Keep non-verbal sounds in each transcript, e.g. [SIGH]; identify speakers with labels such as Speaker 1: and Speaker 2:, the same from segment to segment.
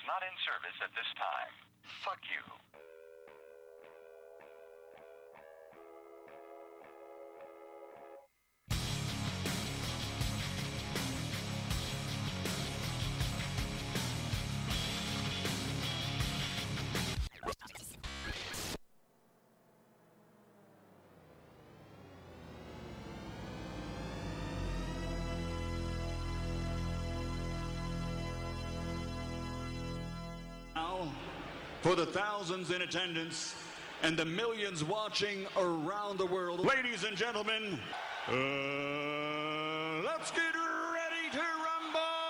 Speaker 1: service at this time. Fuck you.
Speaker 2: now for the thousands in attendance and the millions watching around the world. Ladies and gentlemen, uh, let's get ready to rumble!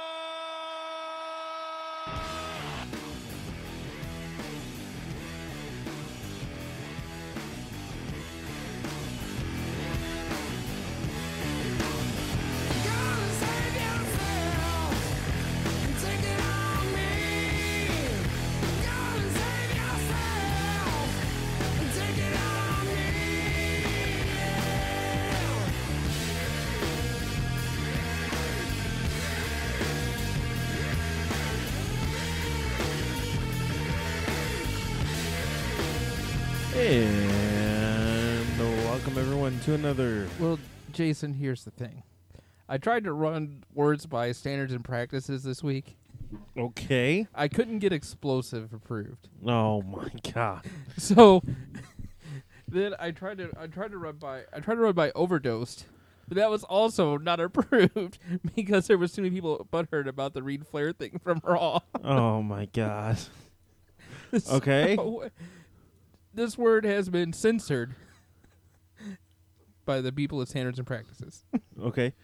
Speaker 3: And welcome everyone to another.
Speaker 4: Well, Jason, here's the thing. I tried to run words by standards and practices this week.
Speaker 3: Okay.
Speaker 4: I couldn't get explosive approved. [LAUGHS]
Speaker 3: Oh my god.
Speaker 4: So [LAUGHS] then I tried to I tried to run by I tried to run by overdosed. But that was also not [LAUGHS] approved because there was too many people butthurt about the Reed Flair thing [LAUGHS] from Raw.
Speaker 3: Oh my god. Okay.
Speaker 4: So, this word has been censored by the people at standards and practices.
Speaker 3: Okay.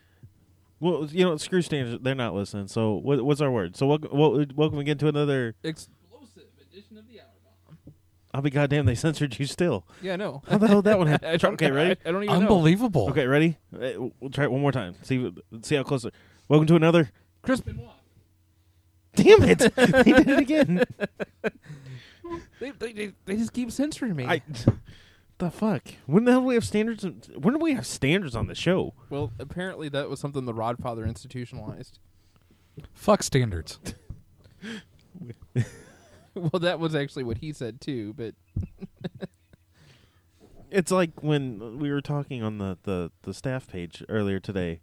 Speaker 3: Well, you know, screw standards. They're not listening. So, what, what's our word? So, welcome, wel- welcome again to another.
Speaker 4: Explosive edition of the hour bomb.
Speaker 3: I'll be goddamn. They censored you still. [LAUGHS]
Speaker 4: Yeah, no.
Speaker 3: How the hell did that one
Speaker 4: [LAUGHS] I
Speaker 3: happened?
Speaker 4: don't,
Speaker 3: Okay, ready?
Speaker 4: I, I don't even know.
Speaker 5: Unbelievable.
Speaker 3: Okay, ready? Uh, We'll try it one more time. See, see how close. it- Welcome to another.
Speaker 4: Crispin Walk.
Speaker 3: Damn it! [LAUGHS] they did it again.
Speaker 4: They, they, they, they just keep censoring me. [LAUGHS]
Speaker 3: I. The fuck? When the hell do we have standards? on- When do we have standards on the show?
Speaker 4: well, apparently that was something the Rodfather institutionalized.
Speaker 5: Fuck standards.
Speaker 4: [LAUGHS] well, that was actually what he said too, but
Speaker 3: It's like when we were talking on the, the, the staff page earlier today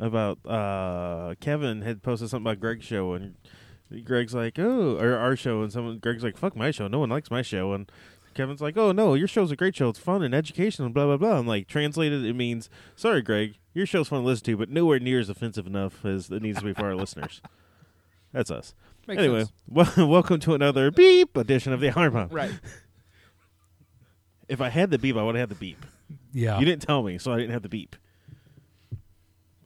Speaker 3: about uh, Kevin had posted something about Greg's show and Greg's like, oh, or our show, and someone Greg's like, fuck my show, no one likes my show, and Kevin's like, oh no, your show's a great show, it's fun and educational, blah blah blah. I'm like, translated, it means, sorry, Greg, your show's fun to listen to, but nowhere near as offensive enough as it needs to be for our
Speaker 4: [LAUGHS]
Speaker 3: listeners. That's us.
Speaker 4: Makes
Speaker 3: anyway,
Speaker 4: sense.
Speaker 3: [LAUGHS] wel- welcome to another beep edition of the Arma.
Speaker 4: right.
Speaker 3: If I had the beep, I would have had the beep.
Speaker 5: Yeah.
Speaker 3: You didn't tell me, so I didn't have the beep.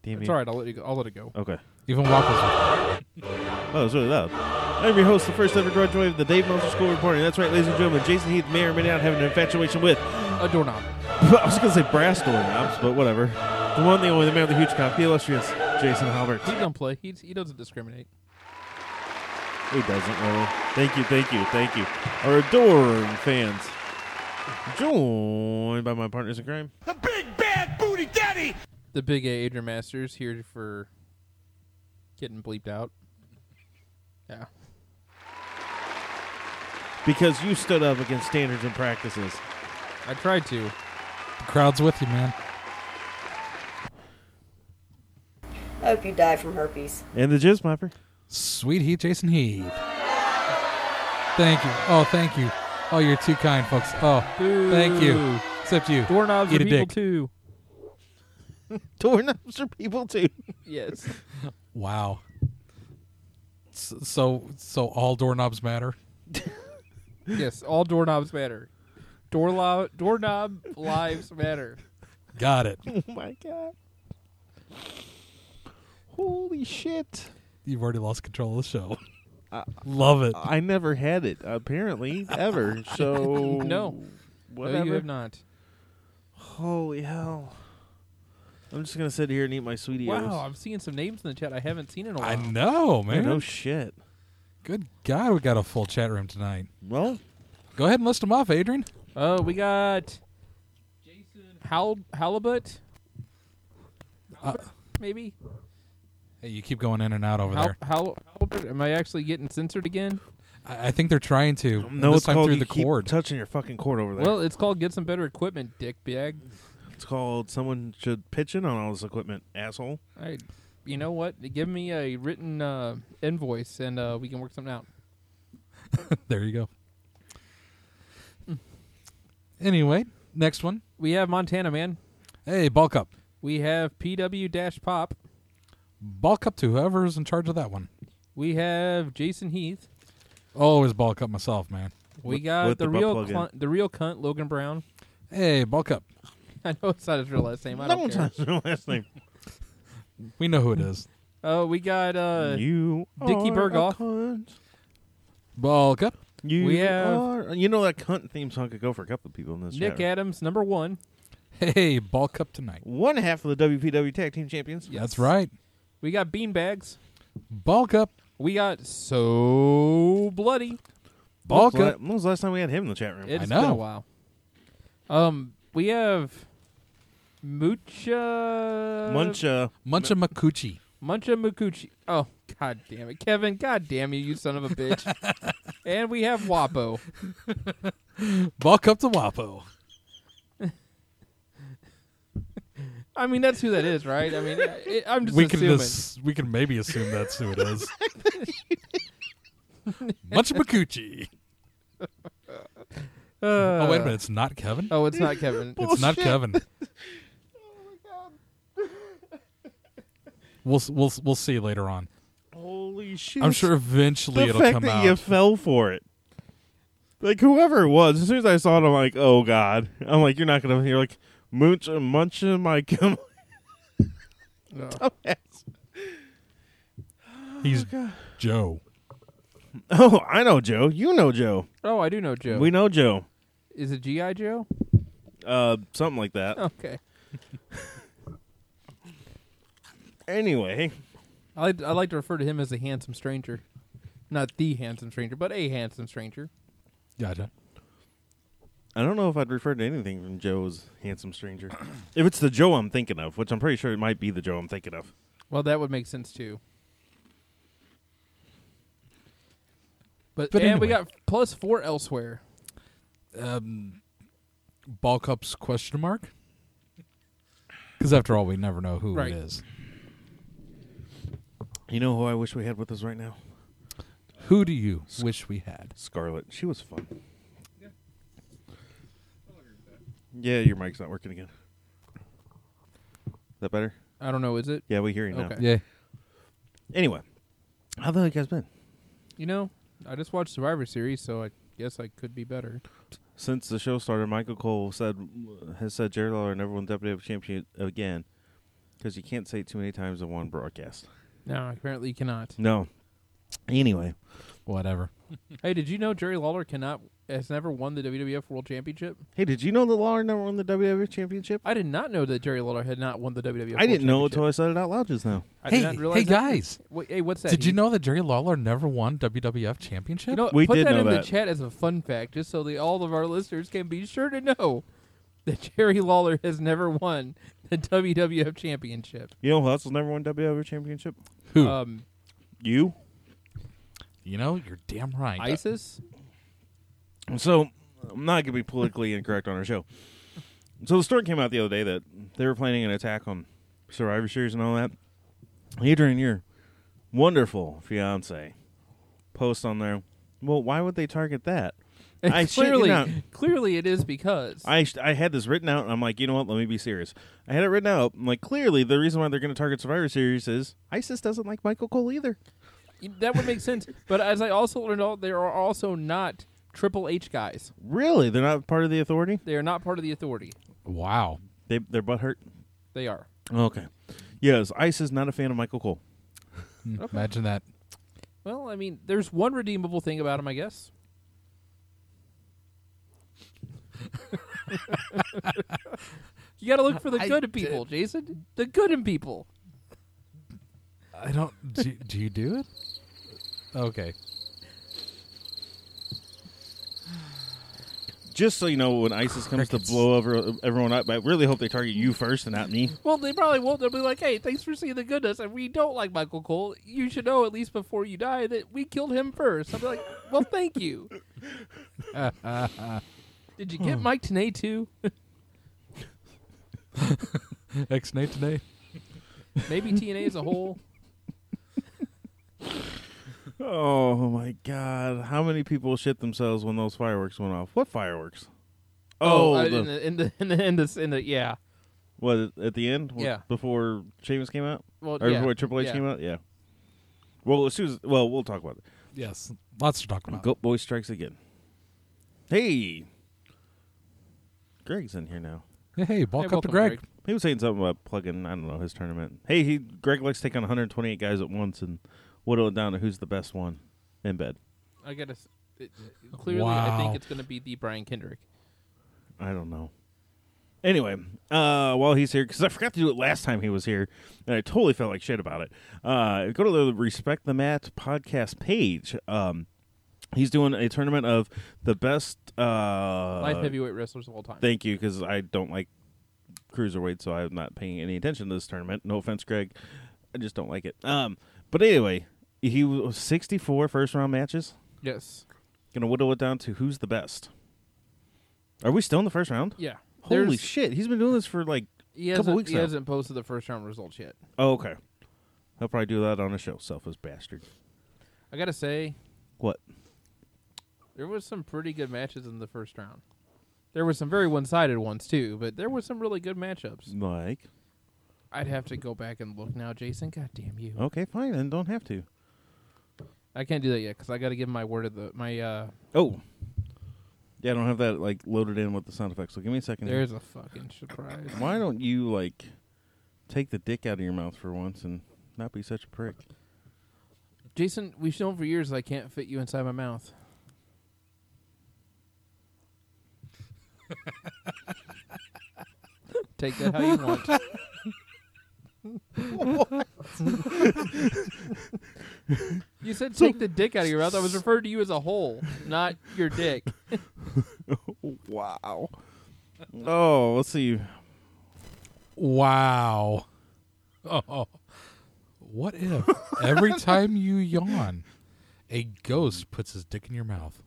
Speaker 3: Damn
Speaker 4: It's
Speaker 3: you.
Speaker 4: all right. I'll let you go. I'll let it go.
Speaker 3: Okay.
Speaker 5: Even Waffles.
Speaker 3: Oh, it's really loud. I'm your host, the first ever drug joy of the Dave Meltzer School Reporting. That's right, ladies and gentlemen. Jason Heath may or may not have an infatuation with. [LAUGHS]
Speaker 4: A doorknob.
Speaker 3: I was going to say brass doorknobs, but whatever. The one, the only, the man with the huge cock, the illustrious Jason Halbert.
Speaker 4: He don't play. He he doesn't discriminate.
Speaker 3: Who doesn't really? Thank you, thank you, thank you. Our adoring fans. Joined by my partners in crime.
Speaker 2: The big bad booty daddy!
Speaker 4: The big A Adrian Masters here for getting bleeped out. Yeah.
Speaker 3: Because you stood up against standards and practices.
Speaker 4: I tried to.
Speaker 5: The crowd's with you, man.
Speaker 6: I hope you die from herpes.
Speaker 3: And the jizz mopper.
Speaker 5: Sweet Heat Jason Heave. Thank you. Oh, thank you. Oh, you're too kind, folks. Oh, thank you.
Speaker 4: Boo.
Speaker 5: Except you.
Speaker 4: Doorknobs
Speaker 5: Eat
Speaker 4: are
Speaker 5: a
Speaker 4: people
Speaker 5: dick.
Speaker 4: too.
Speaker 3: Doorknobs are people too.
Speaker 4: Yes.
Speaker 5: Wow. S- So, so all doorknobs matter.
Speaker 4: yes. All doorknobs matter. Door lo- doorknob lives [LAUGHS] matter.
Speaker 5: Got it.
Speaker 3: Oh my god. Holy shit.
Speaker 5: You've already lost control of the show. Love it.
Speaker 3: I never had it, apparently, ever. So
Speaker 4: [LAUGHS] No. No,
Speaker 3: Whatever.
Speaker 4: you have not.
Speaker 3: Holy hell. I'm just gonna sit here and eat my sweeties.
Speaker 4: Wow, I'm seeing some names in the chat I haven't seen in a while.
Speaker 5: I know,
Speaker 3: Man,
Speaker 5: man.
Speaker 3: no shit.
Speaker 5: Good God, we got a full chat room tonight.
Speaker 3: Well,
Speaker 5: Go ahead and list them off, Adrian.
Speaker 4: Oh, we got Jason Hal- Halibut,
Speaker 5: Uh,
Speaker 4: maybe.
Speaker 5: hey, you keep going in and out over
Speaker 4: Hal-
Speaker 5: there.
Speaker 4: Hal- Halibut. Am I actually getting censored again?
Speaker 5: I, I think they're trying to.
Speaker 3: No,
Speaker 5: this
Speaker 3: it's
Speaker 5: time
Speaker 3: called
Speaker 5: through
Speaker 3: you
Speaker 5: the
Speaker 3: keep
Speaker 5: cord.
Speaker 3: touching your fucking cord over there.
Speaker 4: Well, it's called get some better equipment, dick bag.
Speaker 3: it's called someone should pitch in on all this equipment, asshole.
Speaker 4: I, you know what? Give me a written uh, invoice and uh, we can work something out.
Speaker 5: there you go. Anyway, next one.
Speaker 4: We have Montana Man.
Speaker 5: Hey, bulk up.
Speaker 4: We have PW Dash Pop.
Speaker 5: Bulk up to whoever's in charge of that one.
Speaker 4: We have Jason Heath.
Speaker 5: Always bulk up myself, man.
Speaker 4: We got
Speaker 3: with
Speaker 4: the,
Speaker 3: the butt
Speaker 4: real
Speaker 3: plug in.
Speaker 4: clun- the real cunt Logan Brown. [LAUGHS]
Speaker 5: Hey, bulk up.
Speaker 4: I know it's not his real last name. I don't care.
Speaker 3: That's your last name.
Speaker 5: We know who it is.
Speaker 4: Uh, we got [LAUGHS] uh,
Speaker 3: you
Speaker 4: Dickie
Speaker 3: are
Speaker 4: Berghoff.
Speaker 3: a cunt.
Speaker 5: Bulk up.
Speaker 3: You
Speaker 4: We have-
Speaker 3: are- you know that cunt theme song could go for a couple of people in this
Speaker 4: Nick
Speaker 3: chat.
Speaker 4: Adams, number one.
Speaker 5: Hey, bulk up tonight.
Speaker 3: One half of the WPW Tag Team Champions.
Speaker 5: That's right.
Speaker 4: We got Beanbags.
Speaker 5: Bulk up.
Speaker 4: We got so bloody.
Speaker 5: Bulk
Speaker 3: When was
Speaker 5: up.
Speaker 3: la- When was the last time we had him in the chat room?
Speaker 4: It's
Speaker 5: know.
Speaker 4: been a while. Um, we have Mucha
Speaker 3: Muncha.
Speaker 5: Muncha Makuchi.
Speaker 4: Muncha Mukuchi. Oh, god damn it, Kevin! God damn you, you son of a bitch!
Speaker 5: [LAUGHS]
Speaker 4: and we have Wapo.
Speaker 5: Bulk up to Wapo.
Speaker 4: I mean, that's who that is, right? I mean, I, I'm just
Speaker 5: we can
Speaker 4: assuming.
Speaker 5: as- we can maybe assume that's who it is. Muncha Makuchi.
Speaker 4: Uh,
Speaker 5: Oh wait a minute, it's not Kevin.
Speaker 4: Oh, it's not Kevin.
Speaker 5: it's not
Speaker 3: [LAUGHS]
Speaker 5: Kevin.
Speaker 3: Oh,
Speaker 5: We'll s- we'll s- we'll see later on.
Speaker 3: Holy shit.
Speaker 5: I'm sure eventually
Speaker 3: the
Speaker 5: it'll
Speaker 3: fact
Speaker 5: come
Speaker 3: that
Speaker 5: out.
Speaker 3: you fell for it. Like whoever it was, as soon as I saw it, I'm like, oh god. I'm like, you're not gonna. You're like, muncha muncha uh, my [LAUGHS] cum.
Speaker 4: Oh.
Speaker 5: He's Joe.
Speaker 3: Oh, I know Joe. You know Joe.
Speaker 4: Oh, I do know Joe.
Speaker 3: We know Joe.
Speaker 4: is it GI Joe?
Speaker 3: Uh, something like that.
Speaker 4: Okay.
Speaker 3: Anyway,
Speaker 4: I like, I like to refer to him as a handsome stranger, not the handsome stranger, but a handsome stranger.
Speaker 5: Gotcha.
Speaker 3: I don't know if I'd refer to anything from Joe's handsome stranger. [CLEARS THROAT] if it's the Joe I'm thinking of, which I'm pretty sure it might be the Joe I'm thinking of.
Speaker 4: Well, that would make sense too. But,
Speaker 5: But
Speaker 4: and we
Speaker 5: anyway.
Speaker 4: got plus four elsewhere.
Speaker 5: Ball cups question mark? Because after all, we never know who
Speaker 4: Right.
Speaker 5: it is.
Speaker 3: You know who I wish we had with us right now?
Speaker 5: Who do you wish we had?
Speaker 3: Scarlett. She was fun. Yeah, your mic's not working again. Is that better?
Speaker 4: I don't know, is it?
Speaker 3: Yeah, we hear you now.
Speaker 4: Okay.
Speaker 5: Yeah.
Speaker 3: Anyway, how the hell you guys been
Speaker 4: You know, I just watched Survivor Series, so I guess I could be better.
Speaker 3: since the show started? Michael Cole said has said Jerry Lawler never won WWE champion again because you can't say it too many times in one broadcast.
Speaker 4: No, apparently you cannot.
Speaker 3: No. Anyway,
Speaker 5: Whatever.
Speaker 4: hey, did you know Jerry Lawler cannot has never won the WWF World Championship?
Speaker 3: hey, did you know that Lawler never won the WWE championship?
Speaker 4: I did not know that Jerry Lawler had not won the WWF.
Speaker 3: I didn't know
Speaker 4: World
Speaker 3: until
Speaker 4: Championship.
Speaker 3: I said it out loud just now.
Speaker 4: I
Speaker 5: hey,
Speaker 4: did not realize
Speaker 5: hey
Speaker 4: that.
Speaker 5: guys.
Speaker 4: Wait, hey, what's that?
Speaker 5: Did you
Speaker 4: Heath?
Speaker 5: know that Jerry Lawler never won WWF Championship?
Speaker 4: You know,
Speaker 3: We
Speaker 4: put
Speaker 3: did
Speaker 4: that
Speaker 3: know
Speaker 4: in
Speaker 3: that.
Speaker 4: the chat as a fun fact, just so the, all of our listeners can be sure to know [LAUGHS] that Jerry Lawler has never won the WWF Championship.
Speaker 3: You know who else has never won WWE championship?
Speaker 5: who?
Speaker 4: Um,
Speaker 3: You.
Speaker 5: you know, you're damn right.
Speaker 4: ISIS.
Speaker 3: So I'm not gonna be politically incorrect on our show. So the story came out the other day that they were planning an attack on Survivor Series and all that. Adrian, your wonderful fiance, post on there. Well, why would they target [LAUGHS] that?
Speaker 4: [LAUGHS]
Speaker 3: I shit you
Speaker 4: clearly,
Speaker 3: not.
Speaker 4: clearly, it is because
Speaker 3: I sh- I had this written out, and I'm like, you know what? Let me be serious. I had it written out. I'm like, clearly, the reason why they're going to target Survivor Series is ISIS doesn't like Michael Cole either.
Speaker 4: that would make sense. But as I also learned, out, there are also not Triple H guys.
Speaker 3: Really, they're not part of the authority.
Speaker 4: They are not part of the Authority.
Speaker 5: Wow.
Speaker 3: They their butt hurt.
Speaker 4: They are.
Speaker 3: Okay. Yes, ICE is not a fan of Michael Cole.
Speaker 5: Imagine that.
Speaker 4: Well, I mean, there's one redeemable thing about him, I guess. you got to look for the good in people, Jason. The good in people.
Speaker 5: I don't. Do, do you do it? Okay.
Speaker 3: Just so you know, when ISIS comes
Speaker 5: Crickets.
Speaker 3: to blow over uh, everyone up, I really hope they target you first and not me.
Speaker 4: Well, they probably won't. They'll be like, "Hey, thanks for seeing the goodness." And we don't like Michael Cole. You should know at least before you die that we killed him first. I'll be like, "Well, thank you." Did you get Mike Tenay too?
Speaker 5: X Nate today.
Speaker 4: Maybe TNA as a whole.
Speaker 3: Oh my God! How many people shit themselves when those fireworks went off? What fireworks? Oh,
Speaker 4: uh,
Speaker 3: the-
Speaker 4: in the in the in the, in the, in the yeah.
Speaker 3: what at the end? Wh-
Speaker 4: Yeah.
Speaker 3: Before Sheamus came out,
Speaker 4: Well,
Speaker 3: or
Speaker 4: yeah,
Speaker 3: before Triple H
Speaker 4: yeah.
Speaker 3: came out. Yeah. Well, as soon as well, we'll talk about it.
Speaker 5: Yes, lots to talk about.
Speaker 3: Goat Boy strikes again. Hey, Greg's in here now.
Speaker 5: Hey, hey, bulk
Speaker 4: Hey,
Speaker 5: up to
Speaker 4: welcome,
Speaker 5: Greg.
Speaker 3: He was saying something about plugging. I don't know his tournament. Hey, he Greg likes to take on 128 guys at once and whittle it down to who's the best one in bed.
Speaker 4: I gotta. s- It, it- clearly, I
Speaker 5: Wow.
Speaker 4: think it's gonna be the Brian Kendrick.
Speaker 3: I don't know. Anyway, uh, while he's here, because I forgot to do it last time he was here, and I totally felt like shit about it. Uh, go to the Respect the Mat podcast page. Um, he's doing a tournament of the best uh,
Speaker 4: Live heavyweight wrestlers of all time.
Speaker 3: Thank you, because I don't like cruiserweight, so I'm not paying any attention to this tournament. No offense, Greg. I just don't like it. Um, but anyway, he was 64 first round matches.
Speaker 4: yes.
Speaker 3: Gonna whittle it down to who's the best. Are we still in the first round?
Speaker 4: Yeah.
Speaker 3: Holy
Speaker 4: There's-
Speaker 3: shit! He's been doing this for like
Speaker 4: He
Speaker 3: a
Speaker 4: hasn't,
Speaker 3: couple weeks
Speaker 4: he
Speaker 3: now.
Speaker 4: hasn't posted the first round results yet.
Speaker 3: Oh, okay. He'll probably do that on a show. Selfless bastard.
Speaker 4: I gotta say,
Speaker 3: What?
Speaker 4: there was some pretty good matches in the first round. There were some very one-sided ones too, but there were some really good matchups.
Speaker 3: Like?
Speaker 4: I'd have to go back and look now, Jason. God damn you!
Speaker 3: Okay, fine. Then don't have to.
Speaker 4: I can't do that yet because I got to give my word of the my. uh
Speaker 3: Oh. Yeah, I don't have that like loaded in with the sound effects. So give me a second. here.
Speaker 4: There's a fucking surprise.
Speaker 3: Why don't you like take the dick out of your mouth for once and not be such a prick?
Speaker 4: Jason, we've known for years that I can't fit you inside my mouth. Take that how you want. you said take the dick out of your mouth. I was referring to you as a whole, not your dick.
Speaker 3: Wow. Oh, let's see.
Speaker 5: Wow. Oh. What if
Speaker 4: [LAUGHS]
Speaker 5: every time you yawn, a ghost puts his dick in your mouth?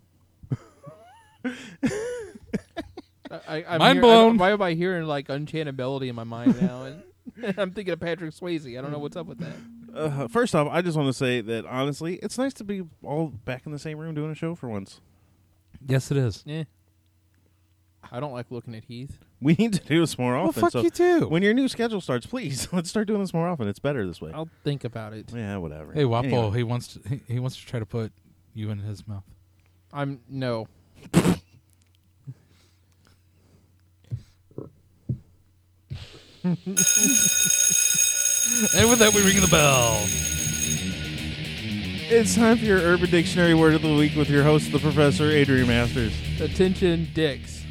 Speaker 4: I, I, I'm
Speaker 5: Mind
Speaker 4: hear-
Speaker 5: blown.
Speaker 4: I, why am I hearing like Unchained Melody in my mind now? And [LAUGHS] I'm thinking of Patrick Swayze. I don't know what's up with that.
Speaker 3: Uh, first off, I just want to say that honestly, it's nice to be all back in the same room doing a show for once.
Speaker 5: Yes, it is.
Speaker 4: Yeah. I don't like looking at Heath.
Speaker 3: We need to do this more often.
Speaker 5: Well, fuck
Speaker 3: so
Speaker 5: you too.
Speaker 3: When your new schedule starts, please [LAUGHS] let's start doing this more often. It's better this way.
Speaker 4: I'll think about it.
Speaker 3: yeah, whatever.
Speaker 5: hey, Wapo,
Speaker 3: Anyway.
Speaker 5: he wants to he, he wants to try to put you in his mouth.
Speaker 4: I'm no.
Speaker 5: And with that, we ring the bell.
Speaker 3: it's time for your Urban Dictionary Word of the Week with your host, the Professor Adrian Masters.
Speaker 4: Attention, dicks,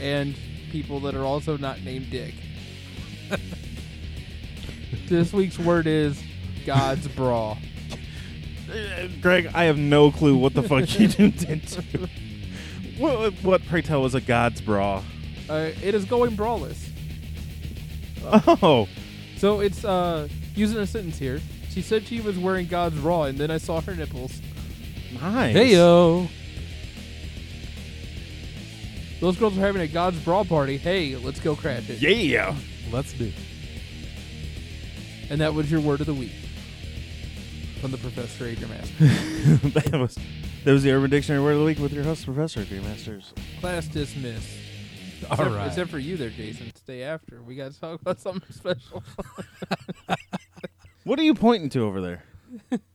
Speaker 4: and people that are also not named Dick. this week's word is God's bra.
Speaker 3: Uh, Greg, I have no clue what the fuck you [LAUGHS] tuned into. What, what pray tell was a god's bra?
Speaker 4: Uh, it is going braless.
Speaker 3: Oh,
Speaker 4: So it's uh, using a sentence here. She said she was wearing God's bra, and then I saw her nipples.
Speaker 3: nice.
Speaker 5: Hey yo.
Speaker 4: Those girls are having a God's bra party. Hey, let's go crash it.
Speaker 3: yeah. [LAUGHS]
Speaker 5: Let's do. it.
Speaker 4: And that was your word of the week from the Professor Adrian Master.
Speaker 3: that was that was the Urban Dictionary Word of the Week with your host, Professor Adrian Masters.
Speaker 4: Class dismissed.
Speaker 5: All
Speaker 4: except,
Speaker 5: right.
Speaker 4: except for you there, Jason. Stay after. We got to talk about [LAUGHS] something special.
Speaker 3: What are you pointing to over there?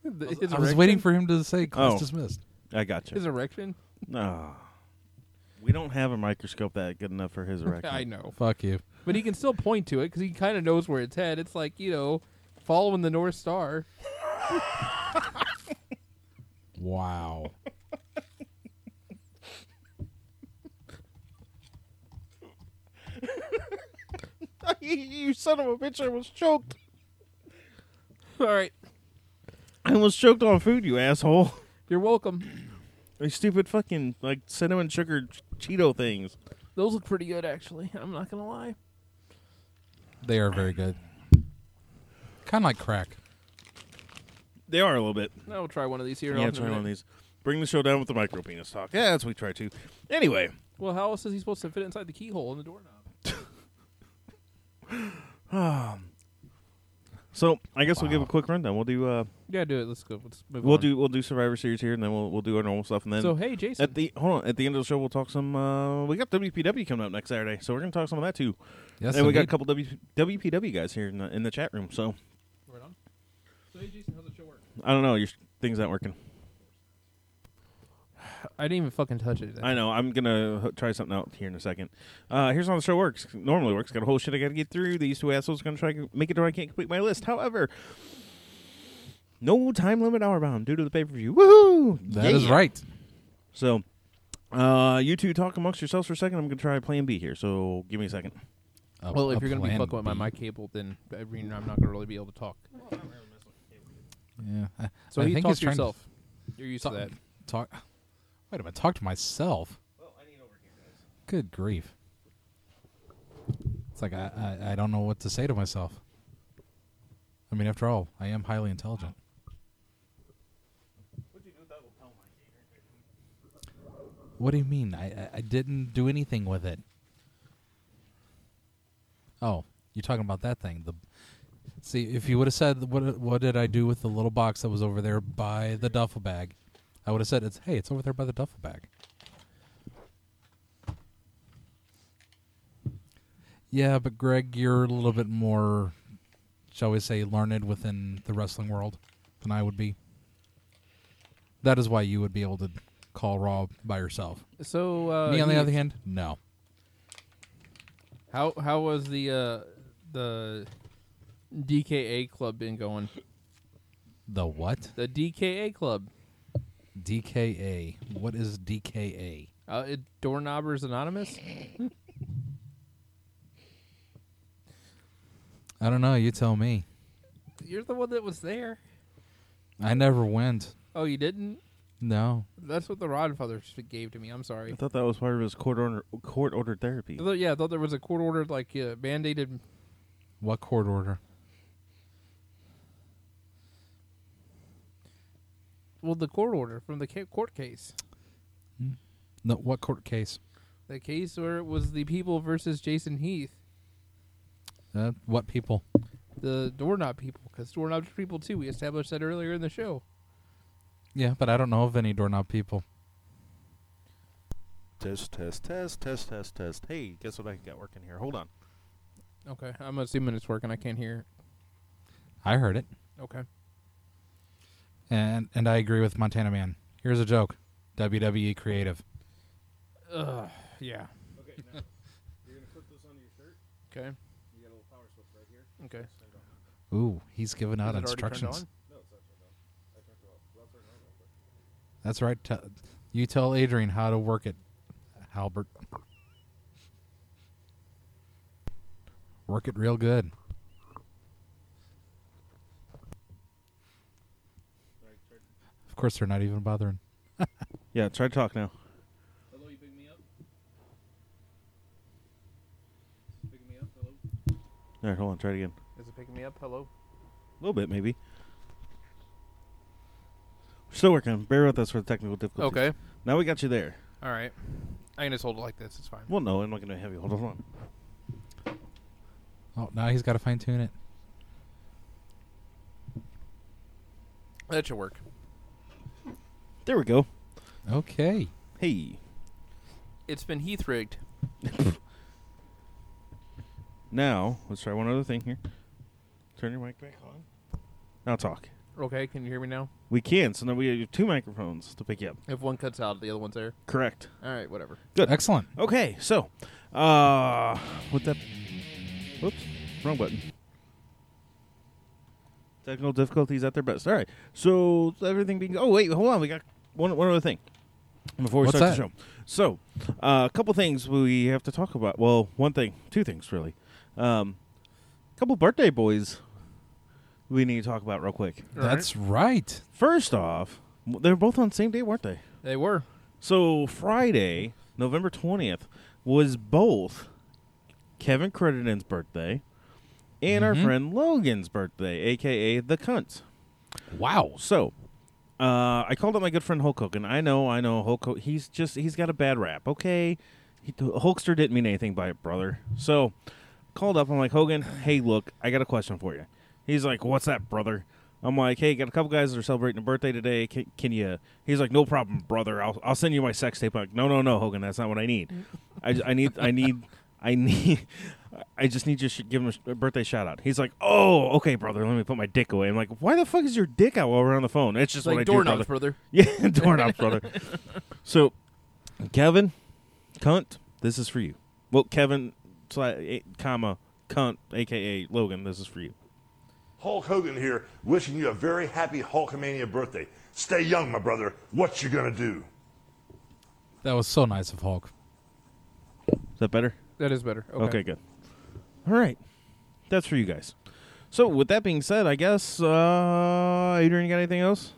Speaker 4: The- his
Speaker 5: I was
Speaker 4: erection?
Speaker 5: waiting for him to say class
Speaker 3: Oh.
Speaker 5: dismissed.
Speaker 3: I got
Speaker 4: his
Speaker 3: you.
Speaker 4: erection.
Speaker 3: No, Ah. we don't have a microscope that good enough for [LAUGHS] his erection.
Speaker 4: I know,
Speaker 5: Fuck you.
Speaker 4: but he can still point to it because he kind of knows where it's head. It's like you know, following the North Star. [LAUGHS]
Speaker 5: Wow.
Speaker 3: [LAUGHS] you son of a bitch! I was choked.
Speaker 4: All right,
Speaker 3: I was choked on food, you asshole. [LAUGHS]
Speaker 4: you're welcome.
Speaker 3: A stupid fucking like cinnamon sugar Cheeto things.
Speaker 4: Those look pretty good, actually. [LAUGHS] I'm not gonna lie.
Speaker 5: They are very good. Kind of like crack.
Speaker 3: They are a little bit.
Speaker 4: I'll try one of these here.
Speaker 3: yeah,
Speaker 4: in a
Speaker 3: try one of
Speaker 4: minute.
Speaker 3: these. Bring the show down with the micro penis talk. Yeah, that's what we try to. Anyway,
Speaker 4: Well, how else is he supposed to fit inside the keyhole in the doorknob?
Speaker 3: so I guess we'll give a quick rundown. We'll do uh,
Speaker 4: Yeah, do it. Let's go. Let's move
Speaker 3: we'll
Speaker 4: on.
Speaker 3: do we'll do Survivor Series here, and then we'll we'll do our normal stuff, and then
Speaker 4: So hey, Jason.
Speaker 3: at the hold on at the end of the show we'll talk some. Uh, we got WPW coming up next Saturday, so we're gonna talk some of that too.
Speaker 5: Yes,
Speaker 3: and we got a
Speaker 5: indeed.
Speaker 3: couple w, WPW guys here in the, in the chat room. So
Speaker 4: Right on. So hey, Jason, how's the show work?
Speaker 3: I don't know, your thing's not working.
Speaker 4: I didn't even fucking touch it.
Speaker 3: I know. I'm gonna h- try something out here in a second. Uh, here's how the show works. Normally works. Got a whole shit I gotta get through. These two assholes gonna try to make it to where I can't complete my list. However, no time limit hour bound due to the pay per view. Woohoo!
Speaker 5: That is right.
Speaker 3: So, uh, you two talk amongst yourselves for a second. I'm gonna try Plan B here. So give me a second.
Speaker 5: A-
Speaker 4: Well,
Speaker 5: a
Speaker 4: if you're gonna be
Speaker 5: plan
Speaker 4: fucking with my
Speaker 5: B.
Speaker 4: mic cable, then I mean, I'm not gonna really be able to talk.
Speaker 5: Yeah. I-
Speaker 4: So
Speaker 5: I
Speaker 4: you
Speaker 5: think
Speaker 4: talk
Speaker 5: he's
Speaker 4: to
Speaker 5: trying
Speaker 4: yourself. You're used
Speaker 5: To
Speaker 4: to that.
Speaker 5: Talk. talk- Wait a minute. Talk to myself. Good grief. It's like I, I I don't know what to say to myself. I mean, after all, I am highly intelligent. What do you mean? I, I, I didn't do anything with it. Oh, you're talking about that thing. The see, if you would have said what what did I do with the little box that was over there by the duffel bag, I would have said it's hey, it's over there by the duffel bag. Yeah, but Greg, you're a little bit more, shall we say, learned within the wrestling world than I would be. That is why you would be able to call Raw by yourself.
Speaker 4: So uh,
Speaker 5: Me, on the
Speaker 4: Heath,
Speaker 5: other hand, no.
Speaker 4: how how was the uh, the DKA club been going?
Speaker 5: The what?
Speaker 4: The DKA club,
Speaker 5: DKA. What is DKA?
Speaker 4: uh, it, doorknobbers anonymous.
Speaker 5: I don't know. You tell me.
Speaker 4: You're the one that was there.
Speaker 5: I never went.
Speaker 4: Oh, you didn't.
Speaker 5: No.
Speaker 4: That's what the Rodfather s- gave to me. I'm sorry.
Speaker 3: I thought that was part of his court order court ordered therapy.
Speaker 4: I thought- yeah, I thought there was a court ordered like uh, mandated.
Speaker 5: What court order?
Speaker 4: Well, the court order from the ca- court case.
Speaker 5: No. What court case?
Speaker 4: The case where it was the people versus Jason Heath,
Speaker 5: Uh, what people?
Speaker 4: the doorknob people, because doorknobs are people too. We established that earlier in the show.
Speaker 5: Yeah, but I don't know of any doorknob people.
Speaker 3: Test test test test test test. Hey, guess what I got working here? Hold on.
Speaker 4: Okay, I'm assuming it's working. I can't hear.
Speaker 5: I heard it,
Speaker 4: Okay.
Speaker 5: and and I agree with Montana Man. Here's a joke. WWE creative.
Speaker 4: Ugh. Yeah. Okay. Okay.
Speaker 5: Ooh, he's giving out
Speaker 4: Is it already turned
Speaker 5: instructions.
Speaker 4: on?
Speaker 5: That's right. T- you tell Adrian how to work it, Halbert. Work it real good. Of course, they're not even bothering.
Speaker 3: Yeah, try to talk now.
Speaker 4: Hello, you picking me up? Picking me up? Hello?
Speaker 3: All right, hold on. Try it again.
Speaker 4: Is it picking me up? Hello?
Speaker 3: A little bit, maybe. We're still working. Bear with us for the technical difficulties.
Speaker 4: Okay.
Speaker 3: Now we got you there.
Speaker 4: All right. I can just hold it like this. It's fine.
Speaker 3: Well, no, I'm not going to have you. Hold on.
Speaker 5: Oh, now he's got to fine tune it.
Speaker 4: That should work.
Speaker 3: There we go.
Speaker 5: Okay.
Speaker 3: Hey.
Speaker 4: It's been Heath rigged.
Speaker 3: Now, let's try one other thing here. Turn your mic back on. Now talk.
Speaker 4: Okay, can you hear me now?
Speaker 3: We can, so now we have two microphones to pick you up.
Speaker 4: If one cuts out, the other one's there.
Speaker 3: Correct.
Speaker 4: All right, whatever.
Speaker 3: Good.
Speaker 5: Excellent.
Speaker 3: Okay, so, uh, what that? Whoops, wrong button. Technical difficulties at their best. All right, so everything being. Oh wait, hold on. We got one one other thing before we
Speaker 5: What's
Speaker 3: start
Speaker 5: that?
Speaker 3: the show. So, uh, a couple things we have to talk about. Well, one thing, two things really. Um, couple birthday boys we need to talk about real quick.
Speaker 5: That's right.
Speaker 3: First off, w- they were both on the same day, weren't they?
Speaker 4: They were.
Speaker 3: So Friday November 20th, was both Kevin Crittenden's birthday and our friend Logan's birthday, a.k.a. The Cunts.
Speaker 5: Wow.
Speaker 3: So, uh, I called up my good friend Hulk Hogan. I know, I know, Hulk. Hogan, he's just he's got a bad rap. Okay, he, Hulkster didn't mean anything by it, brother. So, called up. I'm like Hogan. Hey, look, I got a question for you. He's like, what's that, brother? I'm like, hey, got a couple guys that are celebrating a birthday today. Can, can you? He's like, no problem, brother. I'll, I'll send you my sex tape. I'm like, no, no, no, Hogan, that's not what I need. I, I need, I need, I need, I just need you to sh- give him a, sh- a birthday shout out. He's like, oh, okay, brother. Let me put my dick away. I'm like, why the fuck is your dick out while we're on the phone? It's just
Speaker 4: It's like
Speaker 3: what I do,
Speaker 4: doorknobs,
Speaker 3: brother.
Speaker 4: brother.
Speaker 3: [LAUGHS] Yeah, doorknobs, brother. so, Kevin, cunt, this is for you. Well, Kevin, sli- eh, comma, cunt, aka Logan, this is for you.
Speaker 7: Hulk Hogan here, wishing you a very happy Hulkamania birthday. Stay young, my brother. What you gonna do?
Speaker 5: That was so nice of Hulk.
Speaker 3: Is that better?
Speaker 4: That is better. Okay.
Speaker 3: Okay, good. All right, that's for you guys. So, with that being said, I guess uh, Adrian, you got anything else?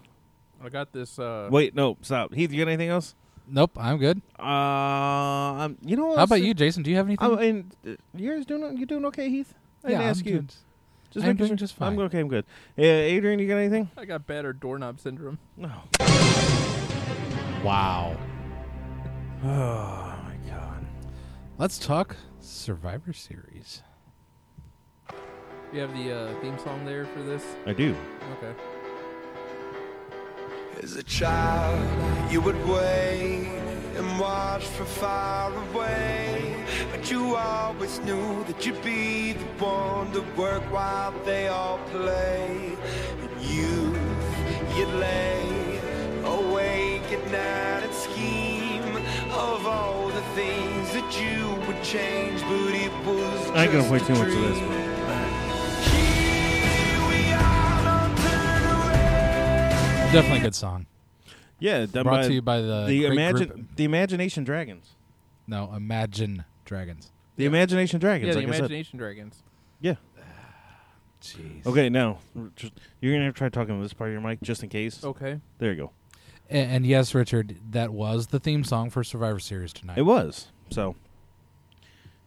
Speaker 4: I got this. Uh,
Speaker 3: Wait, no, stop. Heath, you got anything else?
Speaker 5: Nope, I'm good.
Speaker 3: Uh, um, you know what?
Speaker 4: Oh,
Speaker 5: How about you, Jason? Do you have anything?
Speaker 3: I mean, uh, you guys doing you doing okay, Heath? I didn't
Speaker 5: I'm
Speaker 3: ask you.
Speaker 5: good.
Speaker 3: Just
Speaker 5: I'm
Speaker 3: making
Speaker 5: doing
Speaker 3: sure-
Speaker 5: just
Speaker 3: I'm
Speaker 5: fine.
Speaker 3: okay. I'm good. Uh, Adrian, you got anything?
Speaker 4: I got better doorknob syndrome.
Speaker 3: No.
Speaker 5: Wow.
Speaker 3: [SIGHS] Oh my god.
Speaker 5: Let's talk Survivor Series.
Speaker 4: You have the uh, theme song there for this.
Speaker 3: I do.
Speaker 4: Okay.
Speaker 8: As a child, you would wait and watch from far away. But you always knew that you'd be the one to work while they all play. And you, you'd lay awake at night and scheme of all the things that you would change. But it was
Speaker 3: I ain't gonna
Speaker 8: just
Speaker 3: play
Speaker 8: a
Speaker 3: too much of this,
Speaker 8: dream.
Speaker 3: but-
Speaker 5: Definitely a good song.
Speaker 3: Yeah, done
Speaker 5: Brought
Speaker 3: by
Speaker 5: to you by the
Speaker 3: the
Speaker 5: great
Speaker 3: imagine
Speaker 5: group-
Speaker 3: the Imagination Dragons.
Speaker 5: No, Imagine Dragons.
Speaker 3: The Imagination Dragons.
Speaker 4: Yeah,
Speaker 3: like
Speaker 4: the
Speaker 3: I said.
Speaker 4: Imagination Dragons.
Speaker 3: Yeah.
Speaker 5: Jeez.
Speaker 3: Okay, now just, you're gonna have to try talking to this part of your mic just in case.
Speaker 5: Oh.
Speaker 4: Okay.
Speaker 3: There you go.
Speaker 5: A- And, yes, Richard, that was the theme song for Survivor Series tonight.
Speaker 3: It was so.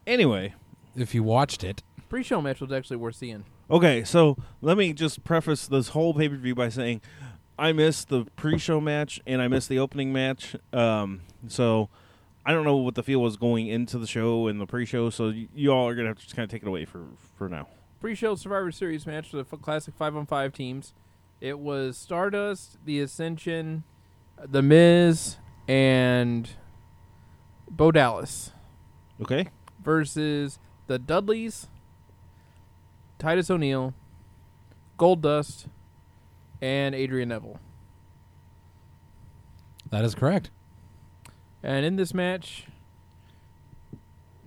Speaker 3: Anyway,
Speaker 5: if you watched it,
Speaker 4: Pre-show match was actually worth seeing.
Speaker 3: okay, so let me just preface this whole pay per view by saying I missed the pre show match and I missed the opening match. Um, so I don't know what the feel was going into the show and the pre show. So y- you all are gonna have to just kind of take it away for for now.
Speaker 4: Pre-show Survivor Series match for the f- classic five-on-five teams. It was Stardust, The Ascension, The Miz, and Bo Dallas
Speaker 3: Okay.
Speaker 4: versus the Dudleys, Titus O'Neil, Gold Dust, and Adrian Neville.
Speaker 5: that is correct.
Speaker 4: And in this match,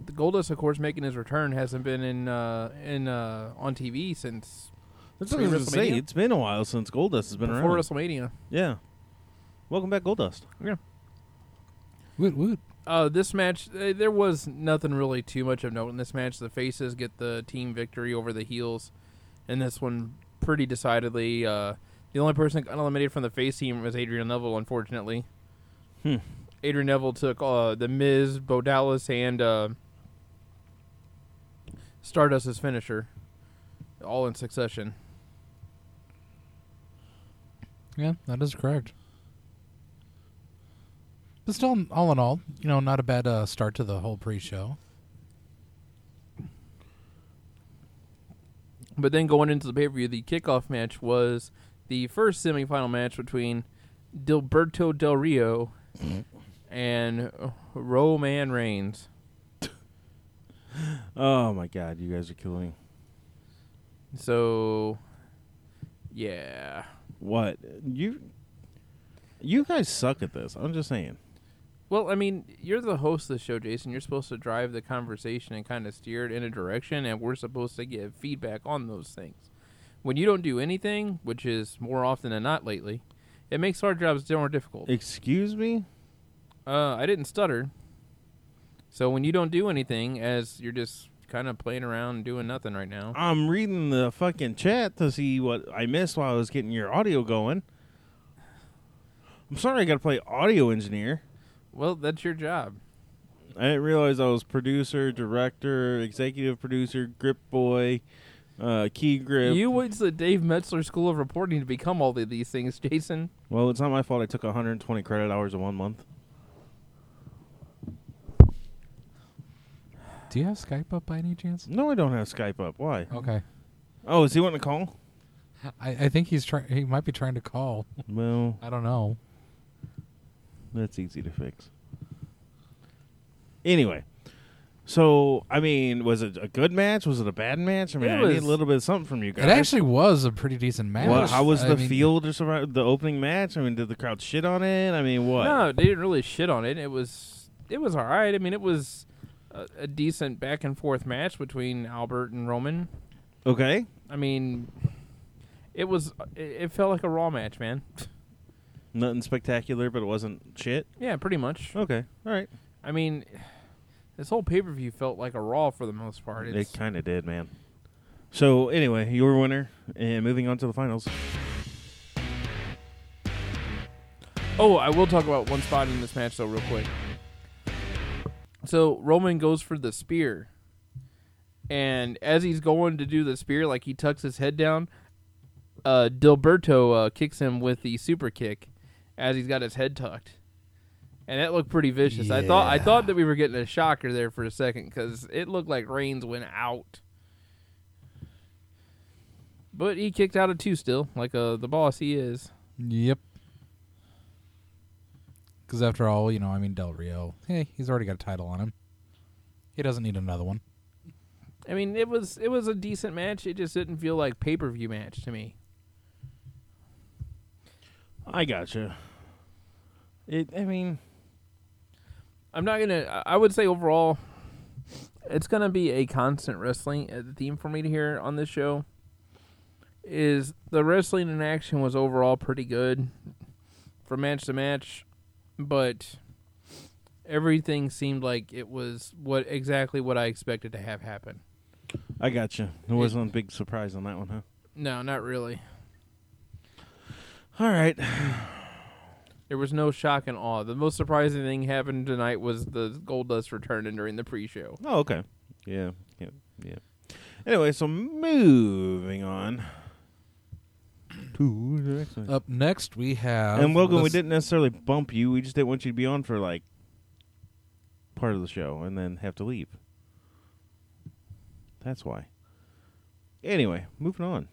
Speaker 4: the Goldust, of course, making his return hasn't been in uh, in uh, on TV since
Speaker 3: That's what I was gonna say.
Speaker 4: Pre-WrestleMania?
Speaker 3: It's been a while since Goldust has been
Speaker 4: before
Speaker 3: around.
Speaker 4: WrestleMania.
Speaker 3: Yeah. Welcome back, Goldust.
Speaker 5: Woot woot.
Speaker 4: Uh, this match, uh, there was nothing really too much of note in this match. The faces get the team victory over the heels, and this one pretty decidedly. Uh, the only person that got eliminated from the face team was Adrian Neville, unfortunately.
Speaker 3: Hmm.
Speaker 4: Adrian Neville took uh, the Miz, Bo Dallas, and uh, Stardust's finisher, all in succession.
Speaker 5: Yeah, that is correct. But still, all in all, you know, not a bad uh, start to the whole pre-show.
Speaker 4: But then going into the pay per view, the kickoff match was the first semifinal match between Dilberto Del Rio and Roman Reigns.
Speaker 3: Oh my god, you guys are killing me.
Speaker 4: So, yeah.
Speaker 3: What? You You guys suck at this. I'm just saying.
Speaker 4: Well, I mean, you're the host of the show, Jason. You're supposed to drive the conversation and kind of steer it in a direction, and we're supposed to give feedback on those things. When you don't do anything, which is more often than not lately, it makes our jobs more difficult.
Speaker 3: Excuse me?
Speaker 4: Uh, I didn't stutter. So when you don't do anything, as you're just kind of playing around and doing nothing right now,
Speaker 3: I'm reading the fucking chat to see what I missed while I was getting your audio going. I'm sorry I gotta play audio engineer.
Speaker 4: well, that's your job.
Speaker 3: I didn't realize I was producer, director, executive producer, grip boy, uh, key grip.
Speaker 4: You went to the Dave Metzler School of Reporting to become all of these things, Jason.
Speaker 3: well, it's not my fault. I took 120 credit hours in one month.
Speaker 5: Do you have Skype up by any chance?
Speaker 3: No, I don't have Skype up. Why?
Speaker 5: Okay.
Speaker 3: Oh, is he wanting to call?
Speaker 5: I, I think he's trying. He might be trying to call.
Speaker 3: Well,
Speaker 5: I don't know.
Speaker 3: that's easy to fix. Anyway, so I mean, was it a good match? Was it a bad match? I mean,
Speaker 4: It
Speaker 3: I need
Speaker 4: was-
Speaker 3: a little bit of something from you guys.
Speaker 5: It actually was a pretty decent match.
Speaker 3: Well, how was
Speaker 5: I
Speaker 3: the
Speaker 5: mean,
Speaker 3: field or survi- the opening match? I mean, did the crowd shit on it? I mean, what?
Speaker 4: No, they didn't really shit on it. It was it was all right. I mean, it was a, a decent back and forth match between Albert and Roman.
Speaker 3: Okay.
Speaker 4: I mean, it was it, it felt like a Raw match, man. [LAUGHS]
Speaker 3: Nothing spectacular, but it wasn't shit.
Speaker 4: Yeah, pretty much.
Speaker 3: Okay. All right.
Speaker 4: I mean, this whole pay per view felt like a Raw for the most part. It's,
Speaker 3: It kind of did, man. So, anyway, your winner, and moving on to the finals.
Speaker 4: Oh, I will talk about one spot in this match though, real quick. So Roman goes for the spear, and as he's going to do the spear, like he tucks his head down, uh, Dilberto uh, kicks him with the super kick, as he's got his head tucked, and that looked pretty vicious. I thought I thought that we were getting a shocker there for a second because it looked like Reigns went out, but he kicked out of two still, like uh, the boss he is.
Speaker 5: Yep. Because after all, you know, I mean, Del Rio. Hey, he's already got a title on him. He doesn't need another one.
Speaker 4: I mean, it was it was a decent match. It just didn't feel like pay per view match to me.
Speaker 3: I gotcha. It. I mean,
Speaker 4: I'm not gonna. I I would say overall, it's gonna be a constant wrestling uh, theme for me to hear on this show. Is the wrestling in action was overall pretty good from match to match, but everything seemed like it was what exactly what I expected to have happen.
Speaker 3: I gotcha. There wasn't a big surprise on that one, huh?
Speaker 4: No, not really.
Speaker 3: All right.
Speaker 4: There was no shock and awe. The most surprising thing happened tonight was the gold dust returning during the pre-show.
Speaker 3: Oh, okay. Yeah. Yeah. Yeah. Anyway, so moving on to the next one.
Speaker 5: Up next, we have.
Speaker 3: and Logan, we
Speaker 5: this-
Speaker 3: didn't necessarily bump you. We just didn't want you to be on for like part of the show and then have to leave. That's why. Anyway, moving on.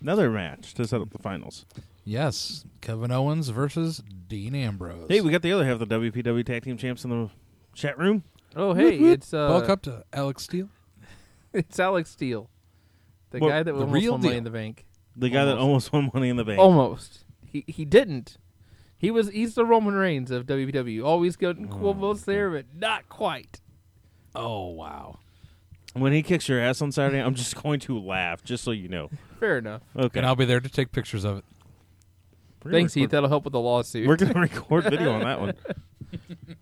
Speaker 3: Another match to set up the finals.
Speaker 5: Yes, Kevin Owens versus Dean Ambrose.
Speaker 3: Hey, we got the other half of the WPW Tag Team Champs in the chat room.
Speaker 4: Oh hey, it's uh,
Speaker 5: Welcome to Alex Steele.
Speaker 4: It's Alex Steele, the
Speaker 3: Well,
Speaker 4: guy that
Speaker 5: the
Speaker 4: almost
Speaker 5: real
Speaker 4: won
Speaker 5: deal.
Speaker 4: Money in the Bank.
Speaker 3: The guy that almost won Money in
Speaker 4: Oh,
Speaker 3: the Bank.
Speaker 4: Almost. He he didn't. He was he's the Roman Reigns of WPW. Always
Speaker 3: Mm,
Speaker 4: getting almost there, but not quite.
Speaker 5: Oh wow!
Speaker 3: When he kicks your ass on Saturday, I'm just [LAUGHS] going to laugh, just so you know.
Speaker 4: Fair enough.
Speaker 3: Okay.
Speaker 5: And I'll be there to take pictures of it.
Speaker 3: We're gonna
Speaker 4: Thanks, Heath.
Speaker 3: record-
Speaker 4: That'll help with the lawsuit.
Speaker 3: We're
Speaker 5: [LAUGHS]
Speaker 3: going to record video on that one.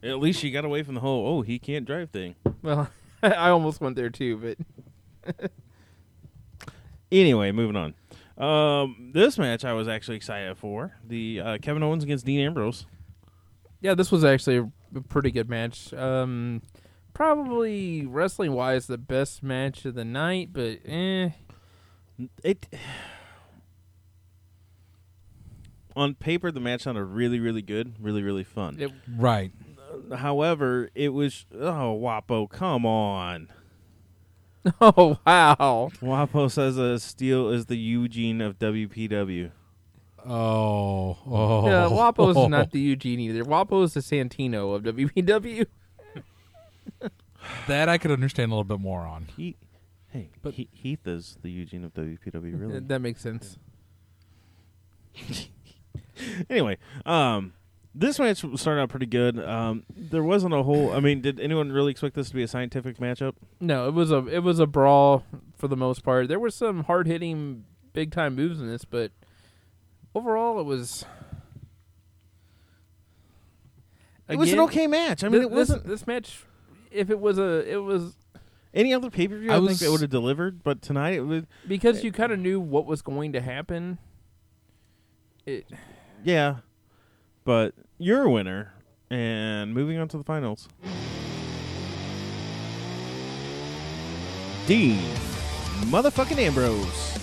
Speaker 3: At least you got away from the whole, oh, he can't drive thing.
Speaker 4: well, [LAUGHS] I almost went there too, but
Speaker 3: Anyway, moving on. Um, this match I was actually excited for the uh, Kevin Owens against Dean Ambrose.
Speaker 4: yeah, this was actually a pretty good match. Um, probably wrestling wise the best match of the night, but eh,
Speaker 3: It [SIGHS] on paper the match sounded really, really good, really, really fun.
Speaker 4: it [LAUGHS]
Speaker 5: Right.
Speaker 3: However, it was oh Wapo, come on.
Speaker 4: oh wow.
Speaker 3: Wapo says uh, Steel is the Eugene of WPW.
Speaker 5: Oh. Oh.
Speaker 4: Yeah,
Speaker 3: [LAUGHS]
Speaker 4: Wapo's
Speaker 5: [LAUGHS]
Speaker 4: not the Eugene either. Wapo's the Santino of E. WPW.
Speaker 5: that I could understand a little bit more on.
Speaker 3: He, hey,
Speaker 5: But-
Speaker 3: he, Heath is the Eugene of [LAUGHS] WPW. Really?
Speaker 4: That makes sense.
Speaker 3: anyway, um, this match started out pretty good. Um, there wasn't a whole. I mean, did anyone really expect this to be a scientific matchup?
Speaker 4: No, it was a it was a brawl for the most part. There were some hard hitting, big time moves in this, but overall it was.
Speaker 3: it was an
Speaker 4: Again,
Speaker 3: okay match. I
Speaker 4: thi-
Speaker 3: mean, it
Speaker 4: this-
Speaker 3: wasn't
Speaker 4: this match. If it was a, it was
Speaker 3: any other pay per view.
Speaker 5: I
Speaker 3: I, think
Speaker 5: was-
Speaker 3: they would have delivered, but tonight it would.
Speaker 4: because you kind of knew what was going to happen. It
Speaker 3: Yeah, but you're a winner, and moving on to the finals.
Speaker 9: Dean motherfucking Ambrose.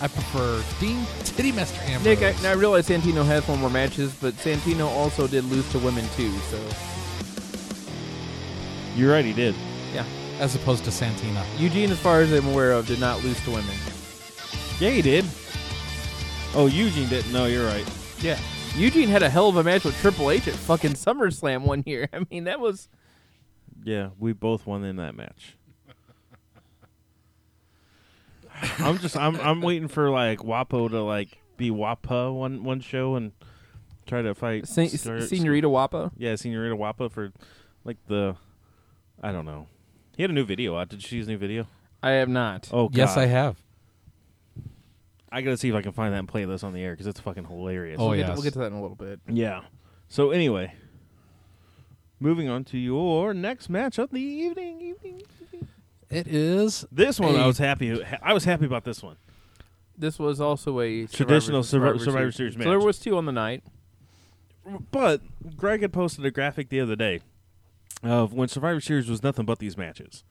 Speaker 5: I prefer Dean Titty Master Ambrose.
Speaker 4: Nick, I, now I realize Santino has one more matches, but Santino also did lose to women too. So
Speaker 3: You're right, he did.
Speaker 4: yeah,
Speaker 5: As opposed to Santina.
Speaker 4: Eugene, as far as I'm aware of, did not lose to women.
Speaker 3: Yeah, he did. Oh, Eugene didn't. No, you're right.
Speaker 4: Yeah, Eugene had a hell of a match with Triple H at fucking SummerSlam one year. [LAUGHS] I mean, that was
Speaker 3: Yeah, we both won in that match. I'm just I'm I'm waiting for like Wapo to like be Wapa one one show and try to fight
Speaker 4: Se-
Speaker 3: Star-
Speaker 4: Senorita Wappa.
Speaker 3: Yeah, Senorita Wapa for like the I don't know. He had a new video out. Did you see his new video?
Speaker 4: I have not.
Speaker 3: Oh, God.
Speaker 5: Yes, I have.
Speaker 3: I gotta see if I can find that and play this on the air because it's fucking hilarious.
Speaker 5: Oh,
Speaker 4: we'll, get to,
Speaker 5: yes.
Speaker 4: we'll get to that in a little bit.
Speaker 3: Yeah. So anyway, moving on to your next match of the evening. Evening.
Speaker 5: It is
Speaker 3: This one I
Speaker 5: a-
Speaker 3: was happy. I was happy about this one.
Speaker 4: This was also a Survivor-
Speaker 3: Traditional Survivor- Survivor Series
Speaker 4: So there
Speaker 3: match.
Speaker 4: was two on the night.
Speaker 3: But Greg had posted a graphic the other day of when Survivor Series was nothing but these matches.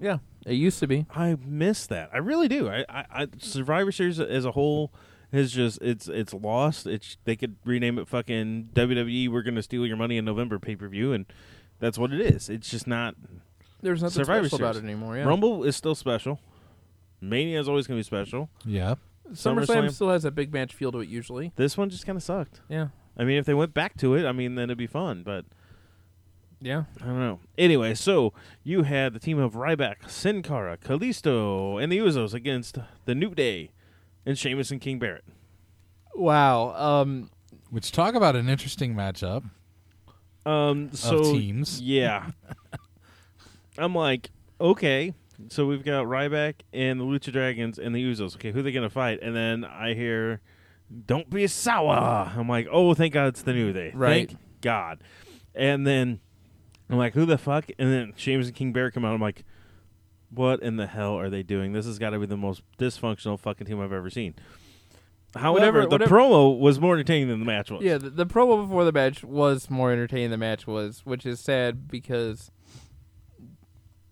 Speaker 4: Yeah, it used to be.
Speaker 3: I miss that. I really do. I, I, I Survivor Series as a whole is just it's it's lost. It's they could rename it fucking WWE. We're gonna steal your money in November pay per view, and that's what it is. It's just not
Speaker 4: There's nothing
Speaker 3: Survivor
Speaker 4: special
Speaker 3: Series
Speaker 4: about it anymore. Yeah.
Speaker 3: Rumble is still special. Mania is always gonna be special.
Speaker 5: Yeah.
Speaker 4: SummerSlam,
Speaker 3: SummerSlam.
Speaker 4: still has a big match feel to it usually.
Speaker 3: This one just kind of sucked.
Speaker 4: Yeah.
Speaker 3: I mean, if they went back to it, I mean, then it'd be fun. But
Speaker 4: Yeah.
Speaker 3: I don't know. Anyway, so you had the team of Ryback, Sin Cara, Kalisto, and the Usos against the New Day and Sheamus and King Barrett.
Speaker 4: Wow. Um,
Speaker 5: Which talk about an interesting matchup.
Speaker 3: Um, so
Speaker 4: [LAUGHS]
Speaker 5: teams.
Speaker 3: yeah. I'm like, okay. So we've got Ryback and the Lucha Dragons and the Usos. Okay, who are they gonna fight? And then I hear, "Don't be sour." I'm like, oh, thank God it's the New Day.
Speaker 4: Right.
Speaker 3: Thank God. And then I'm like, who the fuck? And then James and King Bear come out. I'm like, what in the hell are they doing? This has got to be the most dysfunctional fucking team I've ever seen. However,
Speaker 4: Whatever-
Speaker 3: the
Speaker 4: whatever-
Speaker 3: promo was more entertaining than the match was.
Speaker 4: yeah. The, the promo before the match was more entertaining. than The match was, which is sad because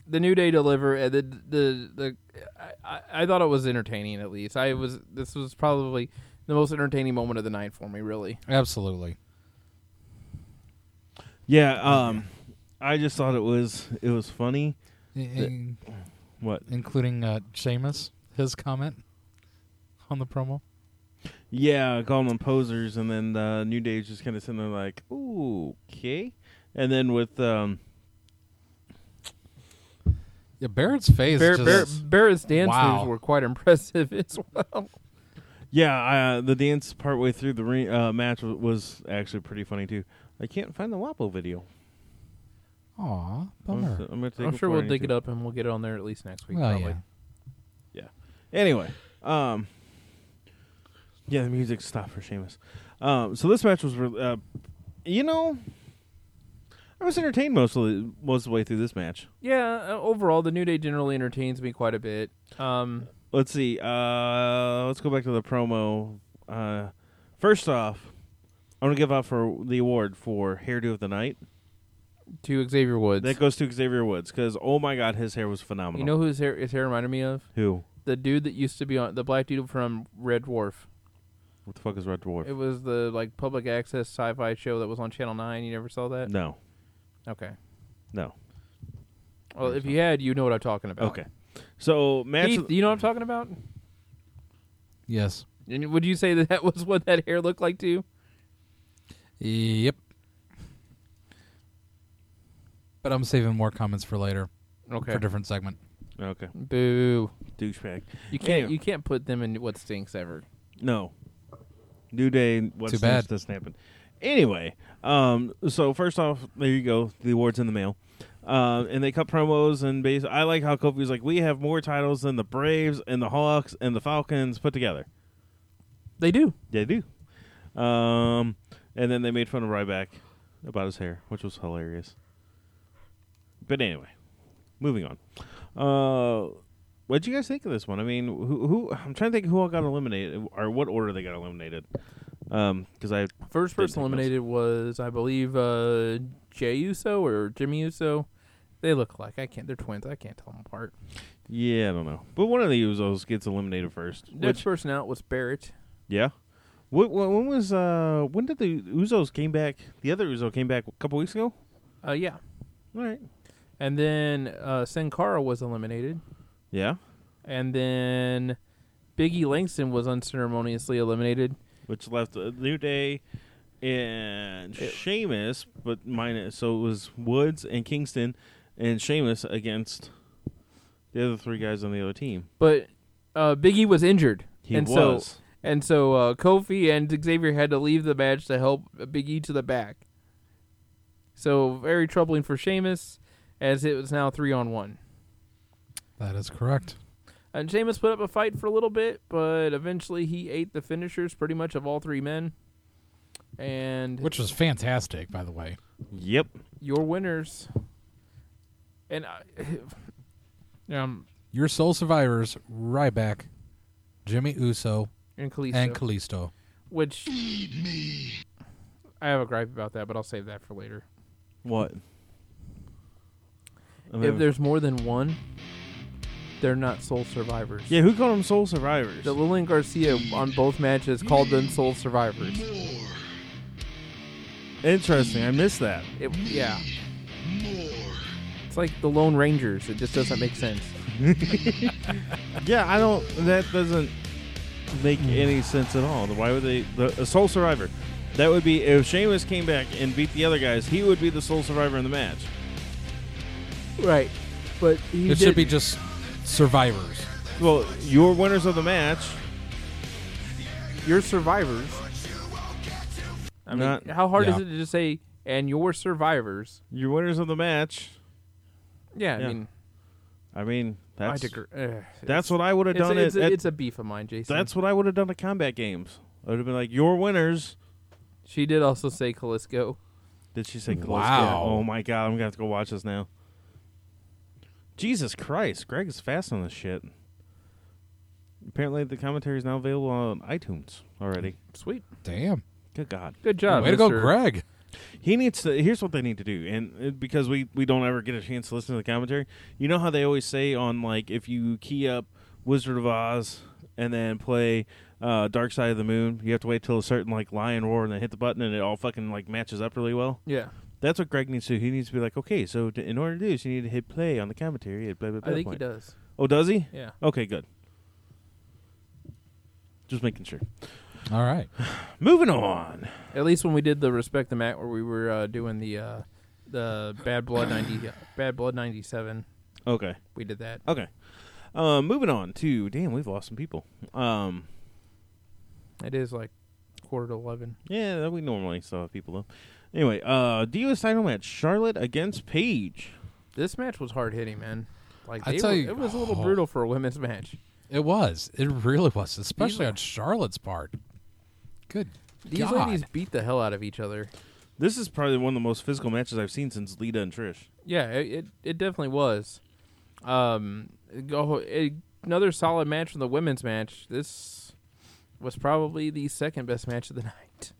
Speaker 4: the New Day deliver and the the the. I, I, I thought it was entertaining at least. I was. This was probably the most entertaining moment of the night for me. Really.
Speaker 5: Absolutely.
Speaker 3: Yeah, um, I just thought it was it was funny.
Speaker 5: In-
Speaker 3: What?
Speaker 5: including uh, Seamus, his comment on the promo.
Speaker 3: Yeah, calling them posers, and then uh, New Day's just kind of sitting there like, "Ooh, okay," and then with um,
Speaker 5: Yeah, Barrett's face.
Speaker 4: Barrett,
Speaker 5: just,
Speaker 4: Barrett, Barrett's dance
Speaker 5: Wow.
Speaker 4: moves were quite impressive [LAUGHS] as well.
Speaker 3: yeah, uh, the dance part way through the ring, uh, match was, was actually pretty funny too. I can't find the Wapo video.
Speaker 5: Aw,
Speaker 3: I'm,
Speaker 5: bummer.
Speaker 3: gonna- I'm gonna take
Speaker 4: I'm
Speaker 3: it
Speaker 4: sure
Speaker 3: for
Speaker 4: we'll
Speaker 3: you,
Speaker 4: dig
Speaker 3: too.
Speaker 4: it up and we'll get it on there at least next week.
Speaker 5: Well,
Speaker 4: probably.
Speaker 5: yeah.
Speaker 3: Yeah. Anyway, um, yeah, the music stopped for Seamus. Um, so this match was, re- uh, you know, I was entertained most of the, most of the way through this match.
Speaker 4: Yeah, uh, overall, the New Day generally entertains me quite a bit. Um,
Speaker 3: Let's see. Uh, let's go back to the promo. Uh, first off, I'm gonna give out for the award for hairdo of the night.
Speaker 4: to Xavier Woods.
Speaker 3: That goes to Xavier Woods because oh my god, his hair was phenomenal.
Speaker 4: you know who his hair, his hair reminded me of?
Speaker 3: who?
Speaker 4: The dude that used to be on the black dude from Red Dwarf.
Speaker 3: What the fuck is Red Dwarf?
Speaker 4: It was the like public access sci-fi show that was on Channel Nine. You never saw that?
Speaker 3: no,
Speaker 4: Okay.
Speaker 3: no.
Speaker 4: Well, if you had, you know what I'm talking about.
Speaker 3: Okay. So match.
Speaker 4: Oh. Keith, do you know what I'm talking about?
Speaker 5: Yes.
Speaker 4: And would you say that [LAUGHS] that was what that hair looked like to you?
Speaker 5: Yep. But I'm saving more comments for later
Speaker 4: Okay.
Speaker 5: for a different segment.
Speaker 3: okay.
Speaker 4: Boo.
Speaker 3: Douchebag.
Speaker 4: You can't
Speaker 3: Anyway.
Speaker 4: you can't put them in what stinks ever.
Speaker 3: No. New Day. What's
Speaker 5: Too bad.
Speaker 3: next doesn't happen. Anyway, um, so first off, there you go. The awards in the mail, uh, and they cut promos and base. I like how Kofi's like, we have more titles than the Braves and the Hawks and the Falcons put together.
Speaker 4: They do.
Speaker 3: They do. Um, and then they made fun of Ryback about his hair, which was hilarious. But anyway, moving on. Uh, what would you guys think of this one? I mean, who, who I'm trying to think who all got eliminated or what order they got eliminated. Um, because I Didn't
Speaker 4: First person
Speaker 3: take notes.
Speaker 4: eliminated was, I believe, uh, Jay Uso or Jimmy Uso, They look like I can't. They're twins. I can't tell them apart.
Speaker 3: Yeah, I don't know. But one of the Usos gets eliminated first.
Speaker 4: Next
Speaker 3: Which,
Speaker 4: person out was Barrett.
Speaker 3: yeah. What, what, when was uh when did the Usos came back? The other Uso came back a couple weeks ago.
Speaker 4: Uh, yeah.
Speaker 3: All right.
Speaker 4: And then uh, Sin Cara was eliminated.
Speaker 3: Yeah.
Speaker 4: And then Biggie Langston was unceremoniously eliminated.
Speaker 3: Which left a New Day and Sheamus, but minus so it was Woods and Kingston and Sheamus against the other three guys on the other team.
Speaker 4: But uh, Biggie was injured.
Speaker 3: He
Speaker 4: and So,
Speaker 3: was.
Speaker 4: and so uh, Kofi and Xavier had to leave the match to help Biggie to the back. So very troubling for Sheamus, as it was now three on one.
Speaker 5: That is correct.
Speaker 4: And Sheamus put up a fight for a little bit, but eventually he ate the finishers pretty much of all three men. And
Speaker 5: Which was fantastic, by the way.
Speaker 3: Yep.
Speaker 4: your winners, and I, [LAUGHS] um,
Speaker 5: Your sole survivors, Ryback, Jimmy Uso,
Speaker 4: and Kalisto,
Speaker 5: and Kalisto.
Speaker 4: which I have a gripe about that, but I'll save that for later.
Speaker 3: What? I mean-
Speaker 4: If there's more than one, they're not sole survivors.
Speaker 3: yeah, who called them Soul Survivors?
Speaker 4: The Lillian Garcia on both matches called them sole survivors.
Speaker 3: Interesting. I missed that.
Speaker 4: It, yeah. It's like the Lone Rangers. It just doesn't make sense.
Speaker 3: Yeah, I don't. That doesn't make
Speaker 4: Hmm.
Speaker 3: any sense at all. Why would they? The a sole survivor. That would be if Sheamus came back and beat the other guys. He would be the sole survivor in the match.
Speaker 4: Right. But he
Speaker 5: It should be just survivors.
Speaker 3: Well, your winners of the match.
Speaker 4: your survivors. I mean,
Speaker 3: Not-
Speaker 4: how hard is
Speaker 5: yeah.
Speaker 4: it to just say and your survivors?
Speaker 3: Your winners of the match.
Speaker 4: Yeah,
Speaker 3: Yeah.
Speaker 4: I mean,
Speaker 3: I mean, that's
Speaker 4: I digree. Eh. Ugh.
Speaker 3: that's what I would have
Speaker 4: It's,
Speaker 3: done.
Speaker 4: a, it's,
Speaker 3: at,
Speaker 4: a,
Speaker 3: at-
Speaker 4: it's a beef of mine, Jason.
Speaker 3: that's what I would have done at combat games. I would have been like, your winners.
Speaker 4: she did also say Calisco.
Speaker 3: Did she say close?
Speaker 5: Wow.
Speaker 3: Oh my god, I'm gonna have to go watch this now. Jesus Christ, Greg is fast on this shit. Apparently, the commentary is now available on iTunes already.
Speaker 4: Sweet,
Speaker 5: Damn.
Speaker 3: Good God,
Speaker 4: good job.
Speaker 5: Way to go,
Speaker 4: Mr.
Speaker 5: Greg.
Speaker 3: he needs to. Here's what they need to do, and uh, because we we don't ever get a chance to listen to the commentary, you know how they always say on like if you key up Wizard of Oz and then play uh, Dark Side of the Moon, you have to wait till a certain like lion roar and then hit the button, and it all fucking like matches up really well.
Speaker 4: Yeah,
Speaker 3: That's what Greg needs to do. He needs to be like, okay, so to, in order to do this, you need to hit play on the commentary at blah, blah,
Speaker 4: I
Speaker 3: blah.
Speaker 4: think he
Speaker 3: point.
Speaker 4: does.
Speaker 3: Oh, does he?
Speaker 4: Yeah,
Speaker 3: Okay, good. Just making sure.
Speaker 5: All right.
Speaker 3: Moving on.
Speaker 4: at least when we did the respect the mat where we were uh, doing the uh, the bad blood ninety uh, bad blood ninety seven,
Speaker 3: Okay.
Speaker 4: we did that.
Speaker 3: Okay. Uh, moving on to, damn, we've lost some people. Um,
Speaker 4: It is like quarter to eleven.
Speaker 3: yeah, we normally still have people, though. Anyway, uh, DUS title match Charlotte against Paige.
Speaker 4: This match was hard hitting, man. Like
Speaker 5: I
Speaker 4: they
Speaker 5: tell
Speaker 4: were-
Speaker 5: you-
Speaker 4: it was a little
Speaker 5: oh.
Speaker 4: brutal for a women's match.
Speaker 5: It was. It really was, especially on Charlotte's part. Good.
Speaker 4: These
Speaker 5: God.
Speaker 4: ladies beat the hell out of each other.
Speaker 3: This is probably one of the most physical matches I've seen since Lita and Trish.
Speaker 4: Yeah, it it, it definitely was. Um, go a- another solid match from the women's match. This was probably the second best match of the [LAUGHS] night.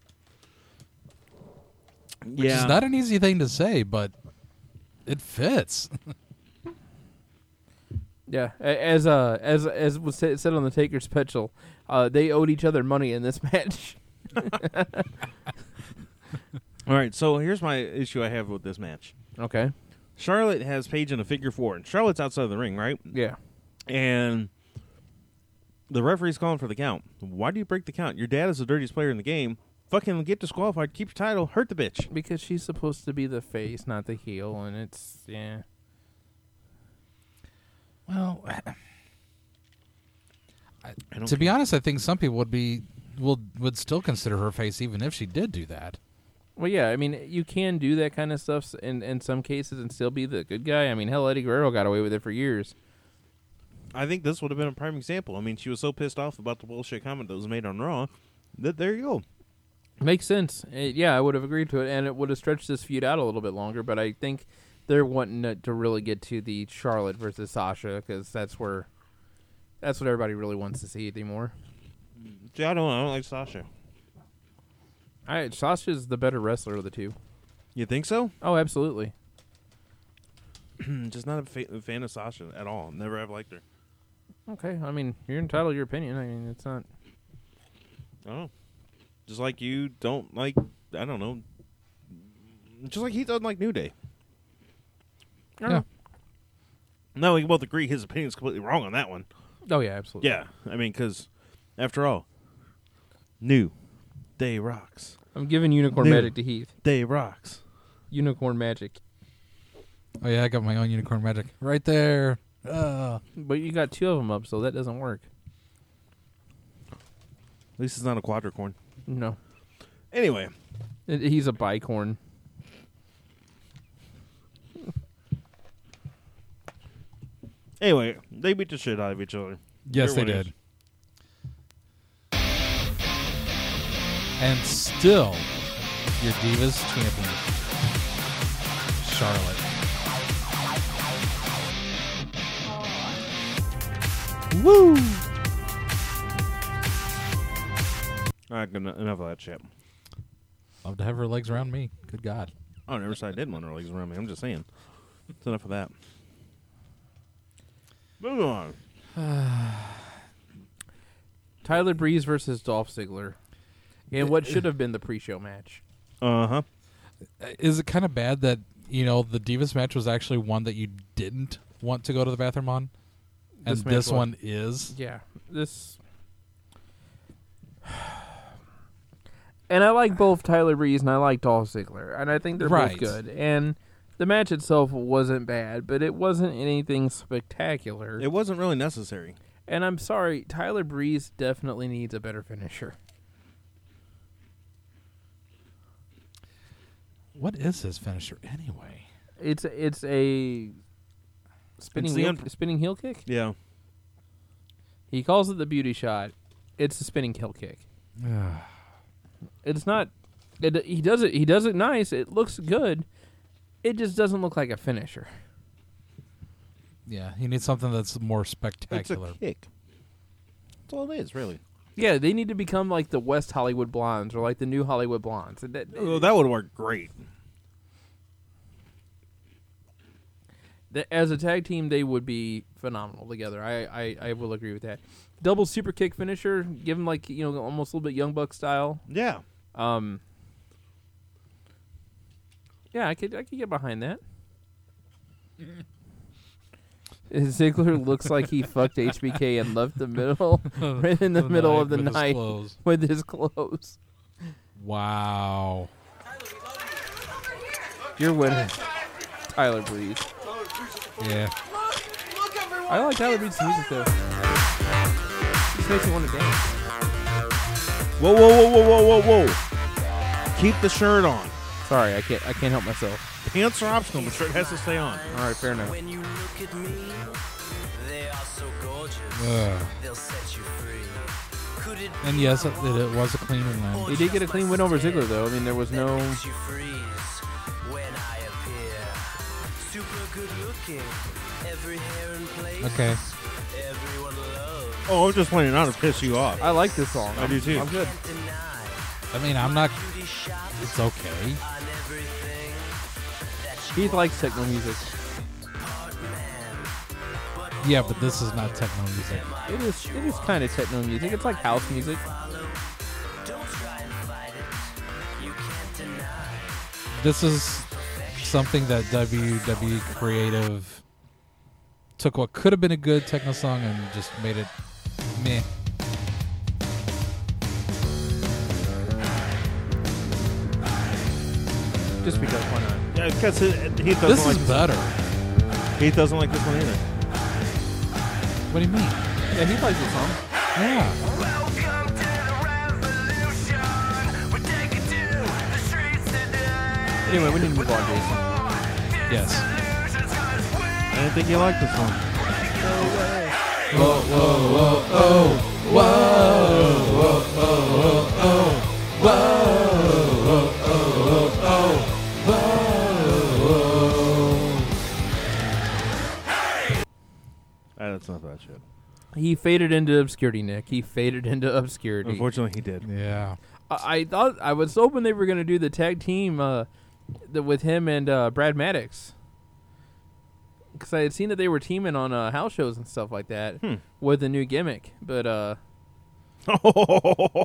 Speaker 5: Which is not an easy thing to say, but it fits.
Speaker 4: Yeah, a- as uh as as was sa- said on the Taker's special, uh, they owed each other money in this [LAUGHS] match.
Speaker 3: All right, so here's my issue I have with this match.
Speaker 4: Okay.
Speaker 3: Charlotte has Paige in a figure four, and Charlotte's outside of the ring, right?
Speaker 4: Yeah.
Speaker 3: and the referee's calling for the count. Why do you break the count? Your dad is the dirtiest player in the game. Fucking get disqualified. Keep your title. Hurt the bitch.
Speaker 4: Because she's supposed to be the face, not the heel, and it's yeah.
Speaker 5: [SIGHS] Well,
Speaker 3: I don't
Speaker 5: to be honest, I think some people would be will would still consider her face even if she did do that.
Speaker 4: Well, yeah, I mean, you can do that kind of stuff s- in in some cases and still be the good guy. I mean, hell, Eddie Guerrero got away with it for years.
Speaker 3: I think this would have been a prime example. I mean, she was so pissed off about the bullshit comment that was made on Raw that there you go.
Speaker 4: Makes sense. Uh, yeah, I would have agreed to it, and it would have stretched this feud out a little bit longer. But I think they're wanting it to really get to the Charlotte versus Sasha because that's where that's what everybody really wants to see anymore.
Speaker 3: See, I don't. I don't like Sasha.
Speaker 4: I Sasha's the better wrestler of the two.
Speaker 3: You think so?
Speaker 4: Oh, absolutely.
Speaker 3: Hmm, just not a fa- fan of Sasha at all. Never have liked her.
Speaker 4: Okay, I mean, you're entitled to your opinion. I mean, it's not.
Speaker 3: I don't know. Just like you don't like, I don't know. Just like he doesn't like New Day.
Speaker 5: Yeah.
Speaker 3: No, we can both agree his opinion's completely wrong on that one.
Speaker 4: Oh yeah, absolutely.
Speaker 3: Yeah, I mean, because after all, New Day rocks.
Speaker 4: I'm giving unicorn
Speaker 3: New.
Speaker 4: magic to Heath.
Speaker 3: Day rocks.
Speaker 4: Unicorn magic.
Speaker 5: Oh yeah, I got my own unicorn magic right there. Uh,
Speaker 4: But you got two of them up, so that doesn't work.
Speaker 3: At least it's not a quadricorn.
Speaker 4: No,
Speaker 3: Anyway,
Speaker 4: It- he's a bicorn.
Speaker 3: anyway, they beat the shit out of each other.
Speaker 5: yes, they
Speaker 3: Everyone is.
Speaker 5: did. And still, your divas champion, Charlotte.
Speaker 3: All right, good, enough of that shit.
Speaker 5: Love to have her legs around me. Good God.
Speaker 3: Oh, never said I did want her legs around me. I'm just saying. It's enough of that. Moving on.
Speaker 4: Tyler Breeze versus Dolph Ziggler, and what should have been the pre-show match.
Speaker 3: Uh huh.
Speaker 5: Is it kind of bad that you know the divas match was actually one that you didn't want to go to the bathroom on, and
Speaker 4: This match
Speaker 5: this
Speaker 4: was.
Speaker 5: one is?
Speaker 4: Yeah, this. [SIGHS] And I like both Tyler Breeze and I like Dolph Ziggler, and I think they're
Speaker 5: Right.
Speaker 4: both good. And the match itself wasn't bad, but it wasn't anything spectacular.
Speaker 3: It wasn't really necessary.
Speaker 4: and I'm sorry, Tyler Breeze definitely needs a better finisher.
Speaker 5: What is his finisher anyway?
Speaker 4: It's it's a spinning
Speaker 3: It's the
Speaker 4: heel,
Speaker 3: un-
Speaker 4: spinning heel kick.
Speaker 3: Yeah.
Speaker 4: He calls it the beauty shot. It's a spinning heel [SIGHS] kick. it's not. It, he does it. He does it nice. It looks good. It just doesn't look like a finisher.
Speaker 5: Yeah, you need something that's more
Speaker 3: It's a
Speaker 5: spectacular.
Speaker 3: kick. That's all it is, really.
Speaker 4: Yeah, they need to become like the West Hollywood Blondes or like the New Hollywood Blondes. And that-
Speaker 3: Oh, that would work great.
Speaker 4: that- as a tag team, they would be phenomenal together. I, I, I will agree with that. Double super kick finisher. Give them like you know almost a little bit Young Buck style.
Speaker 3: Yeah.
Speaker 4: Um. Yeah, I could I could get behind [LAUGHS] that. Ziggler looks like he fucked HBK and left the
Speaker 5: [LAUGHS]
Speaker 4: middle, [LAUGHS] right in the, middle of the
Speaker 5: with his
Speaker 4: night
Speaker 5: clothes.
Speaker 4: [LAUGHS] with his clothes.
Speaker 5: Wow.
Speaker 4: Your winner, Tyler Breeze.
Speaker 5: Yeah.
Speaker 4: I like Tyler Breeze's music though. Just makes me want to dance.
Speaker 3: Whoa, whoa, whoa, whoa, whoa, whoa, whoa. Keep the shirt on.
Speaker 4: Sorry, I can't I can't help myself.
Speaker 3: Pants are optional, but shirt has to stay on.
Speaker 4: All right, fair enough.
Speaker 5: Ugh. And yes, it, it, it was a clean win.
Speaker 4: He did get a clean win over Ziggler though. I mean, there was no.
Speaker 5: Okay.
Speaker 3: Oh, I'm just pointing out to piss you off.
Speaker 4: I like this song.
Speaker 3: I do too.
Speaker 4: I'm good.
Speaker 5: I mean, I'm not. It's okay.
Speaker 4: Heath likes techno music.
Speaker 5: Yeah, but this is not techno music.
Speaker 4: It is. It is kind of techno music. It's like house music.
Speaker 5: This is something that WWE Creative took what could have been a good techno song and just made it meh.
Speaker 4: Just because why not?
Speaker 3: Yeah, because he he doesn't
Speaker 5: This
Speaker 3: like
Speaker 5: is better.
Speaker 3: this. He doesn't like this one either.
Speaker 5: What do you mean?
Speaker 4: Yeah, he likes this song.
Speaker 5: Yeah.
Speaker 4: Anyway, we need to move on, Jason.
Speaker 5: Yes.
Speaker 3: I didn't think he liked this one. That's not that shit.
Speaker 4: He faded into obscurity, Nick. He faded into obscurity.
Speaker 3: Unfortunately, he did.
Speaker 5: Yeah.
Speaker 4: I, I thought I was hoping they were going to do the tag team uh, the, with him and uh, Brad Maddox. because I had seen that they were teaming on uh, house shows and stuff like that with a new gimmick. But uh,
Speaker 3: [LAUGHS]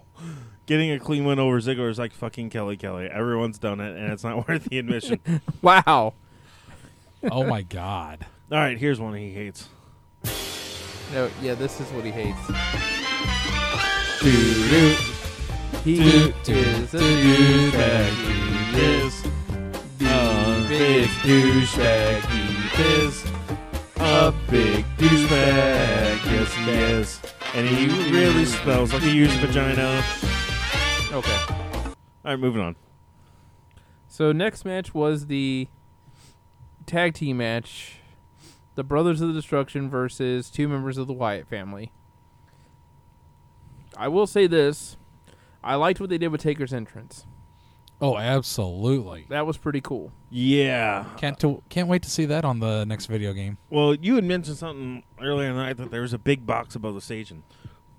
Speaker 3: Getting a clean win over Ziggler is like fucking Kelly Kelly. Everyone's done it, and it's not [LAUGHS] worth the admission.
Speaker 4: wow,
Speaker 5: oh my god.
Speaker 3: All right, here's one he hates.
Speaker 4: no, yeah, this is what he hates. He
Speaker 5: Doo, doo,
Speaker 4: is a
Speaker 5: doo,
Speaker 4: douchebag. He is a big douchebag. He is a big
Speaker 3: douchebag. Yes, he is. And he really smells like a used vagina.
Speaker 4: okay.
Speaker 3: All right, moving on.
Speaker 4: So next match was the tag team match, the Brothers of the Destruction versus two members of the Wyatt family. I will say this: I liked what they did with Taker's entrance.
Speaker 5: Oh, absolutely.
Speaker 4: That was pretty cool.
Speaker 3: Yeah.
Speaker 5: Can't to, can't wait to see that on the next video game.
Speaker 3: Well, you had mentioned something earlier tonight that there was a big box above the stage, and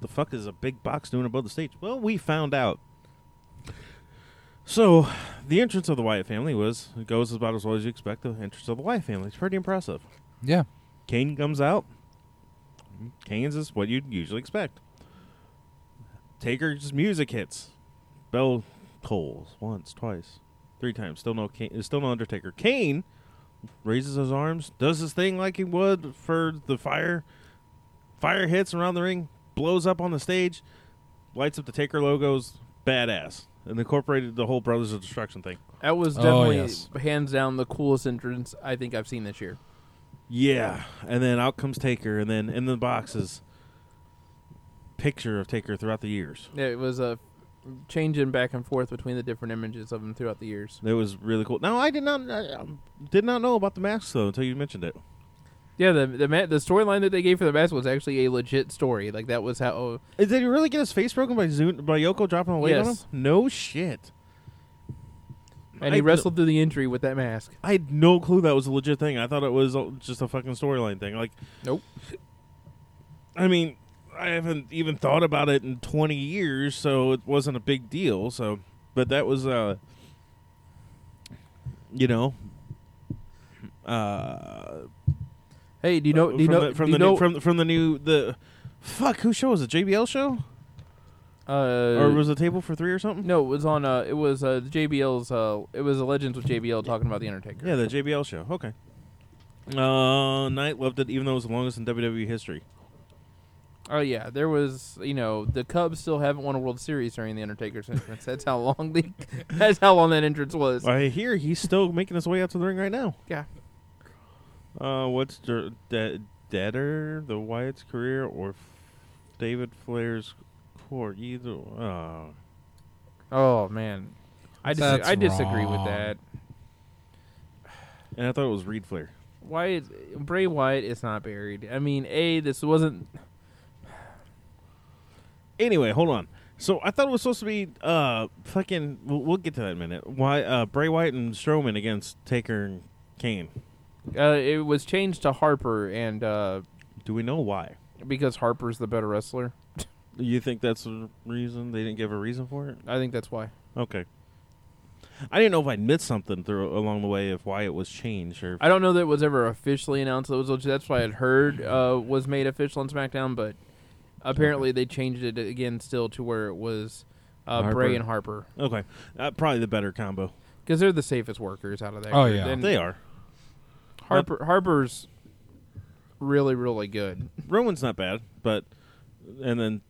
Speaker 3: the fuck is a big box doing above the stage? Well, we found out. So, the entrance of the Wyatt family was it goes about as well as you expect. The entrance of the Wyatt family, it's pretty impressive.
Speaker 5: Yeah.
Speaker 3: Kane comes out. Kane's is what you'd usually expect. Taker's music hits. Bell tolls once, twice, three times. Still no Kane, still no Undertaker. Kane raises his arms, does his thing like he would for the fire. Fire hits around the ring, blows up on the stage, lights up the Taker logos, badass. And incorporated the whole Brothers of Destruction thing.
Speaker 4: That was
Speaker 5: Oh,
Speaker 4: definitely
Speaker 5: yes.
Speaker 4: hands down the coolest entrance I think I've seen this year.
Speaker 3: Yeah, and then out comes Taker, and then in the box is picture of Taker throughout the years.
Speaker 4: Yeah, It was a changing back and forth between the different images of him throughout the years.
Speaker 3: That was really cool. No, I did not I, um, did not know about the masks though until you mentioned it. Uh,
Speaker 4: Yeah, the the ma- the storyline that they gave for the match was actually a legit story. Like that was how
Speaker 3: Did he really get his face broken by Zun- by Yoko dropping a weight on
Speaker 4: Yes.
Speaker 3: him? No shit.
Speaker 4: And
Speaker 3: I d-
Speaker 4: he wrestled through the injury with that mask.
Speaker 3: I had no clue that was a legit thing. I thought it was uh, just a fucking storyline thing. Like,
Speaker 4: Nope.
Speaker 3: I mean, I haven't even thought about it in 20 years, so it wasn't a big deal. So, but that was, uh, you know, uh,
Speaker 4: Hey, do you know? Do you
Speaker 3: from
Speaker 4: know?
Speaker 3: the, from
Speaker 4: do
Speaker 3: the
Speaker 4: you know
Speaker 3: new, from from the new the fuck who show was it? JBL show
Speaker 4: uh,
Speaker 3: or was it Table for Three or something?
Speaker 4: no, it was on. Uh, it was uh, JBL's. Uh, it was a Legends with JBL talking about the Undertaker.
Speaker 3: Yeah, the JBL show. Okay. Uh, Knight loved it, even though it was the longest in WWE history.
Speaker 4: Oh yeah, there was. You know, the Cubs still haven't won a World Series during the Undertaker's entrance. That's how long the. [LAUGHS] that's how long that entrance was.
Speaker 3: I hear he's still making his way out to the ring right now.
Speaker 4: Yeah.
Speaker 3: Uh, what's der- de- deader, the Wyatt's career or F- David Flair's core? Either. Uh,
Speaker 4: Oh man, I dis-
Speaker 5: That's
Speaker 4: I disagree with
Speaker 5: wrong.
Speaker 4: that.
Speaker 3: and I thought it was Reed Flair.
Speaker 4: Wyatt Bray Wyatt is not buried. I mean, a this wasn't.
Speaker 3: Anyway, hold on. So I thought it was supposed to be uh fucking. We'll, we'll get to that in a minute. Why uh Bray Wyatt and Strowman against Taker and Kane?
Speaker 4: Uh, it was changed to Harper and uh,
Speaker 3: Do we know why?
Speaker 4: because Harper's the better wrestler.
Speaker 3: You think that's the reason they didn't give a reason for it?
Speaker 4: I think that's why.
Speaker 3: Okay. I didn't know if I missed something through along the way of why it was changed or.
Speaker 4: I don't know that it was ever officially announced. That was that's why I'd heard uh, was made official on SmackDown, but apparently they changed it again still to where it was uh,
Speaker 3: Harper.
Speaker 4: Bray and Harper
Speaker 3: okay, uh, probably the better combo.
Speaker 4: because they're the safest workers out of that.
Speaker 5: Oh,
Speaker 4: group.
Speaker 5: yeah.
Speaker 4: and
Speaker 3: They are.
Speaker 4: Harper Harper's really really good.
Speaker 3: Roman's not bad, but and then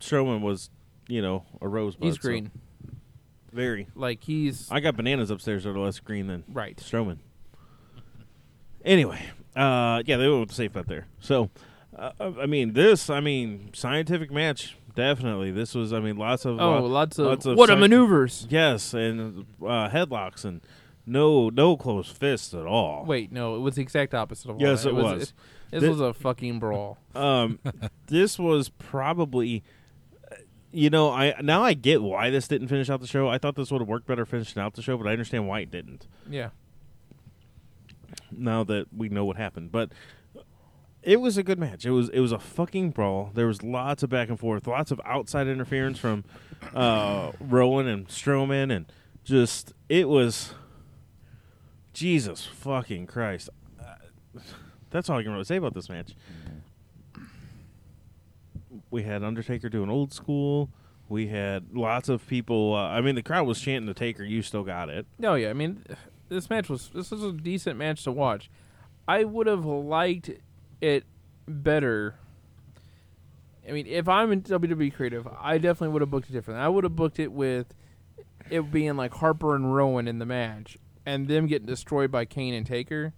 Speaker 3: Strowman was, you know, a rosebud.
Speaker 4: He's
Speaker 3: so-
Speaker 4: green,
Speaker 3: very.
Speaker 4: like he's
Speaker 3: I got bananas upstairs that are less green than
Speaker 4: right.
Speaker 3: Strowman. Anyway, uh, yeah, they were safe up there. So, uh, I mean, this, I mean, scientific match, definitely. This was, I mean, lots of
Speaker 4: Oh,
Speaker 3: lo-
Speaker 4: lots of, what
Speaker 3: what
Speaker 4: a maneuvers!
Speaker 3: Yes, and uh, headlocks and no no close fists at all.
Speaker 4: Wait, no, it was the exact opposite of all
Speaker 3: Yes,
Speaker 4: that.
Speaker 3: it was.
Speaker 4: It, this
Speaker 3: Thi-
Speaker 4: was a fucking brawl.
Speaker 3: Um, this was probably, uh, you know, I now I get why this didn't finish out the show. I thought this would have worked better finishing out the show, but I understand why it didn't.
Speaker 4: Yeah,
Speaker 3: Now that we know what happened, but it was a good match. It was it was a fucking brawl. There was lots of back and forth, lots of outside interference from uh, Rowan and Strowman, and just it was Jesus fucking Christ. Uh, That's all I can really say about this match. We had Undertaker doing old school. We had lots of people. Uh, I mean, the crowd was chanting the Taker. You still got it.
Speaker 4: No, yeah, I mean, this match was this was a decent match to watch. I would have liked it better. I mean, if I'm in WWE creative, I definitely would have booked it differently. I would have booked it with it being like Harper and Rowan in the match, and them getting destroyed by Kane and Taker.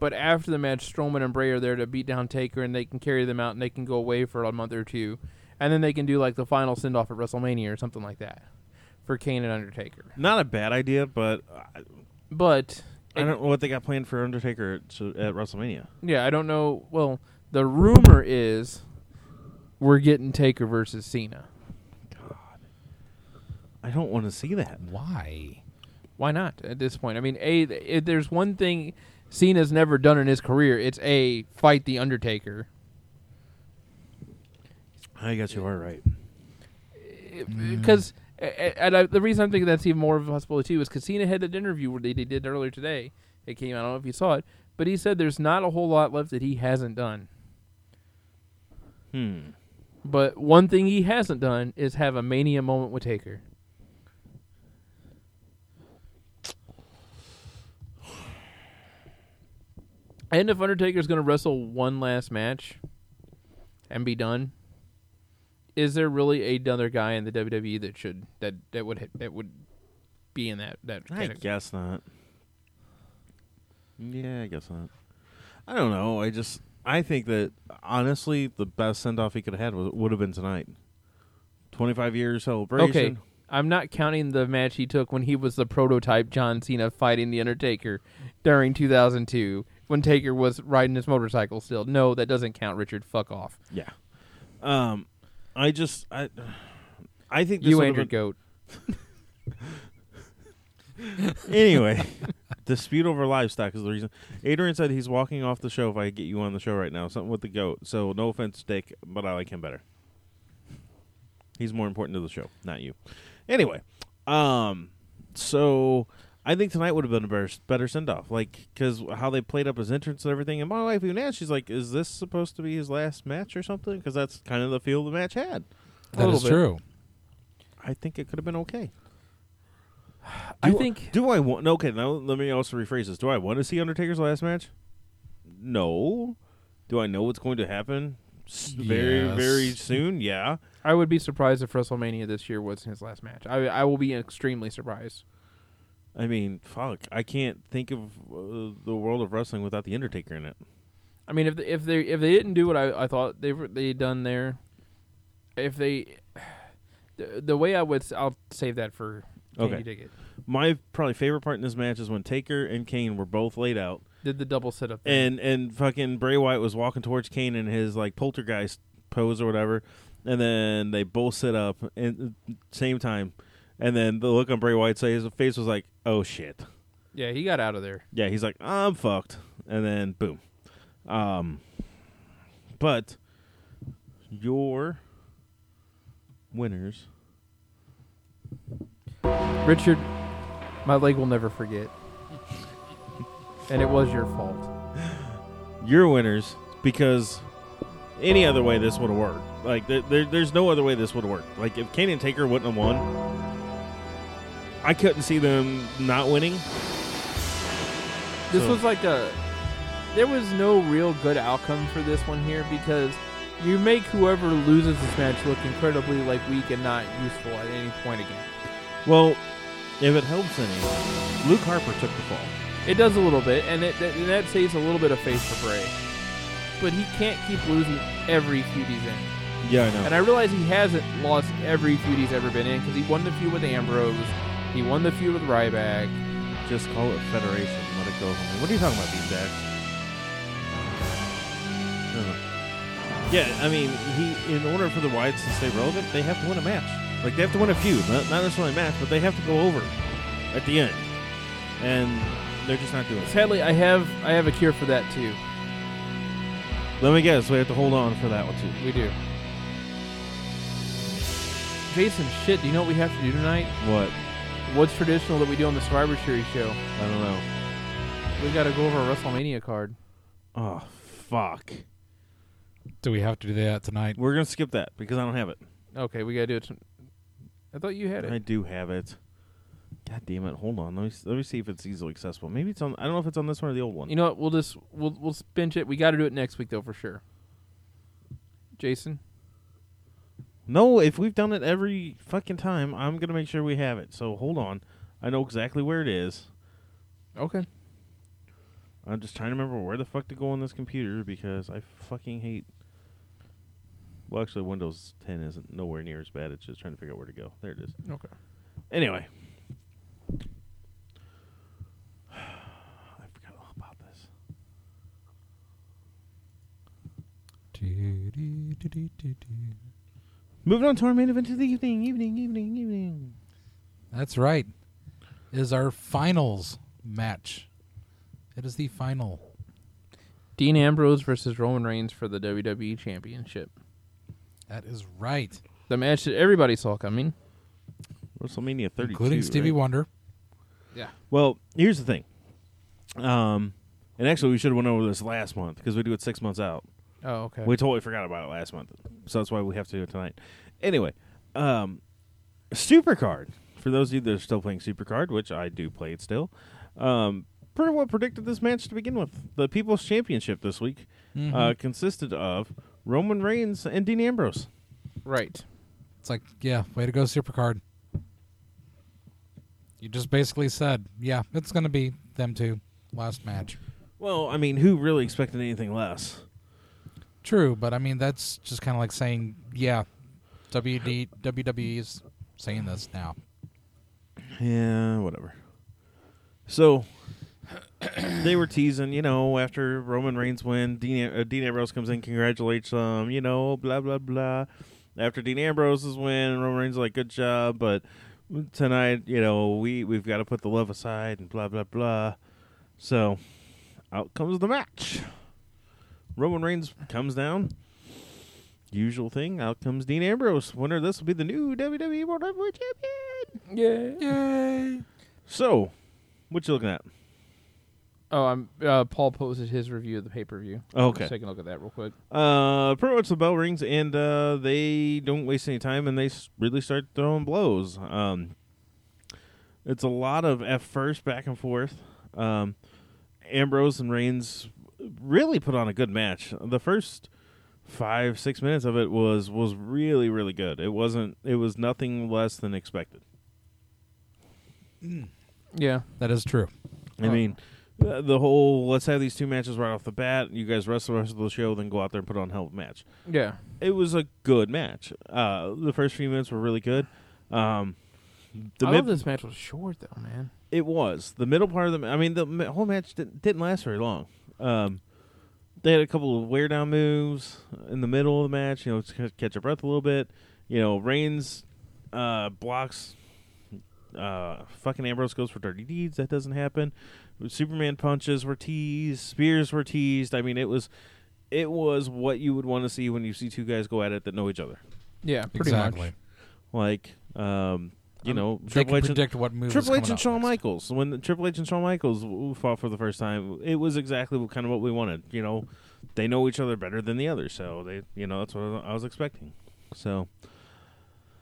Speaker 4: But after the match, Strowman and Bray are there to beat down Taker, and they can carry them out, and they can go away for a month or two, and then they can do like the final send off at WrestleMania or something like that for Kane and Undertaker.
Speaker 3: Not a bad idea, but I,
Speaker 4: But
Speaker 3: I don't know what they got planned for Undertaker at, at WrestleMania.
Speaker 4: Yeah, I don't know. Well, the rumor is we're getting Taker versus Cena.
Speaker 3: I don't want to see that.
Speaker 5: Why?
Speaker 4: Why not at this point? I mean, a th- if there's one thing Cena's never done in his career, it's a fight the Undertaker.
Speaker 3: I guess you are right. Mm.
Speaker 4: Because and I, the reason I'm thinking that's even more of a possibility too is because Cena had that interview where they, they did earlier today. It came out. I don't know if you saw it, but he said there's not a whole lot left that he hasn't done.
Speaker 3: Hmm.
Speaker 4: But one thing he hasn't done is have a mania moment with Taker. And if Undertaker's going to wrestle one last match and be done, is there really another guy in the WWE that should that that would that would be in that that
Speaker 3: I
Speaker 4: category?
Speaker 3: guess not. Yeah, I guess not. I don't know. I just I think that honestly, the best send off he could have had was, would have been tonight. Twenty five years celebration.
Speaker 4: Okay, I'm not counting the match he took when he was the prototype John Cena fighting the Undertaker during 2002 when Taker was riding his motorcycle still. No, that doesn't count, Richard. Fuck off.
Speaker 3: Yeah. Um, I just I I think this
Speaker 4: you
Speaker 3: would
Speaker 4: and your
Speaker 3: have been,
Speaker 4: goat.
Speaker 3: anyway. [LAUGHS] dispute over livestock is the reason. Adrian said he's walking off the show if I get you on the show right now. Something with the goat. So no offense, Dick, but I like him better. He's more important to the show, not you. Anyway, um, so I think tonight would have been a better, better send off, like because how they played up his entrance and everything. And my wife even asked, she's like, "Is this supposed to be his last match or something?" Because that's kind of the feel the match had.
Speaker 5: That
Speaker 4: little
Speaker 5: is
Speaker 4: bit.
Speaker 5: true.
Speaker 3: I think it could have been okay.
Speaker 4: I
Speaker 3: Do
Speaker 4: think
Speaker 3: Do I want? no, Okay, now let me also rephrase this. Do I want to see Undertaker's last match? No. Do I know what's going to happen? S- Very,
Speaker 5: Yes.
Speaker 3: very soon. Yeah.
Speaker 4: I would be surprised if WrestleMania this year was his last match. I I will be extremely surprised.
Speaker 3: I mean, fuck. I can't think of uh, the world of wrestling without the Undertaker in it.
Speaker 4: I mean, if they, if they if they didn't do what I, I thought they were- they done there, if they the, the way I would s- I'll save that for can
Speaker 3: Okay.
Speaker 4: you dig it?
Speaker 3: My probably favorite part in this match is when Taker and Kane were both laid out,
Speaker 4: Did the double sit up thing.
Speaker 3: and and fucking Bray Wyatt was walking towards Kane in his like poltergeist pose or whatever, and then they both sit up and same time, and then the look on Bray Wyatt's face face was like, oh shit.
Speaker 4: yeah, he got out of there.
Speaker 3: Yeah, he's like, I'm fucked, and then boom. Um, but your winners.
Speaker 4: Richard, my leg will never forget, and it was your fault.
Speaker 3: your winners because any other way this would have worked. Like there, there, there's no other way this would have worked. Like if Kane and Taker wouldn't have won, I couldn't see them not winning.
Speaker 4: This
Speaker 3: So-
Speaker 4: was like a there was no real good outcome for this one here because you make whoever loses this match look incredibly like weak and not useful at any point again.
Speaker 3: Well, if it helps any, Luke Harper took the fall.
Speaker 4: It does a little bit, and it that, and that saves a little bit of faith for Bray. But he can't keep losing every feud he's in.
Speaker 3: Yeah, I know.
Speaker 4: And I realize he hasn't lost every feud he's ever been in because he won the feud with Ambrose, he won the feud with Ryback.
Speaker 3: Just call it Federation. Let it go. What are you talking about, these dads? Uh-huh. Yeah, I mean, he. In order for the Wyatts to stay relevant, they have to win a match. Like they have to win a feud, not, not necessarily a match, but they have to go over at the end, and they're just not doing it.
Speaker 4: Sadly, I have I have a cure for that too.
Speaker 3: Let me guess, we have to hold on for that one too.
Speaker 4: We do. Jason, shit, do you know what we have to do tonight?
Speaker 3: What?
Speaker 4: What's traditional that we do on the Survivor Series show?
Speaker 3: I don't know.
Speaker 4: We got to go over a WrestleMania card.
Speaker 3: Oh fuck.
Speaker 5: Do we have to do that tonight?
Speaker 3: We're gonna skip that because I don't have it.
Speaker 4: Okay, we gotta do it. I thought you had
Speaker 3: I
Speaker 4: it.
Speaker 3: do have it. God damn it! Hold on. Let me s- let me see if it's easily accessible. Maybe it's on. I don't know if it's on this one or the old one.
Speaker 4: You know what? We'll just we'll we'll binge it. We got to do it next week though for sure. Jason,
Speaker 3: no, if we've done it every fucking time, I'm gonna make sure we have it. So hold on. I know exactly where it is.
Speaker 4: okay.
Speaker 3: I'm just trying to remember where the fuck to go on this computer because I fucking hate. Well, actually, Windows 10 isn't nowhere near as bad. It's just trying to figure out where to go. There it is.
Speaker 4: Okay.
Speaker 3: Anyway, [SIGHS] I forgot all about this. Moving on to our main event of the evening, evening, evening, evening.
Speaker 5: That's right. It is our finals match. It is the final.
Speaker 4: Dean Ambrose versus Roman Reigns for the WWE Championship.
Speaker 5: That is right.
Speaker 4: The match that everybody saw coming.
Speaker 3: WrestleMania 32.
Speaker 5: Including Stevie
Speaker 3: right?
Speaker 5: Wonder.
Speaker 4: Yeah.
Speaker 3: Well, here's the thing. Um, and actually, we should have went over this last month because we do it six months out.
Speaker 4: Oh, okay.
Speaker 3: We totally forgot about it last month, so that's why we have to do it tonight. Anyway, um, Supercard. For those of you that are still playing Supercard, which I do play it still, um, pretty well predicted this match to begin with. The People's Championship this week uh, consisted of Roman Reigns and Dean Ambrose.
Speaker 4: Right.
Speaker 5: It's like, yeah, way to go, Supercard. You just basically said, yeah, it's going to be them two. Last match.
Speaker 3: Well, I mean, who really expected anything less?
Speaker 5: True, but I mean, that's just kind of like saying, yeah, WD, WWE's E saying this now.
Speaker 3: Yeah, whatever. So they were teasing, you know, after Roman Reigns win, Dean, uh, Dean Ambrose comes in, congratulates them, you know, blah blah blah. After Dean Ambrose's win, Roman Reigns is like, good job, but tonight, you know, we we've got to put the love aside and blah blah blah. So out comes the match. Roman Reigns comes down. Usual thing. Out comes Dean Ambrose. Winner. This will be the new WWE World Heavyweight Champion.
Speaker 4: Yeah.
Speaker 3: So, what you looking at?
Speaker 4: Oh, I'm. Uh, Paul posted his review of the pay per view.
Speaker 3: Okay.
Speaker 4: Let's take a look at that real quick.
Speaker 3: Uh, pretty much the bell rings and uh, they don't waste any time and they s- really start throwing blows. Um, it's a lot of at first back and forth. Um, Ambrose and Reigns really put on a good match. The first five six minutes of it was was really really good. It wasn't. It was nothing less than expected.
Speaker 4: Yeah.
Speaker 5: That is true.
Speaker 3: I mean, uh, the whole let's have these two matches right off the bat. You guys wrestle the rest of the show, then go out there and put on a hell of a match.
Speaker 4: Yeah.
Speaker 3: it was a good match. Uh, the first few minutes were really good. Um, the
Speaker 4: I
Speaker 3: mid-
Speaker 4: love this match was short though, man.
Speaker 3: it was the middle part of the. ma- I mean, the ma- whole match didn't, didn't last very long. Um, they had a couple of wear down moves in the middle of the match. You know, to catch your breath a little bit. You know, Reigns uh, blocks. Uh, fucking Ambrose goes for dirty deeds. That doesn't happen. Superman punches were teased. Spears were teased. I mean, it was, it was what you would want to see when you see two guys go at it that know each other
Speaker 4: Yeah. Pretty
Speaker 5: exactly.
Speaker 4: much.
Speaker 3: like um, you know
Speaker 5: They
Speaker 3: Triple
Speaker 5: can
Speaker 3: H and,
Speaker 5: predict what move is
Speaker 3: Triple H
Speaker 5: coming
Speaker 3: and
Speaker 5: up
Speaker 3: Shawn
Speaker 5: next.
Speaker 3: Michaels when the- Triple H and Shawn Michaels w- fought for the first time it was exactly what, kind of what we wanted you know they know each other better than the other so they you know that's what I was expecting so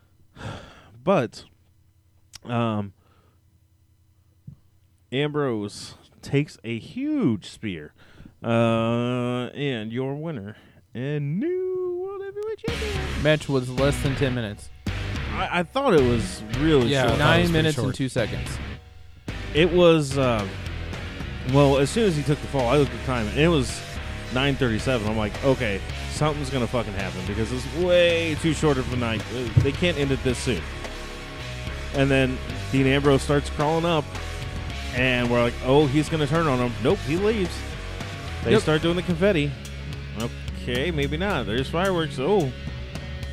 Speaker 3: [SIGHS] but um Ambrose takes a huge spear uh and your winner and new world heavyweight champion
Speaker 4: Match was less than ten minutes.
Speaker 3: I, I thought it was really
Speaker 5: Yeah, I
Speaker 3: short.
Speaker 5: thought it was
Speaker 4: Nine
Speaker 5: pretty
Speaker 4: minutes and
Speaker 5: short.
Speaker 4: two seconds.
Speaker 3: It was um, well, as soon as he took the fall, I looked at the time and it was 9:37. I'm like, okay, something's gonna fucking happen because it's way too short of a night. Uh, They can't end it this soon. And then Dean Ambrose starts crawling up, and we're like, oh, he's gonna turn on him. Nope, he leaves. They
Speaker 4: Yep.
Speaker 3: start doing the confetti. Okay, maybe not. There's fireworks. Oh,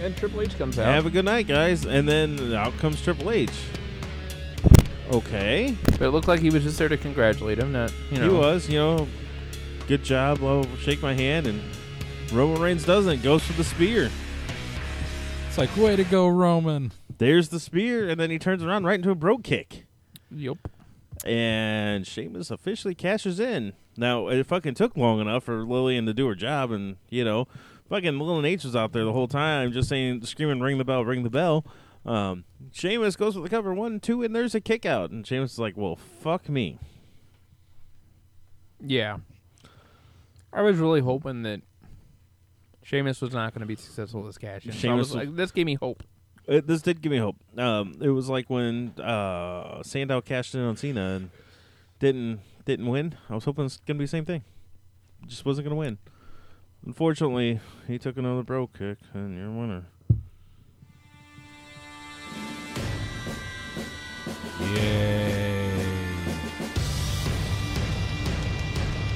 Speaker 4: And Triple H comes out.
Speaker 3: have a good night, guys. And then out comes Triple H. Okay.
Speaker 4: but it looked like he was just there to congratulate him. Not you
Speaker 3: He
Speaker 4: know.
Speaker 3: was, you know, good job. Well, shake my hand, and Roman Reigns doesn't. Goes for the spear.
Speaker 5: It's like, way to go, Roman.
Speaker 3: There's the spear, and then he turns around right into a bro kick,
Speaker 4: Yep.
Speaker 3: and Sheamus officially cashes in. Now it fucking took long enough for Lillian to do her job, and you know, fucking Lil H was out there the whole time, just saying, screaming, "Ring the bell, ring the bell." Um, Sheamus goes for the cover one, two, and there's a kick out, and Sheamus is like, "Well, fuck me."
Speaker 4: Yeah. I was really hoping that Sheamus was not going to be successful with this cash in. So I
Speaker 3: Sheamus
Speaker 4: was
Speaker 3: was-
Speaker 4: like, this gave me hope.
Speaker 3: It, this did give me hope. Um, it was like when uh, Sandow cashed in on Cena and didn't didn't win. I was hoping it's gonna be the same thing. Just wasn't gonna win. Unfortunately, he took another bro kick, and you're a winner.
Speaker 5: Yay.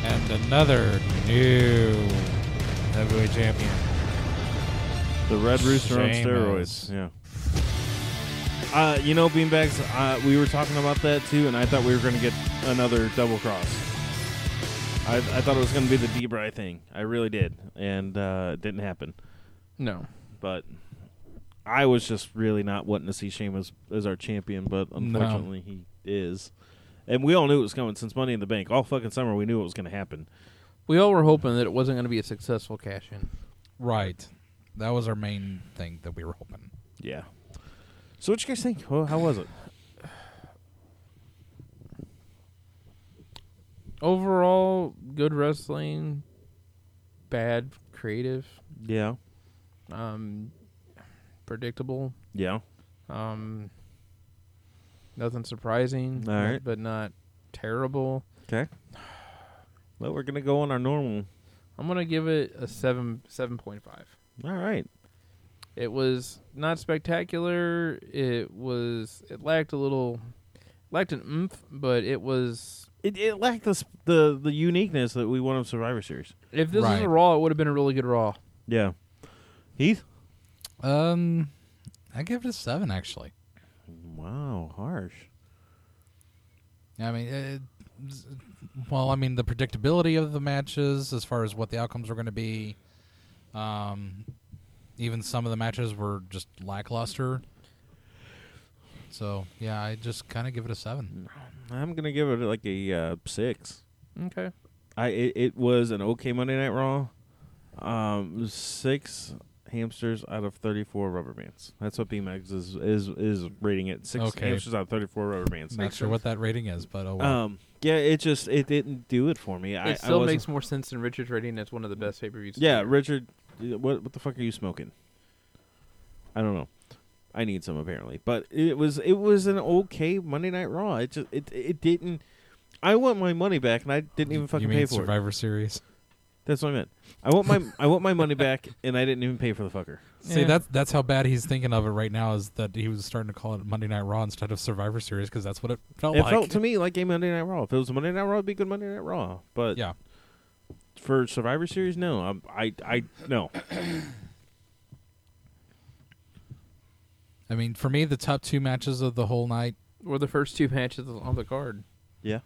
Speaker 5: And another new heavyweight champion.
Speaker 3: The Red Rooster on
Speaker 5: Sheamus.
Speaker 3: steroids. Yeah. Uh, you know, beanbags. Uh, we were talking about that too, and I thought we were gonna get another double cross. I, I thought it was gonna be the Debray thing. I really did, and uh, it didn't happen.
Speaker 4: No.
Speaker 3: but I was just really not wanting to see Sheamus as our champion, but unfortunately he is. And we all knew it was coming since Money in the Bank. All fucking summer we knew it was going to happen.
Speaker 4: We all were hoping that it wasn't going to be a successful cash in.
Speaker 5: Right. That was our main thing that we were hoping.
Speaker 3: Yeah. So what you guys think? Well, how was it?
Speaker 4: Overall, good wrestling, bad creative,
Speaker 3: Yeah.
Speaker 4: um, predictable,
Speaker 3: Yeah.
Speaker 4: um, nothing surprising,
Speaker 3: All right.
Speaker 4: but not terrible.
Speaker 3: Okay. Well, we're going to go on our normal.
Speaker 4: I'm gonna give it a seven seven point five.
Speaker 3: All right.
Speaker 4: It was not spectacular. It was it lacked a little lacked an oomph, but it was
Speaker 3: It, it lacked the, s- the the uniqueness that we want of Survivor Series.
Speaker 4: if this was
Speaker 5: Right.
Speaker 4: a raw, it would have been a really good raw.
Speaker 3: Yeah. Heath?
Speaker 5: Um, I give it a seven actually.
Speaker 3: Wow, harsh.
Speaker 5: I mean, it, it's- well, I mean the predictability of the matches as far as what the outcomes were going to be. Um, even some of the matches were just lackluster. So yeah, I just kind of give it a seven.
Speaker 3: I'm going to give it like a uh, 6.
Speaker 4: Okay.
Speaker 3: I it, it was an okay Monday Night Raw. Um, six hamsters out of thirty four rubber bands. That's what BMX is is is rating it. Six
Speaker 5: Okay.
Speaker 3: hamsters out of thirty four rubber bands.
Speaker 5: Not sure what that rating is, but oh well.
Speaker 3: Um, yeah, it just it didn't do it for me. I,
Speaker 4: it still
Speaker 3: I
Speaker 4: makes
Speaker 3: makes
Speaker 4: more sense than Richard's rating. That's one of the best pay per views.
Speaker 3: yeah, Richard. What what the fuck are you smoking? I don't know. I need some apparently, but it was it was an okay Monday Night Raw. It just it it didn't. I want my money back, and I didn't even fucking
Speaker 5: you mean
Speaker 3: pay for it.
Speaker 5: Survivor Series?
Speaker 3: That's what I meant. I want my I want my money
Speaker 5: [LAUGHS]
Speaker 3: back, and I didn't even pay for the fucker.
Speaker 5: See, that's that's how bad he's thinking of it right now. Is that he was starting to call it Monday Night Raw instead of Survivor Series because that's what it felt
Speaker 3: It
Speaker 5: like.
Speaker 3: felt to me like a Monday Night Raw. If it was a Monday Night Raw, it'd be a good Monday Night Raw. But
Speaker 5: yeah,
Speaker 3: for Survivor Series, no. I'm, I I no.
Speaker 5: I mean, for me, the top two matches of the whole night.
Speaker 4: were the first two matches on the card
Speaker 3: Yeah.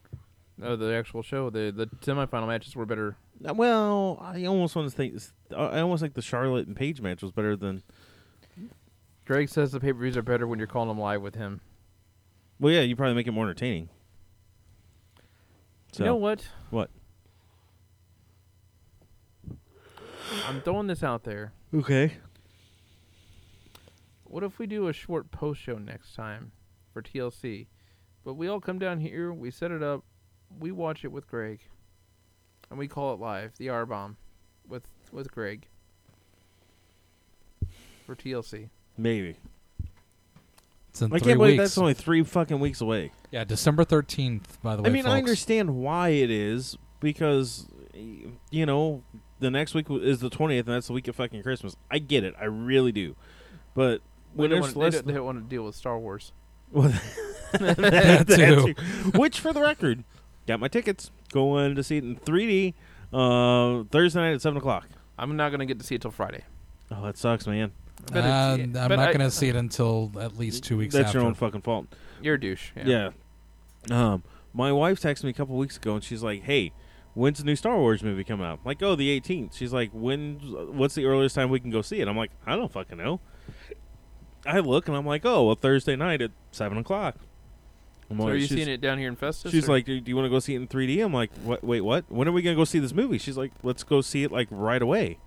Speaker 4: of the actual show. The the semifinal matches were better.
Speaker 3: Well, I almost want to think. I almost think the Charlotte and Paige match was better than.
Speaker 4: Greg says the pay per views are better when you're calling them live with him.
Speaker 3: Well, yeah, you probably make it more entertaining. So
Speaker 4: You know what?
Speaker 3: what?
Speaker 4: I'm throwing this out there.
Speaker 3: Okay.
Speaker 4: What if we do a short post show next time for TLC? But we all come down here, we set it up, we watch it with Greg, and we call it live the R bomb with with Greg for TLC.
Speaker 3: Maybe.
Speaker 5: It's in
Speaker 3: I
Speaker 5: three
Speaker 3: can't believe
Speaker 5: weeks.
Speaker 3: that's only three fucking weeks away.
Speaker 5: yeah, December thirteenth. By the way,
Speaker 3: I mean, I
Speaker 5: folks.
Speaker 3: understand why it is because y- you know the next week w- is the twentieth, and that's the week of fucking Christmas. I get it, I really do. But when
Speaker 4: they
Speaker 3: there's
Speaker 4: want,
Speaker 3: less,
Speaker 4: they, don't,
Speaker 3: than-
Speaker 4: want to deal with Star Wars.
Speaker 3: [LAUGHS] well,
Speaker 5: [LAUGHS] That
Speaker 3: that
Speaker 5: too.
Speaker 3: too. which for the record, got my tickets. Going to see it in three D uh, Thursday night at seven o'clock.
Speaker 4: I'm not gonna get to see it till Friday.
Speaker 3: Oh, that sucks, man.
Speaker 4: I
Speaker 5: Uh,
Speaker 4: better see
Speaker 5: I'm
Speaker 4: it.
Speaker 5: not
Speaker 4: But I-
Speaker 5: going to see it until at least two weeks.
Speaker 3: That's
Speaker 5: after.
Speaker 3: your own fucking fault.
Speaker 4: You're a douche. Yeah.
Speaker 3: Yeah. Um, my wife texted me a couple weeks ago, and she's like, "Hey, when's the new Star Wars movie come out?" I'm like, "Oh, the 18th." She's like, "When? What's the earliest time we can go see it?" I'm like, "I don't fucking know." I look, and I'm like, "Oh, well, Thursday night at seven o'clock." I'm
Speaker 4: So
Speaker 3: like-
Speaker 4: are you
Speaker 3: she's-
Speaker 4: seeing it down here in Festus?
Speaker 3: She's
Speaker 4: or-
Speaker 3: like, "Do do you want to go see it in 3D?" I'm like, "What? Wait, what? When are we gonna go see this movie?" She's like, "Let's go see it like right away."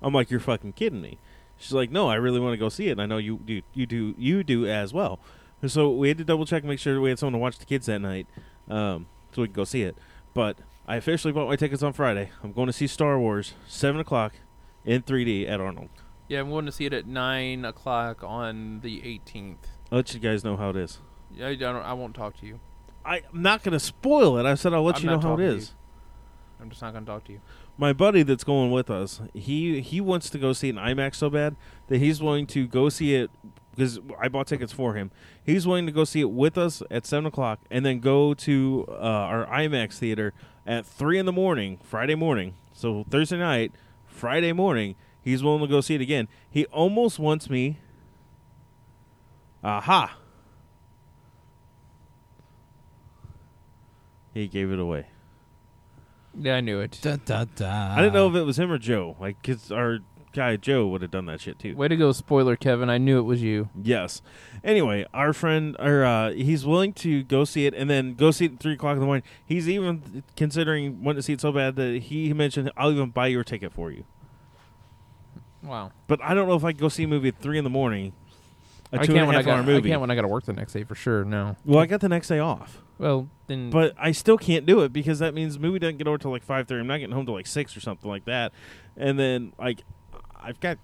Speaker 3: I'm like, "You're fucking kidding me." She's like, "No, I really want to go see it, and I know you do. You do. You do as well." And so we had to double check, make sure we had someone to watch the kids that night, um, so we could go see it. But I officially bought my tickets on Friday. I'm going to see Star Wars seven o'clock in 3D at Arnold.
Speaker 4: yeah, I'm going to see it at nine o'clock on the 18th.
Speaker 3: I'll let you guys know how it is.
Speaker 4: Yeah, I, don't, I won't talk to you.
Speaker 3: I, I'm not gonna spoil it. I said I'll let
Speaker 4: I'm
Speaker 3: you know
Speaker 4: not
Speaker 3: how it
Speaker 4: talking to
Speaker 3: is.
Speaker 4: you. I'm just not going to talk to you.
Speaker 3: my buddy that's going with us, he he wants to go see an IMAX so bad that he's willing to go see it because I bought tickets for him. He's willing to go see it with us at seven o'clock, and then go to uh, our IMAX theater at three in the morning, Friday morning. So Thursday night, Friday morning, he's willing to go see it again. He almost wants me. Aha! He gave it away.
Speaker 4: Yeah, I knew it.
Speaker 5: Da, da, da.
Speaker 3: I didn't
Speaker 4: Um,
Speaker 3: know if it was him or Joe. Like, 'cause our guy Joe would have done that shit too.
Speaker 4: Way to go, spoiler, Kevin. I knew it was you.
Speaker 3: Yes. Anyway, our friend, or uh, he's willing to go see it and then go see it at three o'clock in the morning. He's even considering wanting to see it so bad that he mentioned, "I'll even buy your ticket for you."
Speaker 4: Wow.
Speaker 3: But I don't know if I can go see a movie at three in the morning. A
Speaker 4: I
Speaker 3: two and
Speaker 4: can't
Speaker 3: a
Speaker 4: when I
Speaker 3: half
Speaker 4: got
Speaker 3: hour movie.
Speaker 4: I can't when I got to work the next day for sure. No.
Speaker 3: well, I got the next day off,
Speaker 4: Well, then.
Speaker 3: but I still can't do it because that means the movie doesn't get over till like five thirty. I'm not getting home till like six or something like that, and then like I've got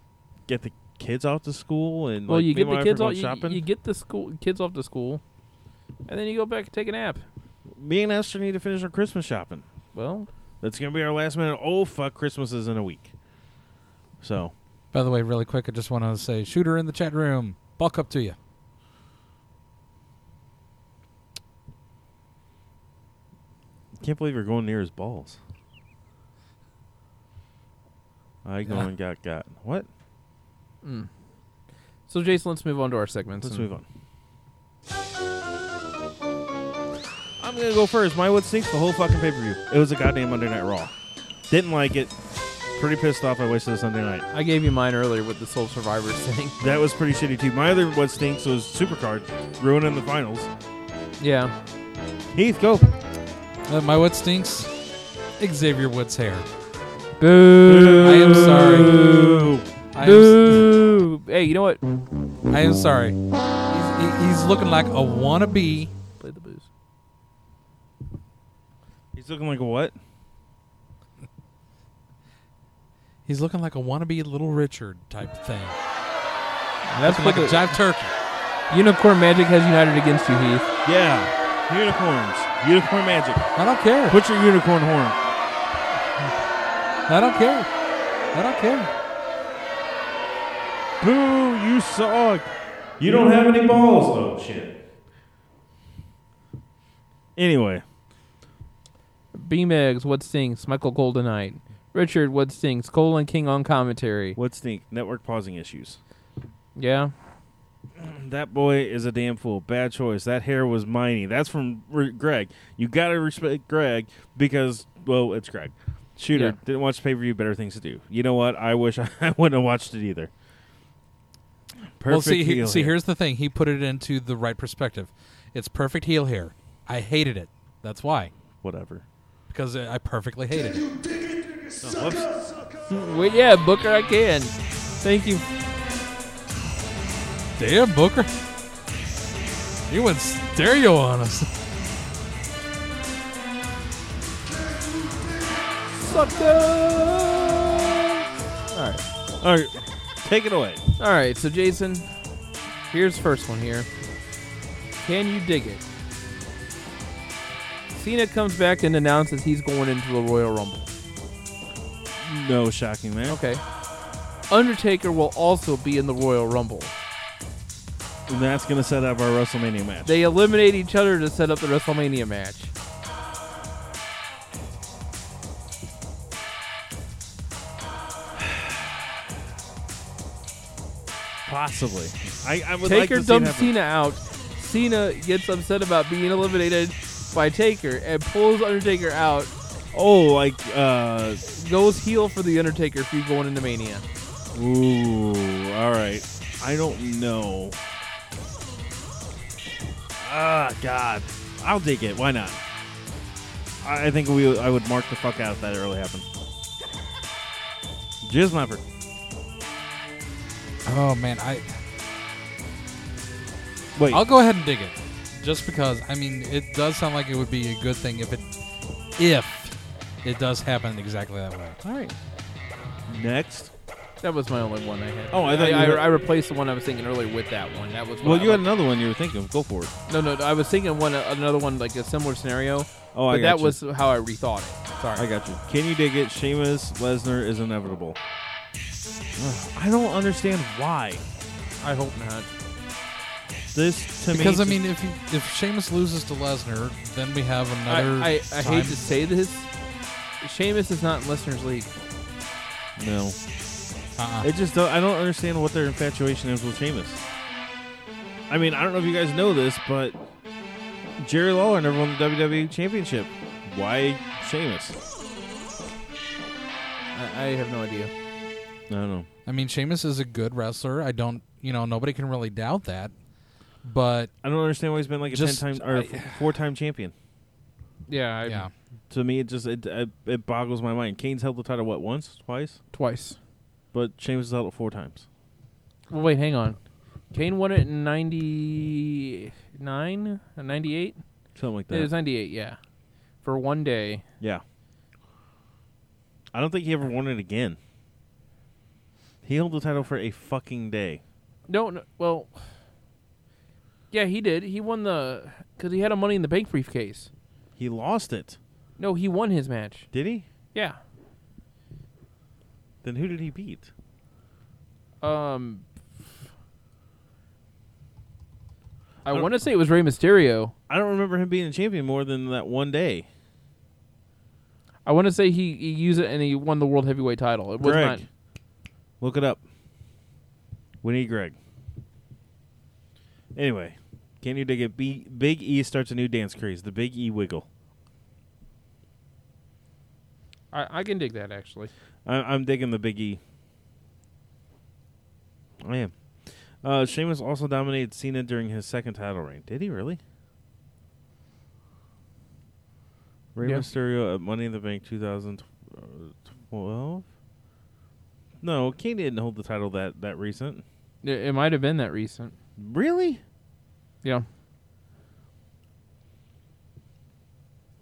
Speaker 3: get the kids off to school and
Speaker 4: well,
Speaker 3: like,
Speaker 4: you
Speaker 3: me
Speaker 4: get
Speaker 3: and my
Speaker 4: the
Speaker 3: wife are
Speaker 4: kids
Speaker 3: going
Speaker 4: off. You,
Speaker 3: shopping.
Speaker 4: you get the school kids off to school, and then you go back and take a nap.
Speaker 3: me and Esther need to finish our Christmas shopping.
Speaker 4: Well,
Speaker 3: That's gonna be our last minute. Oh fuck, Christmas is in a week. So
Speaker 5: By the way, really quick, I just want to say, shooter in the chat room, buck up to you.
Speaker 3: can't believe you're going near his balls.
Speaker 4: [LAUGHS]
Speaker 3: I go and got got. What?
Speaker 4: so Jason, let's move on to our segments.
Speaker 3: Let's
Speaker 4: and-
Speaker 3: move on. I'm gonna go first. My wood stinks the whole fucking pay per view. It was a goddamn Monday Night Raw. Didn't like it. Pretty pissed off. I wasted a Sunday night.
Speaker 4: I gave you mine earlier with the Soul Survivors [LAUGHS] thing.
Speaker 3: That was pretty shitty too. My other what stinks was Supercard ruining the finals.
Speaker 4: Yeah.
Speaker 3: Heath, go.
Speaker 5: Uh, my what stinks? Xavier Woods' hair.
Speaker 4: Boo.
Speaker 5: I am sorry.
Speaker 3: Boo.
Speaker 5: I am,
Speaker 4: Boo. Hey, you know what?
Speaker 5: s- I am sorry. He's, he- he's looking like a wannabe.
Speaker 4: Play the booze.
Speaker 3: He's looking like a what?
Speaker 5: He's looking like a wannabe Little Richard type thing.
Speaker 4: That's
Speaker 5: Looking
Speaker 4: what
Speaker 5: like a
Speaker 4: the
Speaker 5: jive turkey.
Speaker 4: unicorn magic has united against you, Heath.
Speaker 3: Yeah, unicorns, unicorn magic.
Speaker 5: I don't care.
Speaker 3: Put your unicorn horn.
Speaker 5: I don't care. I don't care.
Speaker 3: Boo! You suck. You don't have any balls. Oh shit. Anyway,
Speaker 4: Beam eggs. What stinks? Michael Goldenite. Richard. What stinks? Colin King on commentary.
Speaker 3: what stink? Network pausing issues.
Speaker 4: Yeah.
Speaker 3: That boy is a damn fool. Bad choice. That hair was miney. That's from R- Greg. You gotta respect Greg because well, it's Greg. Shooter
Speaker 4: Yeah.
Speaker 3: didn't watch pay per view. Better things to do. You know what? I wish [LAUGHS] I wouldn't have watched it either. Perfect.
Speaker 5: well, see, he-
Speaker 3: heel
Speaker 5: see,
Speaker 3: here.
Speaker 5: here's the thing. He put it into the right perspective. It's perfect heel hair. I hated it. That's why.
Speaker 3: whatever.
Speaker 5: Because I I perfectly hated it.
Speaker 3: Whoops.
Speaker 4: Well, yeah, Booker, I can. Thank you.
Speaker 5: Damn, Booker. You went stereo on us.
Speaker 4: All right.
Speaker 3: All right, take it away.
Speaker 4: All right, so Jason, here's first one here. Can you dig it? Cena comes back and announces he's going into the Royal Rumble.
Speaker 3: No shocking there.
Speaker 4: Okay. Undertaker will also be in the Royal Rumble.
Speaker 3: And that's going to set up our WrestleMania match.
Speaker 4: They eliminate each other to set up the WrestleMania match.
Speaker 3: Possibly. I, I would like
Speaker 4: Taker
Speaker 3: to see it
Speaker 4: dumps
Speaker 3: happen.
Speaker 4: Cena out. Cena gets upset about being eliminated by Taker and pulls Undertaker out.
Speaker 3: Oh, like, uh,
Speaker 4: Goes heel for the Undertaker feud going into Mania.
Speaker 3: ooh, all right. I don't know. Ah, God. I'll dig it. Why not? I, I think we. I would mark the fuck out if that really happened. Jizz Leopard.
Speaker 5: Oh man, I
Speaker 3: Wait.
Speaker 5: I'll go ahead and dig it, just because. I mean, it does sound like it would be a good thing if it if it does happen exactly that way.
Speaker 4: All right.
Speaker 3: next.
Speaker 4: That was my only one I had.
Speaker 3: Oh, I thought you
Speaker 4: I,
Speaker 3: had-
Speaker 4: I replaced the one I was thinking earlier with that one. That was
Speaker 3: Well,
Speaker 4: what I
Speaker 3: you had
Speaker 4: liked.
Speaker 3: another one you were thinking of. Go for it.
Speaker 4: no, no. I was thinking one another one like a similar scenario.
Speaker 3: Oh, I
Speaker 4: but that
Speaker 3: gotcha.
Speaker 4: was how I rethought it. Sorry.
Speaker 3: I got you. Can you dig it? Sheamus Lesnar is inevitable. [SIGHS] Ugh, I don't understand why
Speaker 4: I hope not.
Speaker 3: this to me.
Speaker 5: Because I mean, if you, if Sheamus loses to Lesnar, then we have
Speaker 4: I,
Speaker 5: another.
Speaker 4: I, I hate
Speaker 5: time-
Speaker 4: to say this. Sheamus is not in listeners' league.
Speaker 3: no,
Speaker 5: Uh-uh.
Speaker 3: it just don't, I don't understand what their infatuation is with Sheamus. I mean, I don't know if you guys know this, but Jerry Lawler never won the WWE Championship. Why Sheamus?
Speaker 4: I, I have no idea.
Speaker 3: I don't know.
Speaker 5: I mean, Sheamus is a good wrestler. I don't, you know, nobody can really doubt that. But
Speaker 3: I don't understand why he's been like a
Speaker 5: Just-
Speaker 3: ten time or
Speaker 5: I-
Speaker 3: f four-time champion.
Speaker 4: Yeah. I,
Speaker 5: yeah,
Speaker 3: To me, it just it, it it boggles my mind. Kane's held the title what once, twice,
Speaker 4: Twice.
Speaker 3: but Sheamus has held it four times.
Speaker 4: Well, wait, hang on. Kane won it in 99? 98?
Speaker 3: Something like that.
Speaker 4: It was 98, yeah. For one day.
Speaker 3: Yeah. I don't think he ever won it again. He held the title for a fucking day.
Speaker 4: No, no well. Yeah, he did. He won the. Because he had a money in the bank briefcase.
Speaker 3: He lost it.
Speaker 4: No, he won his match.
Speaker 3: Did he?
Speaker 4: Yeah.
Speaker 3: Then who did he beat?
Speaker 4: Um. I
Speaker 3: don't-
Speaker 4: want to say it was Rey Mysterio.
Speaker 3: I don't remember him being a champion more than that one day.
Speaker 4: I want to say he, he used it and he won the world heavyweight title. It was
Speaker 3: Greg.
Speaker 4: not.
Speaker 3: Look it up. We need Greg. Anyway, can you dig it? B- Big E starts a new dance craze, the Big E Wiggle.
Speaker 4: I, I can dig that actually.
Speaker 3: I- I'm digging the Big E. I am. Uh, Sheamus also dominated Cena during his second title reign. Did he really? Rey
Speaker 4: Yeah.
Speaker 3: Mysterio at Money in the Bank 2012. No, Kane didn't hold the title that that recent.
Speaker 4: It, it might have been that recent.
Speaker 3: Really?
Speaker 4: Yeah.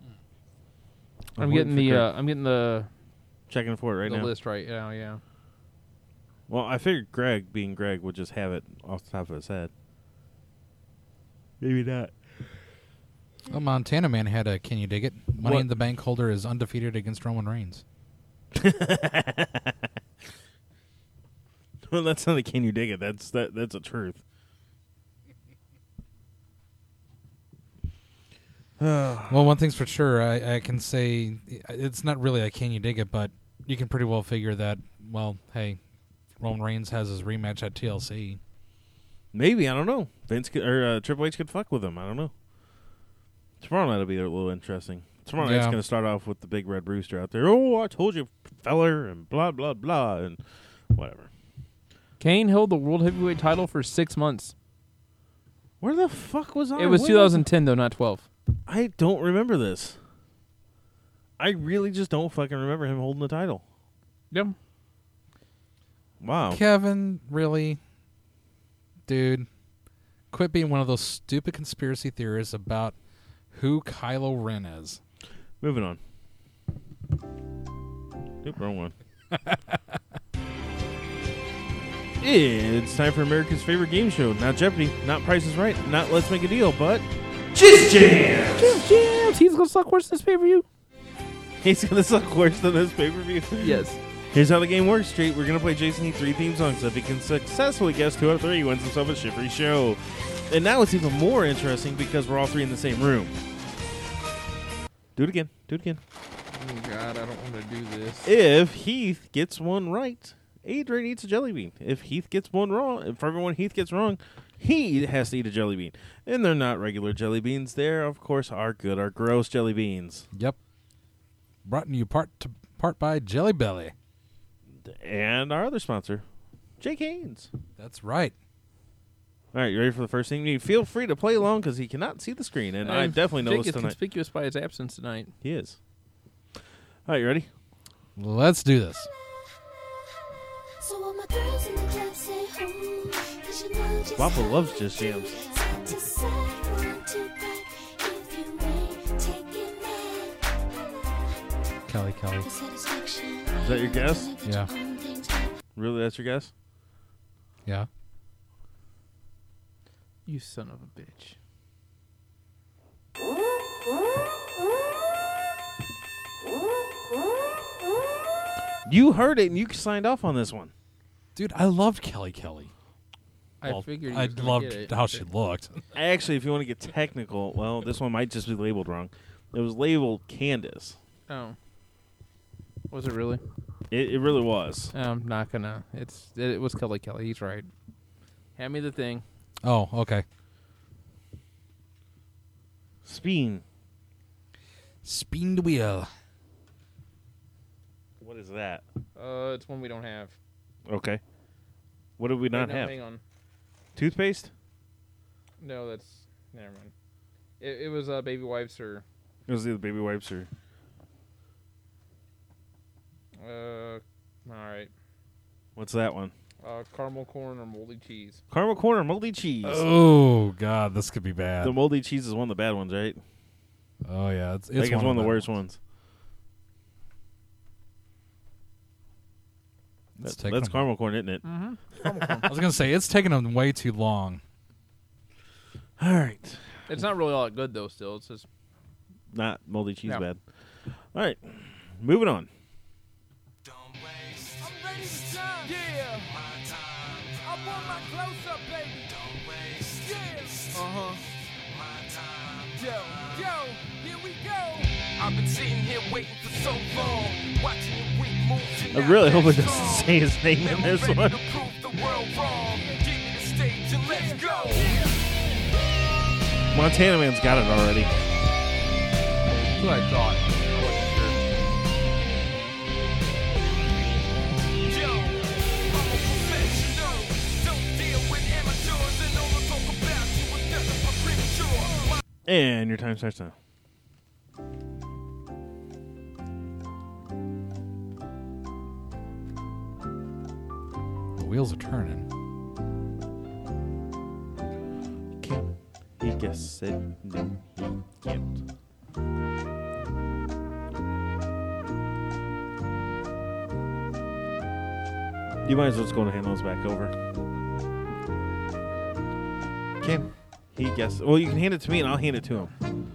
Speaker 4: Hmm. I'm
Speaker 3: waiting
Speaker 4: getting
Speaker 3: for
Speaker 4: the
Speaker 3: Greg.
Speaker 4: uh, I'm getting the
Speaker 3: Checking for it right
Speaker 4: the
Speaker 3: now.
Speaker 4: list right now. Yeah.
Speaker 3: Well, I figured Greg, being Greg, would just have it off the top of his head. Maybe not.
Speaker 5: a Montana man had a can you dig it? Money
Speaker 3: What?
Speaker 5: in the Bank holder is undefeated against Roman Reigns.
Speaker 3: [LAUGHS] Well, that's not a can you dig it. That's that. That's a truth.
Speaker 5: Well, one thing's for sure, I, I can say it's not really a can you dig it, but you can pretty well figure that. Well, hey, Roman Reigns has his rematch at TLC.
Speaker 3: Maybe I don't know. Vince could, or uh, Triple H could fuck with him. I don't know. Tomorrow night'll be a little interesting. Tomorrow night's
Speaker 5: Yeah.
Speaker 3: going to start off with the big red rooster out there. Oh, I told you, feller, and blah blah blah, and whatever.
Speaker 4: Kane held the world heavyweight title for six months.
Speaker 3: Where the fuck was I?
Speaker 4: It was
Speaker 3: When
Speaker 4: 2010 though, not 12.
Speaker 3: I don't remember this. I really just don't fucking remember him holding the title.
Speaker 4: Yep.
Speaker 3: Wow.
Speaker 5: Kevin, really? Dude, quit being one of those stupid conspiracy theorists about who Kylo Ren is.
Speaker 3: Moving on. Nope, wrong one. [LAUGHS] it's time for America's favorite game show. Not Jeopardy, not Price is Right, not Let's Make a Deal, but
Speaker 4: Yeah, he's gonna suck worse than this pay per view.
Speaker 3: it's gonna suck worse than this pay per view.
Speaker 4: Yes.
Speaker 3: Here's how the game works, Street. We're gonna play Jason Heat three theme songs. If he can successfully guess two out of three, he wins himself a shifty show. And now it's even more interesting because we're all three in the same room. Do it again. Do it again.
Speaker 4: Oh God, I don't want to do this.
Speaker 3: If Heath gets one right, Adrian eats a jelly bean. If Heath gets one wrong, if everyone Heath gets wrong, he has to eat a jelly bean. And they're not regular jelly beans. They're, of course, our good, our gross jelly beans.
Speaker 5: Yep. Brought to you part to part by Jelly Belly.
Speaker 3: And our other sponsor, Jake Haynes.
Speaker 5: That's right.
Speaker 3: All right, you ready for the first thing? You feel free to play along because he cannot see the screen, and I
Speaker 4: And
Speaker 3: definitely know
Speaker 4: Jake
Speaker 3: this
Speaker 4: is
Speaker 3: tonight.
Speaker 4: conspicuous by his absence tonight.
Speaker 3: He is. All right, you ready?
Speaker 5: Let's do this.
Speaker 10: So all my girls in the club say, "Ooh, 'cause you know just
Speaker 3: Waffle
Speaker 10: how
Speaker 3: loves
Speaker 10: we
Speaker 3: just
Speaker 10: do."
Speaker 3: jams.
Speaker 10: Side to side, one, two, back. If you ain't taking that,
Speaker 5: Kelly, Kelly.
Speaker 10: the satisfaction.
Speaker 3: Is that your guess?
Speaker 5: Yeah.
Speaker 3: Really, that's your guess?
Speaker 5: Yeah.
Speaker 4: You son of a bitch.
Speaker 3: You heard it, and you signed off on this one.
Speaker 5: Dude, I loved Kelly Kelly.
Speaker 4: I
Speaker 5: Well,
Speaker 4: figured. he
Speaker 5: I
Speaker 4: was gonna get
Speaker 5: loved
Speaker 4: it.
Speaker 5: how she looked.
Speaker 3: Actually, if you want to get technical, well, this one might just be labeled wrong. It was labeled Candace.
Speaker 4: Oh. Was it really?
Speaker 3: It, it really was.
Speaker 4: I'm not gonna. It's it, was Kelly Kelly. He's right. Hand me the thing.
Speaker 5: Oh, okay.
Speaker 3: Speen.
Speaker 5: Spined wheel.
Speaker 3: What is that?
Speaker 4: Uh, it's one we don't have.
Speaker 3: Okay. What did we
Speaker 4: Wait,
Speaker 3: not
Speaker 4: no,
Speaker 3: have?
Speaker 4: Hang on.
Speaker 3: Toothpaste?
Speaker 4: No, that's never mind. It, it was uh, baby wipes or
Speaker 3: It was either baby wipes or.
Speaker 4: uh, all right,
Speaker 3: What's that one?
Speaker 4: uh, caramel corn or moldy cheese.
Speaker 3: Caramel corn or moldy cheese?
Speaker 5: Oh God, this could be bad.
Speaker 3: The moldy cheese is one of the bad ones, right?
Speaker 5: Oh yeah, it's
Speaker 3: I
Speaker 5: it's
Speaker 3: think it's one of the
Speaker 5: them.
Speaker 3: worst ones.
Speaker 5: It's
Speaker 3: That-
Speaker 5: taken
Speaker 3: that's
Speaker 5: them-
Speaker 3: caramel corn, isn't it?
Speaker 4: Mm.
Speaker 5: I was gonna say it's taking them way too long.
Speaker 3: All right.
Speaker 4: It's not really all that good though. Still, it's just
Speaker 3: Not moldy cheese
Speaker 4: No.
Speaker 3: bad. All right. Moving on.
Speaker 8: Uh-huh. I've been sitting here waiting for so long, watching your weak moves. and
Speaker 3: I
Speaker 8: now
Speaker 3: really hope it
Speaker 8: that's
Speaker 3: doesn't
Speaker 8: wrong.
Speaker 3: say his name in
Speaker 8: Now
Speaker 3: this
Speaker 8: I'm ready
Speaker 3: one.
Speaker 8: to prove the world wrong. Give me the stage and let's go.
Speaker 3: Montana Man's got it already.
Speaker 4: what I thought.
Speaker 8: Yo, I'm a professional. Don't deal with amateurs and all the talk about you was nothing but premature. My
Speaker 3: And your time starts now.
Speaker 5: The wheels are turning.
Speaker 3: Can't. He guessed it. No, he can't. You might as well just go and hand those back over. Can he guessed? Well, you can hand it to me, and I'll hand it to him.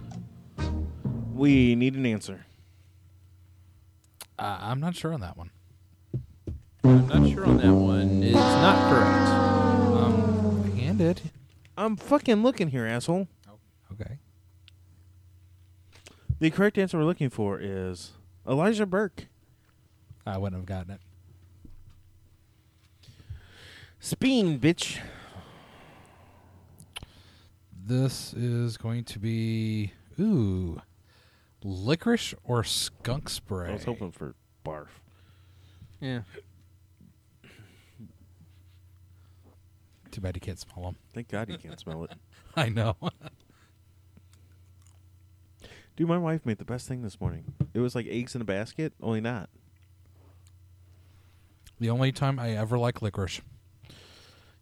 Speaker 3: We need an answer.
Speaker 5: Uh, I'm not sure on that one.
Speaker 4: I'm not sure on that one. It's not correct.
Speaker 5: Um, handed.
Speaker 3: I'm fucking looking here, asshole.
Speaker 5: Okay.
Speaker 3: The correct answer we're looking for is Elijah Burke.
Speaker 5: I wouldn't have gotten it.
Speaker 3: Speen, bitch.
Speaker 5: This is going to be ooh, licorice or skunk spray.
Speaker 3: I was hoping for barf.
Speaker 4: Yeah.
Speaker 5: Too bad you can't smell them.
Speaker 3: Thank God you can't smell it.
Speaker 5: [LAUGHS] I know. [LAUGHS]
Speaker 3: Dude, my wife made the best thing this morning. It was like eggs in a basket, only not.
Speaker 5: the only time I ever like licorice.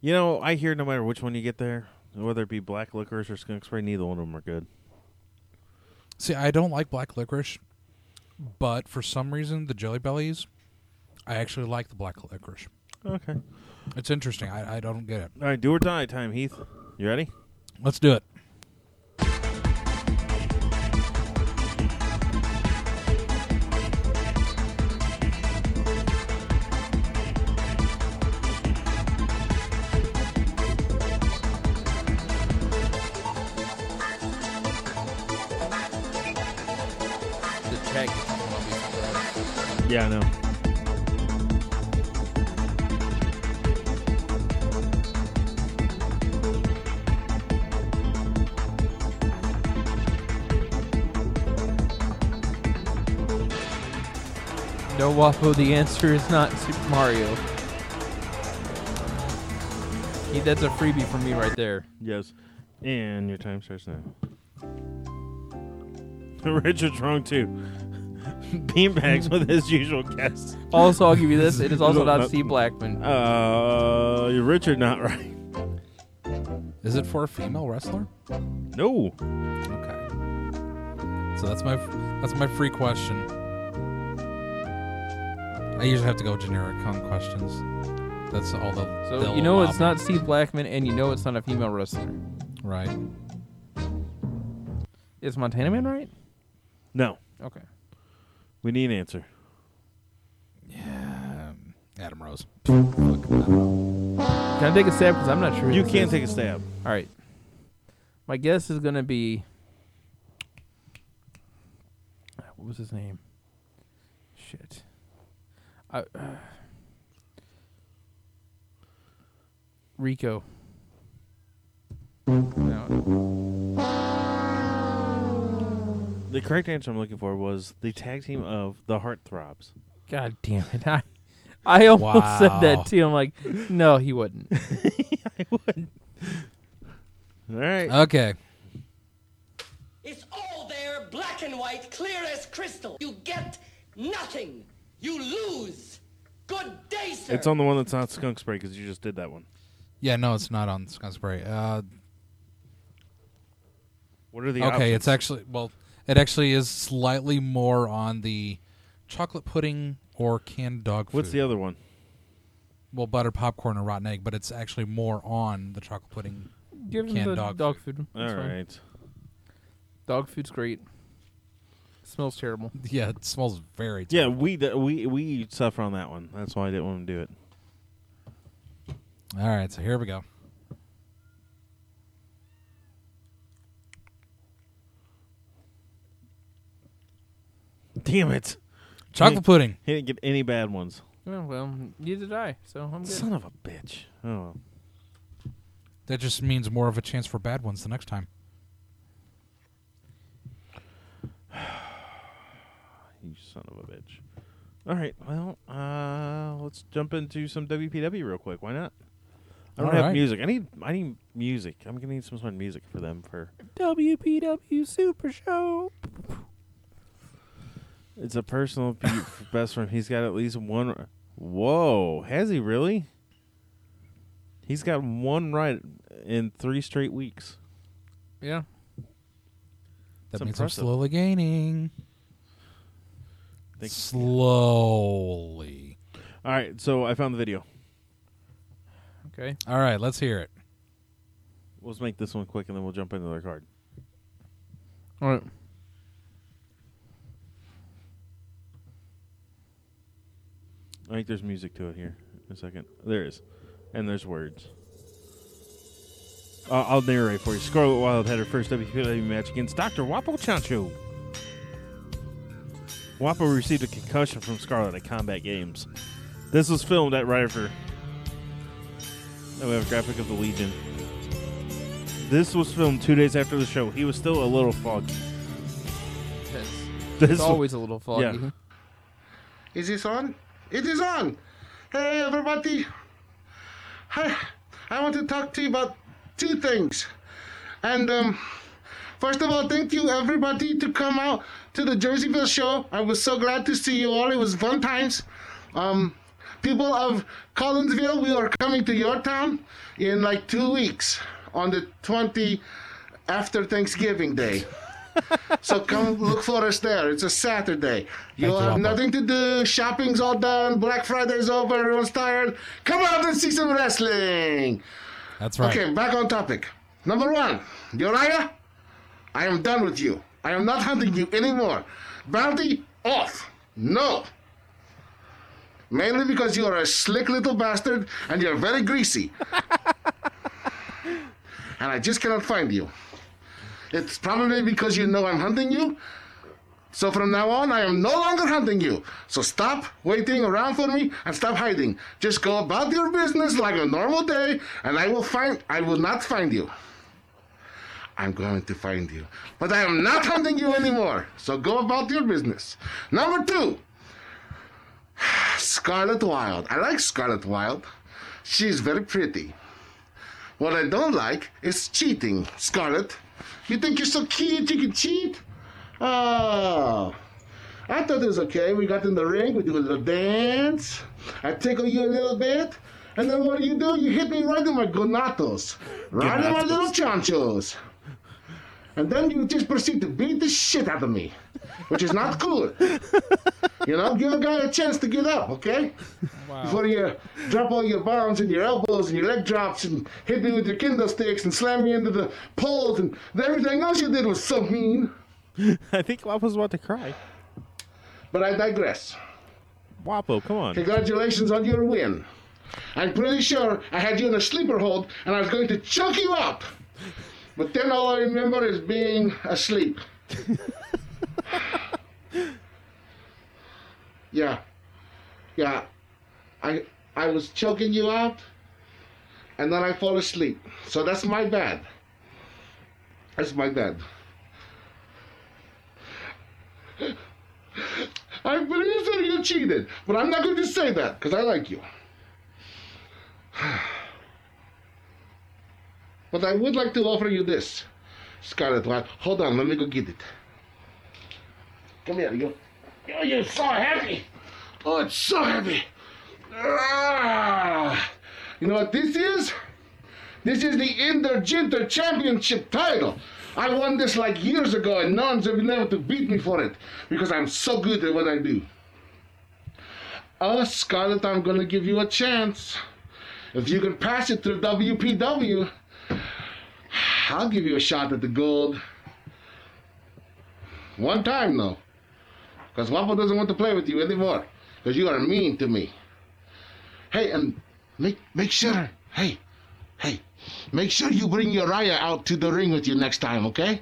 Speaker 3: You know, I hear no matter which one you get there, whether it be black licorice or skunk spray, neither one of them are good.
Speaker 5: See, I don't like black licorice, but for some reason the Jelly Bellies, I actually like the black licorice.
Speaker 3: Okay. All
Speaker 5: It's interesting. I, I don't get it.
Speaker 3: right, do or die time, Heath. You ready?
Speaker 5: Let's do it.
Speaker 4: The check.
Speaker 3: Yeah, I know.
Speaker 4: No waffle. The answer is not Super Mario. He, that's a freebie for me right there.
Speaker 3: Yes. And your time starts now. [LAUGHS] Richard's wrong too. [LAUGHS] Beanbags with his usual guest.
Speaker 4: Also, I'll give you this. It is also
Speaker 3: No,
Speaker 4: not
Speaker 3: no.
Speaker 4: Steve Blackman.
Speaker 3: Uh, you're Richard not right.
Speaker 5: Is it for a female wrestler?
Speaker 3: No.
Speaker 5: Okay. So that's my that's my free question. I usually have to go generic on questions. That's all the.
Speaker 4: So you know it's not Steve Blackman, and you know it's not a female wrestler.
Speaker 5: right.
Speaker 4: Is Montana Man right?
Speaker 3: No.
Speaker 4: Okay.
Speaker 3: We need an answer.
Speaker 5: Um, Adam Rose.
Speaker 4: Can I take a stab? Because I'm not sure. who
Speaker 3: You
Speaker 4: this
Speaker 3: can
Speaker 4: is.
Speaker 3: take a stab.
Speaker 4: All right. My guess is going to be. What was his name? Shit. I, uh, Rico. No.
Speaker 3: The correct answer I'm looking for was the tag team of the Heartthrobs.
Speaker 4: God damn it. [LAUGHS] I, I almost said
Speaker 5: Wow.
Speaker 4: that too. I'm like, no, he wouldn't.
Speaker 3: All right.
Speaker 5: Okay.
Speaker 11: It's all there, black and white, clear as crystal. You get nothing. You lose. Good day, sir.
Speaker 3: It's on the one that's not skunk spray because you just did that one.
Speaker 5: Yeah, no, it's not on Scott Spray. Uh,
Speaker 3: What are the
Speaker 5: okay,
Speaker 3: options?
Speaker 5: it's actually well, it actually is slightly more on the chocolate pudding or canned dog food.
Speaker 3: What's the other one?
Speaker 5: well, butter popcorn or rotten egg, but it's actually more on the chocolate pudding.
Speaker 4: Give him
Speaker 5: Canned
Speaker 4: the
Speaker 5: dog
Speaker 4: dog, food.
Speaker 3: All right.
Speaker 4: That's fine. Dog food's great. Smells terrible.
Speaker 5: [LAUGHS] Yeah, it smells very.
Speaker 3: Yeah, we d- we we suffer on that one. That's why I didn't want to do it.
Speaker 5: All right, so here we go.
Speaker 3: Damn it!
Speaker 5: Chocolate pudding.
Speaker 3: He didn't get any bad ones.
Speaker 4: Well, well, neither did I, so I'm good.
Speaker 3: Son of a bitch. Oh, well.
Speaker 5: That just means more of a chance for bad ones the next time.
Speaker 3: you son of a bitch. All right, well, uh, let's jump into some WPW real quick. Why not? I don't
Speaker 5: All
Speaker 3: have
Speaker 5: right.
Speaker 3: music. I need I need music. I'm gonna need some sort of music for them. For
Speaker 4: WPW Super Show.
Speaker 3: it's a personal beat for [LAUGHS] best friend. He's got at least one. Whoa, has he really? He's got one right in three straight weeks.
Speaker 4: Yeah.
Speaker 5: That
Speaker 3: It's
Speaker 5: means
Speaker 3: impressive.
Speaker 5: I'm slowly gaining.
Speaker 3: Thank-
Speaker 5: Slowly.
Speaker 3: All right, so I found the video.
Speaker 4: Okay.
Speaker 5: All right, let's hear it.
Speaker 3: Let's make this one quick, and then we'll jump into their card.
Speaker 4: All right.
Speaker 3: I think there's music to it here. In a second. There is. And there's words. Uh, I'll narrate for you. Scarlet Wild had her first WPW match against Dr. Wapo Chancho. Wapo received a concussion from Scarlet at Combat Games. This was filmed at River. Now we have a graphic of the Legion. This was filmed two days after the show. He was still a little foggy.
Speaker 4: That's,
Speaker 3: This
Speaker 4: it's always a little foggy.
Speaker 3: yeah.
Speaker 12: Is this on? It is on! Hey, everybody! Hi, I want to talk to you about two things. And, um, first of all, thank you, everybody, to come out to the Jerseyville show. I was so glad to see you all. It was fun times. Um, people of Collinsville, we are coming to your town in like two weeks on the 20 after
Speaker 6: [LAUGHS]
Speaker 12: Thanksgiving Day. So come look for us there. It's a Saturday. You'll
Speaker 5: you,
Speaker 12: have
Speaker 5: Papa.
Speaker 12: nothing to do. Shopping's all done. Black Friday's over. Everyone's tired. Come out and see some wrestling.
Speaker 5: That's right.
Speaker 12: Okay, back on topic. Number one, Uriah, I am done with you. I am not hunting you anymore. Bounty off. No. Mainly because you are a slick little bastard and you're very greasy. [LAUGHS] and I just cannot find you. It's probably because you know I'm hunting you. So from now on, I am no longer hunting you. So stop waiting around for me and stop hiding. Just go about your business like a normal day, and I will find. I will not find you. I'm going to find you, but I am not hunting you anymore. So go about your business. Number two, [SIGHS] Scarlet Wild. I like Scarlet Wild. She's very pretty. What I don't like is cheating, Scarlet. You think you're so cute you can cheat? Oh. I thought it was okay. We got in the ring, we do a little dance. I tickle you a little bit. And then what do you do? You hit me right in my gonatos, right in my little chanchos. And then you just proceed to beat the shit out of me, which is not cool. you know, give a guy a chance to get up, okay? Before you drop all your bombs and your elbows and your leg drops and hit me with your kindle sticks and slam me into the poles and everything else you did was so mean.
Speaker 3: [LAUGHS] I think I was about to cry.
Speaker 12: But I digress.
Speaker 3: Wapo, come on.
Speaker 12: Congratulations on your win. I'm pretty sure I had you in a sleeper hold and I was going to choke you up. But then all I remember is being asleep. [SIGHS] yeah. Yeah. I I was choking you up and then I fall asleep. So that's my bad. That's my bad. I believe that you cheated, but I'm not going to say that because I like you. [SIGHS] But I would like to offer you this, Scarlet White. Hold on, let me go get it. Come here, you. Oh, you're so heavy. Oh, it's so heavy. Ah. You know what this is? This is the Interginter Championship title. I won this like years ago, and no one's been able to beat me for it because I'm so good at what I do. Oh, Scarlet, I'm gonna give you a chance. If you can pass it through WPW, I'll give you a shot at the gold. One time, though. Because Waffle doesn't want to play with you anymore. Because you are mean to me. Hey, and make, make sure, hey, hey, make sure you bring Uriah out to the ring with you next time, okay?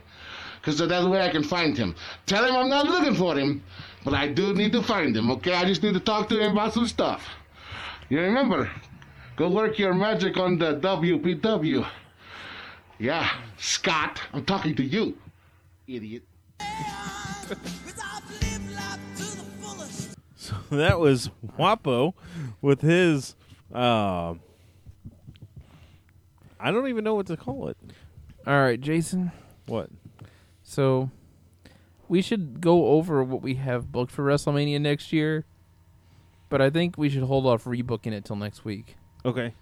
Speaker 12: Because that's the way I can find him. Tell him I'm not looking for him, but I do need to find him, okay? I just need to talk to him about some stuff. You remember, go work your magic on the WPW. Yeah, Scott, I'm talking to you, idiot.
Speaker 3: So [LAUGHS] that was Wapo with his. Uh, I don't even know what to call it.
Speaker 4: All right, Jason.
Speaker 3: What?
Speaker 4: So, we should go over what we have booked for WrestleMania next year, but I think we should hold off rebooking it till next week.
Speaker 3: Okay.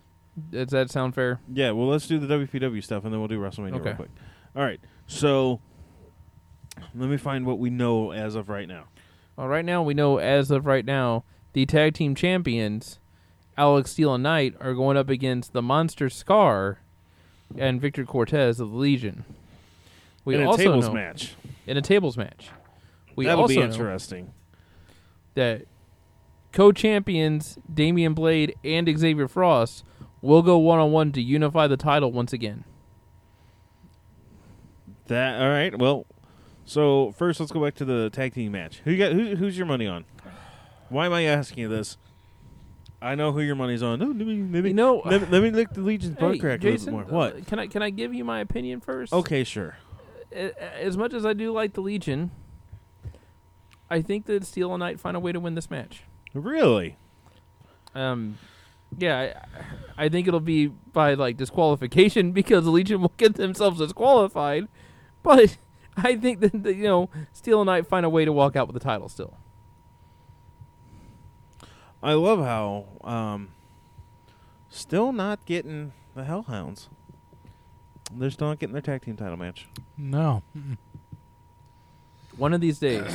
Speaker 4: Does that sound fair?
Speaker 3: Yeah, well, let's do the WPW stuff and then we'll do WrestleMania
Speaker 4: Okay.
Speaker 3: real quick. All right. So let me find what we know as of right now.
Speaker 4: Well, right now we know as of right now, the tag team champions, Alex Steel and Knight, are going up against the Monster Scar and Victor Cortez of the Legion.
Speaker 3: In a
Speaker 4: also
Speaker 3: tables
Speaker 4: know-
Speaker 3: match.
Speaker 4: In a tables match. We
Speaker 3: That'll be
Speaker 4: also know
Speaker 3: interesting.
Speaker 4: that co-champions Damian Blade and Xavier Frost will go one on one to unify the title once again.
Speaker 3: That all right. Well, so first let's go back to the tag team match. Who you got? Who, who's your money on? Why am I asking you this? I know who your money's on. No, let me let me
Speaker 4: know.
Speaker 3: Let, me- let me lick the Legion's butt
Speaker 4: Hey,
Speaker 3: crack
Speaker 4: Jason,
Speaker 3: a little bit
Speaker 4: uh,
Speaker 3: more. What?
Speaker 4: Can I can I give you my opinion first?
Speaker 3: Okay, sure.
Speaker 4: a- as much as I do like the Legion, I think that Steel and Knight find a way to win this match.
Speaker 3: Really?
Speaker 4: Um, yeah, I, I think it'll be by like disqualification [LAUGHS] because the Legion will get themselves disqualified. But [LAUGHS] I think that, that you know Steel and Knight find a way to walk out with the title still.
Speaker 3: I love how um, still not getting the Hellhounds. They're still not getting their tag team title match.
Speaker 5: No. Mm-mm.
Speaker 4: One of these days,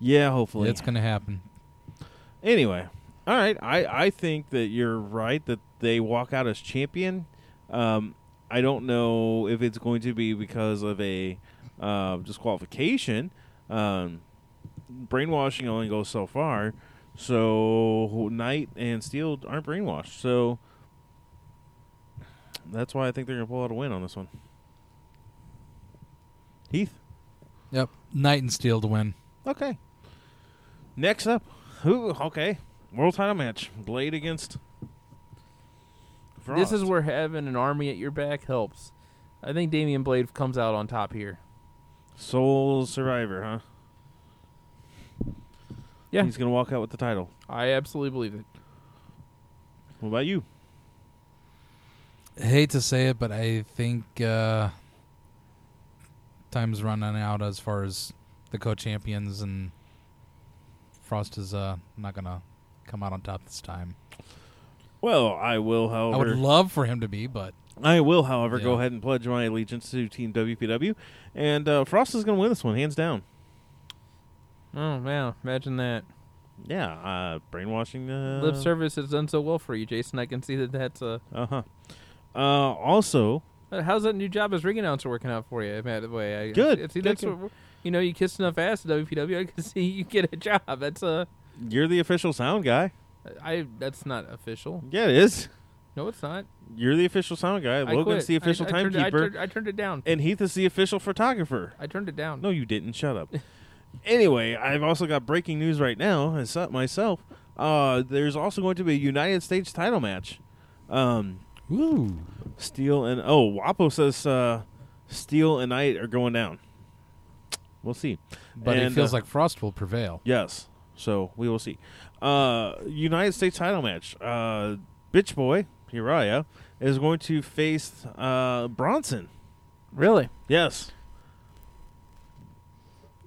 Speaker 3: Yeah, hopefully
Speaker 5: It's going to happen.
Speaker 3: Anyway, all right. I, I think that you're right that they walk out as champion. Um, I don't know if it's going to be because of a uh, disqualification. Um, brainwashing only goes so far. So Knight and Steel aren't brainwashed. So that's why I think they're going to pull out a win on this one. Heath.
Speaker 5: Yep. Knight and Steel to win.
Speaker 3: Okay. Next up, who? Okay, world title match: Blade against. Frost.
Speaker 4: this is where having an army at your back helps. I think Damian Blade comes out on top here.
Speaker 3: Soul Survivor, huh?
Speaker 4: Yeah.
Speaker 3: he's gonna walk out with the title.
Speaker 4: I absolutely believe it.
Speaker 3: What about you?
Speaker 5: hate to say it, but I think uh, time's running out as far as the co-champions, and Frost is uh, not gonna come out on top this time.
Speaker 3: Well, I will, however.
Speaker 5: I would love for him to be, but
Speaker 3: I will, however, go
Speaker 5: Yeah.
Speaker 3: ahead and pledge my allegiance to Team WPW. And uh, Frost is going to win this one, hands down.
Speaker 4: Oh wow! Imagine that.
Speaker 3: Yeah, uh, brainwashing. Uh,
Speaker 4: Lip service has done so well for you, Jason. I can see that that's a.
Speaker 3: Uh huh. Uh, also,
Speaker 4: Uh, How's that new job as ring announcer working out for you? By the way, I,
Speaker 3: Good.
Speaker 4: I, see, that's
Speaker 3: Thank you.
Speaker 4: what- you know, you kissed enough ass at WPW. I can [LAUGHS] see you get a job. That's a.
Speaker 3: you're the official sound guy.
Speaker 4: I. That's not official.
Speaker 3: Yeah, it is.
Speaker 4: No, it's not.
Speaker 3: You're the official sound guy.
Speaker 4: I
Speaker 3: Logan's
Speaker 4: quit.
Speaker 3: the
Speaker 4: I-
Speaker 3: official
Speaker 4: I turned it- I
Speaker 3: timekeeper.
Speaker 4: turned- I turned it down.
Speaker 3: And Heath is the official photographer.
Speaker 4: I turned it down.
Speaker 3: No, you didn't. Shut up. [LAUGHS] anyway, I've also got breaking news right now. As uh, myself, uh, there's also going to be a United States title match. Um,
Speaker 5: Woo!
Speaker 3: Steel and oh, Wapo says uh, Steel and Knight are going down. We'll see.
Speaker 5: but
Speaker 3: And,
Speaker 5: it feels
Speaker 3: uh,
Speaker 5: like Frost will prevail.
Speaker 3: Yes. So we will see. Uh, United States title match. Uh, Bitch Boy Hiraya is going to face uh, Bronson.
Speaker 4: Really?
Speaker 3: Yes.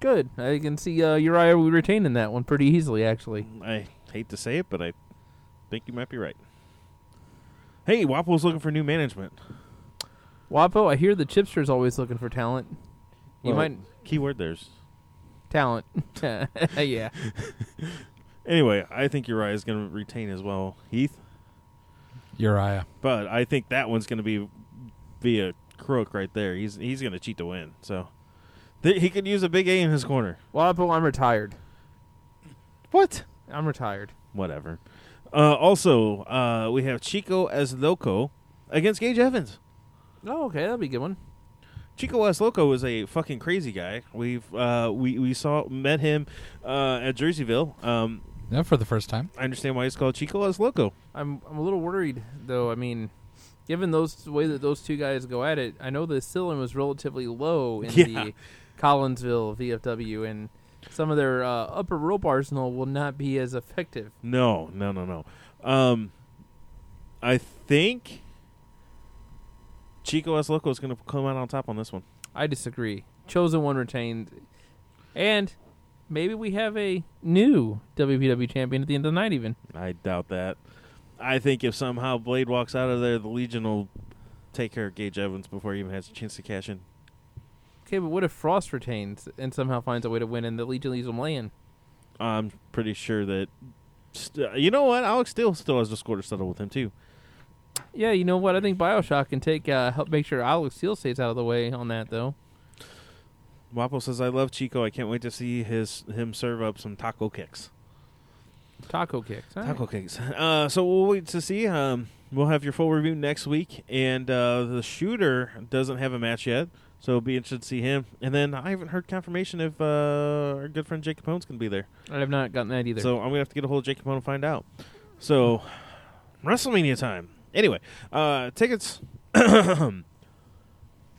Speaker 4: Good. I can see uh, Uriah would retain in that one pretty easily, actually.
Speaker 3: I hate to say it, but I think you might be right. Hey, Wapo's looking for new management.
Speaker 4: Wapo, I hear the chipster's always looking for talent. You
Speaker 3: Well,
Speaker 4: might
Speaker 3: Keyword there's.
Speaker 4: talent. [LAUGHS] yeah.
Speaker 3: Anyway, I think Uriah is going to retain as well, Heath.
Speaker 5: Uriah.
Speaker 3: But I think that one's going to be be a crook right there. He's he's going to cheat to win. So th- he could use a big A in his corner.
Speaker 4: Wapo, I'm retired.
Speaker 3: What?
Speaker 4: I'm retired.
Speaker 3: Whatever. Uh, also, uh, we have Chico as Loco against Gage Evans.
Speaker 4: Oh, okay, that'll be a good one.
Speaker 3: Chico S. Loco is a fucking crazy guy. We've uh, we we saw met him uh, at Jerseyville. Um,
Speaker 5: Yeah, for the first time.
Speaker 3: I understand why he's called Chico S. Loco.
Speaker 4: I'm I'm a little worried though. I mean, given those the way that those two guys go at it, I know the ceiling was relatively low [LAUGHS] in
Speaker 3: Yeah.
Speaker 4: the Collinsville VFW, and some of their uh, upper rope arsenal will not be as effective.
Speaker 3: No, no, no, no. Um, I think Chico S. Loco is going to come out on top on this one.
Speaker 4: I disagree. Chosen one retained, and maybe we have a new WPW champion at the end of the night. Even
Speaker 3: I doubt that. I think if somehow Blade walks out of there, the Legion will take care of Gage Evans before he even has a chance to cash in.
Speaker 4: okay, but what if Frost retains and somehow finds a way to win, and the Legion leaves him laying?
Speaker 3: I'm pretty sure that. St- you know what? Alex Steele still has the score to settle with him too.
Speaker 4: Yeah, you know what? I think Bioshock can take uh, help make sure Alex Seal stays out of the way on that though.
Speaker 3: Wapo says, "I love Chico. I can't wait to see his him serve up some taco kicks."
Speaker 4: Taco kicks. all
Speaker 3: Taco
Speaker 4: right.
Speaker 3: kicks. [LAUGHS] Uh, so we'll wait to see. Um, we'll have your full review next week, and uh, the shooter doesn't have a match yet, so it'll be interesting to see him. And then I haven't heard confirmation if uh, our good friend Jake Capone's gonna be there.
Speaker 4: [LAUGHS] I have not gotten that either.
Speaker 3: So I'm gonna have to get a hold of Jake Capone and find out. So WrestleMania time. Anyway, uh, tickets [COUGHS] on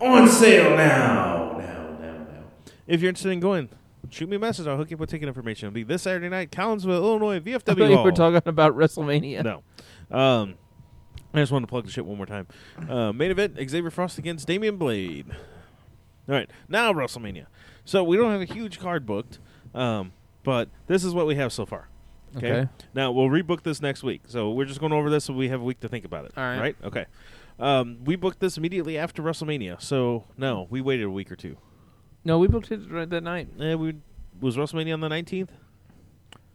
Speaker 3: sale now. Now, now, now. If you're interested in going, shoot me a message. I'll hook you up with ticket information. It'll be this Saturday night, Collinsville, Illinois,
Speaker 4: I thought you
Speaker 3: VFW Hall.
Speaker 4: were talking about WrestleMania.
Speaker 3: [LAUGHS] No. Um, I just wanted to plug the shit one more time. Uh, main event: Xavier Frost against Damian Blade. All right, now WrestleMania. So we don't have a huge card booked, um, but this is what we have so far. Okay?
Speaker 4: Okay.
Speaker 3: Now we'll rebook this next week. So we're just going over this, so we have a week to think about it.
Speaker 4: All right.
Speaker 3: Right. Okay. Um, we booked this immediately after WrestleMania. So no, we waited a week or two.
Speaker 4: No, we booked it right that night.
Speaker 3: Eh, we was WrestleMania on the nineteenth.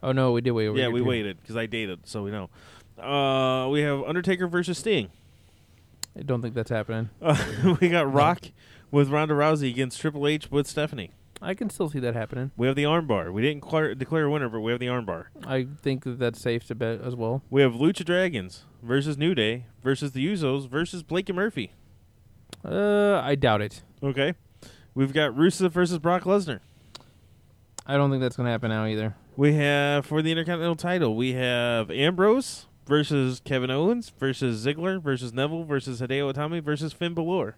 Speaker 4: Oh no, we did wait. over
Speaker 3: Yeah,
Speaker 4: here,
Speaker 3: we
Speaker 4: too.
Speaker 3: waited because I dated, so we know. Uh, we have Undertaker versus Sting.
Speaker 4: I don't think that's happening.
Speaker 3: Uh, [LAUGHS] we got Rock with Ronda Rousey against Triple H with Stephanie.
Speaker 4: I can still see that happening.
Speaker 3: We have the armbar. We didn't quite declare a winner, but we have the armbar.
Speaker 4: I think that that's safe to bet as well.
Speaker 3: We have Lucha Dragons versus New Day versus the Usos versus Blake and Murphy.
Speaker 4: Uh, I doubt it.
Speaker 3: Okay. We've got Rusev versus Brock Lesnar.
Speaker 4: I don't think that's gonna happen now either.
Speaker 3: We have for the Intercontinental title, we have Ambrose versus Kevin Owens versus Ziggler versus Neville versus Hideo Itami versus Finn Balor.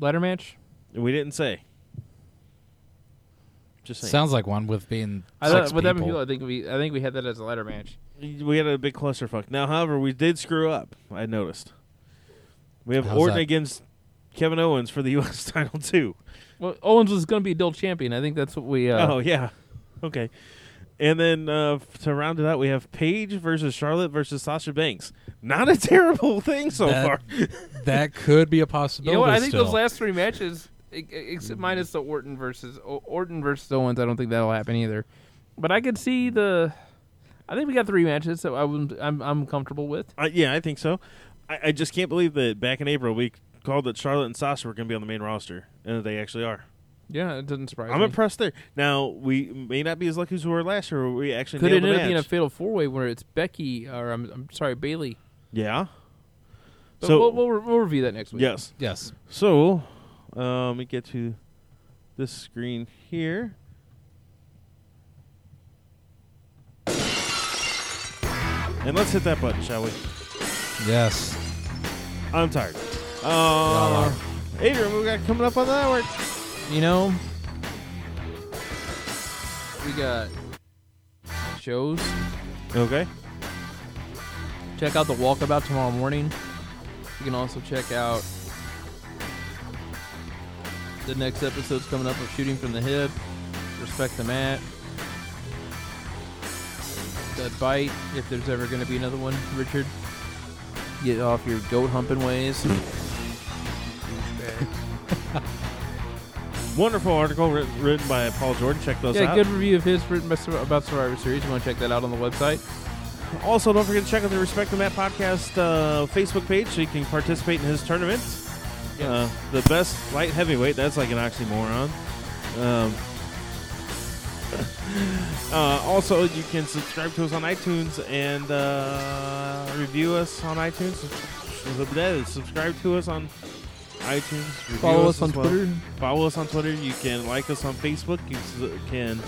Speaker 4: Ladder match.
Speaker 3: We didn't say. Just saying.
Speaker 5: Sounds like one with being
Speaker 4: I
Speaker 5: six
Speaker 4: thought, with that many people,
Speaker 5: people.
Speaker 4: I think we, I think we had that as a ladder match.
Speaker 3: we had a big clusterfuck. Now, however, we did screw up. I noticed. We have
Speaker 4: How's
Speaker 3: Orton
Speaker 4: that?
Speaker 3: against Kevin Owens for the [LAUGHS] U.S. title too.
Speaker 4: Well, Owens was going to be dual champion. I think that's what we. Uh,
Speaker 3: Oh yeah, okay. And then uh, f- to round it out, we have Paige versus Charlotte versus Sasha Banks. Not a [LAUGHS] terrible thing so
Speaker 5: That-
Speaker 3: far. [LAUGHS]
Speaker 5: that could be a
Speaker 4: You
Speaker 5: possibility.
Speaker 4: know what? I think
Speaker 5: still.
Speaker 4: those last three matches, e- e- except minus the Orton versus O- Orton versus Owens, I don't think that'll happen either. But I could see the. I think we got three matches that I would, I'm I'm comfortable with.
Speaker 3: Uh, yeah, I think so. I, I just can't believe that back in April we called that Charlotte and Sasha were going to be on the main roster, and that they actually are.
Speaker 4: Yeah, it doesn't surprise
Speaker 3: I'm
Speaker 4: me.
Speaker 3: impressed there. Now we may not be as lucky as we were last year. Where we actually
Speaker 4: Could it
Speaker 3: nailed the
Speaker 4: end up being a
Speaker 3: match.
Speaker 4: fatal four way where it's Becky or I'm I'm sorry Bailey?
Speaker 3: yeah.
Speaker 4: But
Speaker 3: So-
Speaker 4: we'll, we'll, re- we'll review that next week.
Speaker 3: Yes.
Speaker 5: Yes.
Speaker 3: So, um, let me get to this screen here. And let's hit that button, shall we?
Speaker 5: Yes.
Speaker 3: I'm tired. Uh, Adrian, what we got coming up on the network?
Speaker 4: You know, we got shows.
Speaker 3: Okay.
Speaker 4: Check out the walkabout tomorrow morning. You can also check out the next episodes coming up of Shooting from the Hip, Respect the Mat, Dead Bite, if there's ever going to be another one, Richard. Get off your goat humping ways.
Speaker 3: Wonderful article writ- written by Paul Jordan. Check those
Speaker 4: yeah,
Speaker 3: out.
Speaker 4: good review of his written by Sur- about Survivor Series. You want to check that out on the website.
Speaker 3: Also, don't forget to check out the Respect the Mat podcast uh, Facebook page so you can participate in his tournament. Uh, the best light heavyweight. That's like an oxymoron. Um, [LAUGHS] uh, also, you can subscribe to us on iTunes and uh, review us on iTunes. Subscribe to us on iTunes. Review
Speaker 4: Follow us
Speaker 3: as
Speaker 4: on
Speaker 3: well.
Speaker 4: Twitter.
Speaker 3: Follow us on Twitter. You can like us on Facebook. You s- can,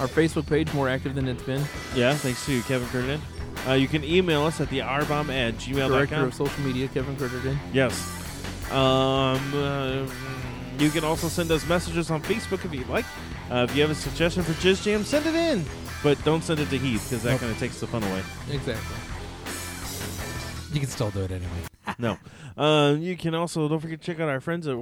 Speaker 4: Our Facebook page more active than it's been.
Speaker 3: yeah, thanks to Kevin Kernan. Uh, you can email us at the rbomb at gmail.com.
Speaker 4: Director of social media, Kevin Curtin.
Speaker 3: Yes. Um, uh, you can also send us messages on Facebook if you'd like. Uh, if you have a suggestion for Jizz Jam, send it in. But don't send it to Heath because that
Speaker 5: Nope.
Speaker 3: kind of takes the fun away.
Speaker 4: Exactly.
Speaker 5: You can still do it anyway.
Speaker 3: no. Um, you can also, don't forget to check out our friends at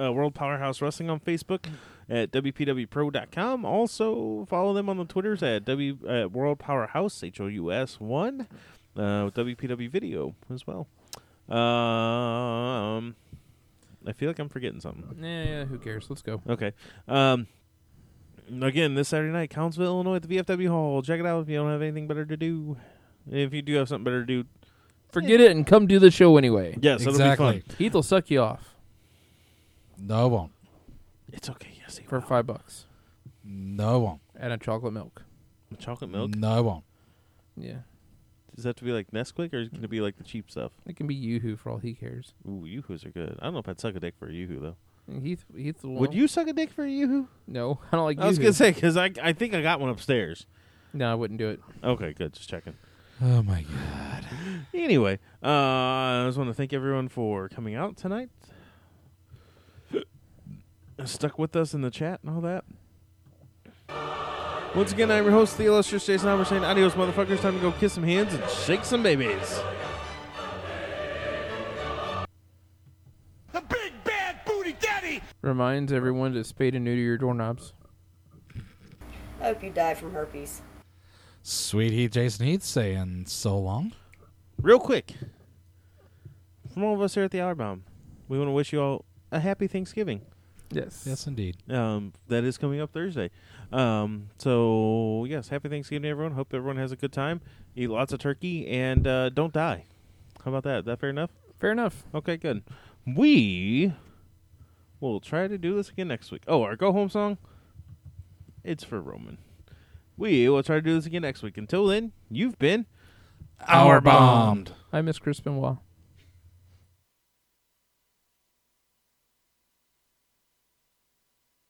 Speaker 3: uh, World Powerhouse Wrestling on Facebook at WPWPro.com. Also, follow them on the Twitters at W at World Powerhouse, H O U S 1, uh, WPW Video as well. Um, I feel like I'm forgetting something.
Speaker 4: Yeah, yeah, who cares? Let's go.
Speaker 3: Okay. Um, again, this Saturday night, Collinsville, Illinois, at the VFW Hall. Check it out if you don't have anything better to do. If you do have something better to do,
Speaker 4: Forget it and come do the show anyway.
Speaker 3: Yes, it'll be Exactly.
Speaker 4: Heath will suck you off
Speaker 5: No, it won't.
Speaker 3: It's okay. Yes,
Speaker 4: for five bucks
Speaker 5: No, it won't.
Speaker 4: and a chocolate milk.
Speaker 3: chocolate milk.
Speaker 5: No, it won't.
Speaker 4: Yeah,
Speaker 3: Does that have to be like Nesquik or is it going to be like the cheap stuff?
Speaker 4: it can be YooHoo for all he cares.
Speaker 3: Ooh, yoo-hoos are good. I don't know if I'd suck a dick for a yoo-hoo, though.
Speaker 4: Heath, Heath will
Speaker 3: Would you suck a dick for a yoo-hoo?
Speaker 4: No, [LAUGHS] I don't like.
Speaker 3: I was
Speaker 4: Yoo-hoo.
Speaker 3: going to say, because I, I think I got one upstairs.
Speaker 4: no, I wouldn't do it.
Speaker 3: Okay, good. Just checking.
Speaker 5: Oh my god.
Speaker 3: Anyway, uh, I just want to thank everyone for coming out tonight. Stuck with us in the chat and all that. Once again, I'm your host, the illustrious Jason Albert, saying adios, motherfuckers. Time to go kiss some hands and shake some babies.
Speaker 4: Reminds everyone to spade and neuter your doorknobs.
Speaker 6: Hope you die from herpes.
Speaker 5: Sweet Heath Jason Heath saying so long.
Speaker 3: Real quick, from all of us here at the Hour Bomb, we want to wish you all a happy Thanksgiving.
Speaker 4: Yes.
Speaker 5: Yes, indeed.
Speaker 3: Um, that is coming up Thursday. Um, so yes, happy Thanksgiving, to everyone. Hope everyone has a good time. Eat lots of turkey and uh, don't die. How about that? Is that fair enough?
Speaker 4: Fair enough.
Speaker 3: Okay, good. We will try to do this again next week. Oh, our go home song. It's for Roman. We will try to do this again next week. Until then, you've been
Speaker 5: Hour bombed.
Speaker 4: I miss Chris Benoit.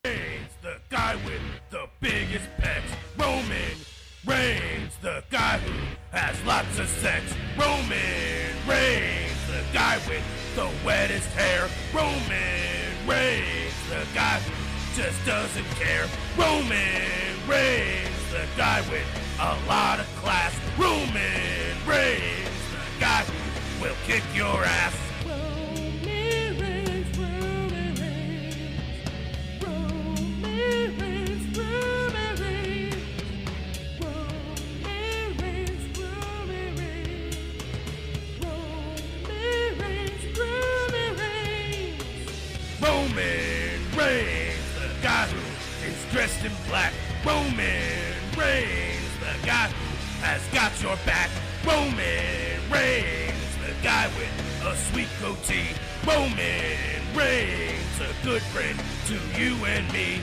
Speaker 13: Reigns, the guy with the biggest pecs. Roman Reigns, the guy who has lots of sex. Roman Reigns, the guy with the wettest hair. Roman Reigns, the guy who just doesn't care. Roman Reigns, the guy with a lot of class. Roman Reigns, the guy who will kick your ass. dressed in black. Roman Reigns, the guy who has got your back. Roman Reigns, the guy with a sweet goatee. Roman Reigns, a good friend to you and me.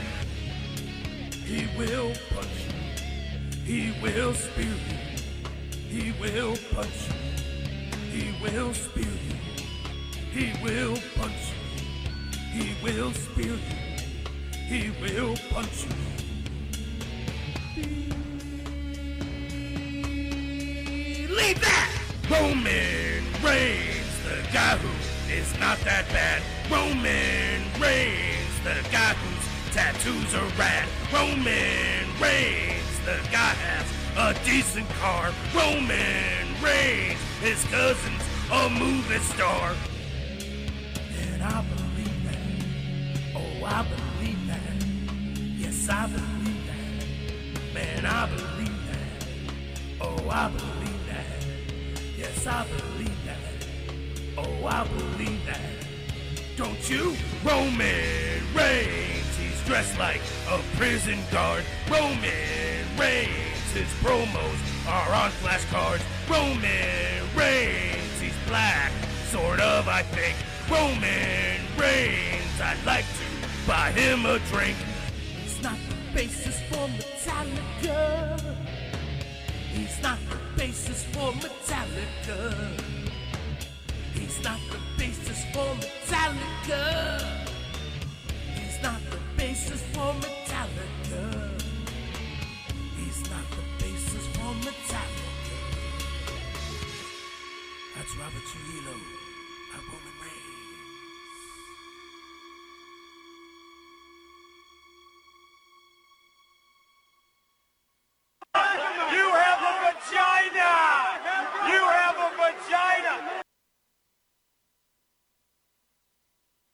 Speaker 13: He will punch you. He will spear you. He will punch you. He will spear you. He will punch you. He will spear you. He will punch you. Leave that! Roman Reigns, the guy who is not that bad. Roman Reigns, the guy whose tattoos are rad. Roman Reigns, the guy has a decent car. Roman Reigns, his cousin's a movie star. And I believe that. Oh, I believe that. Yes, I believe that. Man, I believe that. Oh, I believe that. Yes, I believe that. Oh, I believe that. Don't you? Roman Reigns, he's dressed like a prison guard. Roman Reigns, his promos are on flashcards. Roman Reigns, he's black, sort of, I think. Roman Reigns, I'd like to buy him a drink. He's not the basis for Metallica. He's not the basis for Metallica.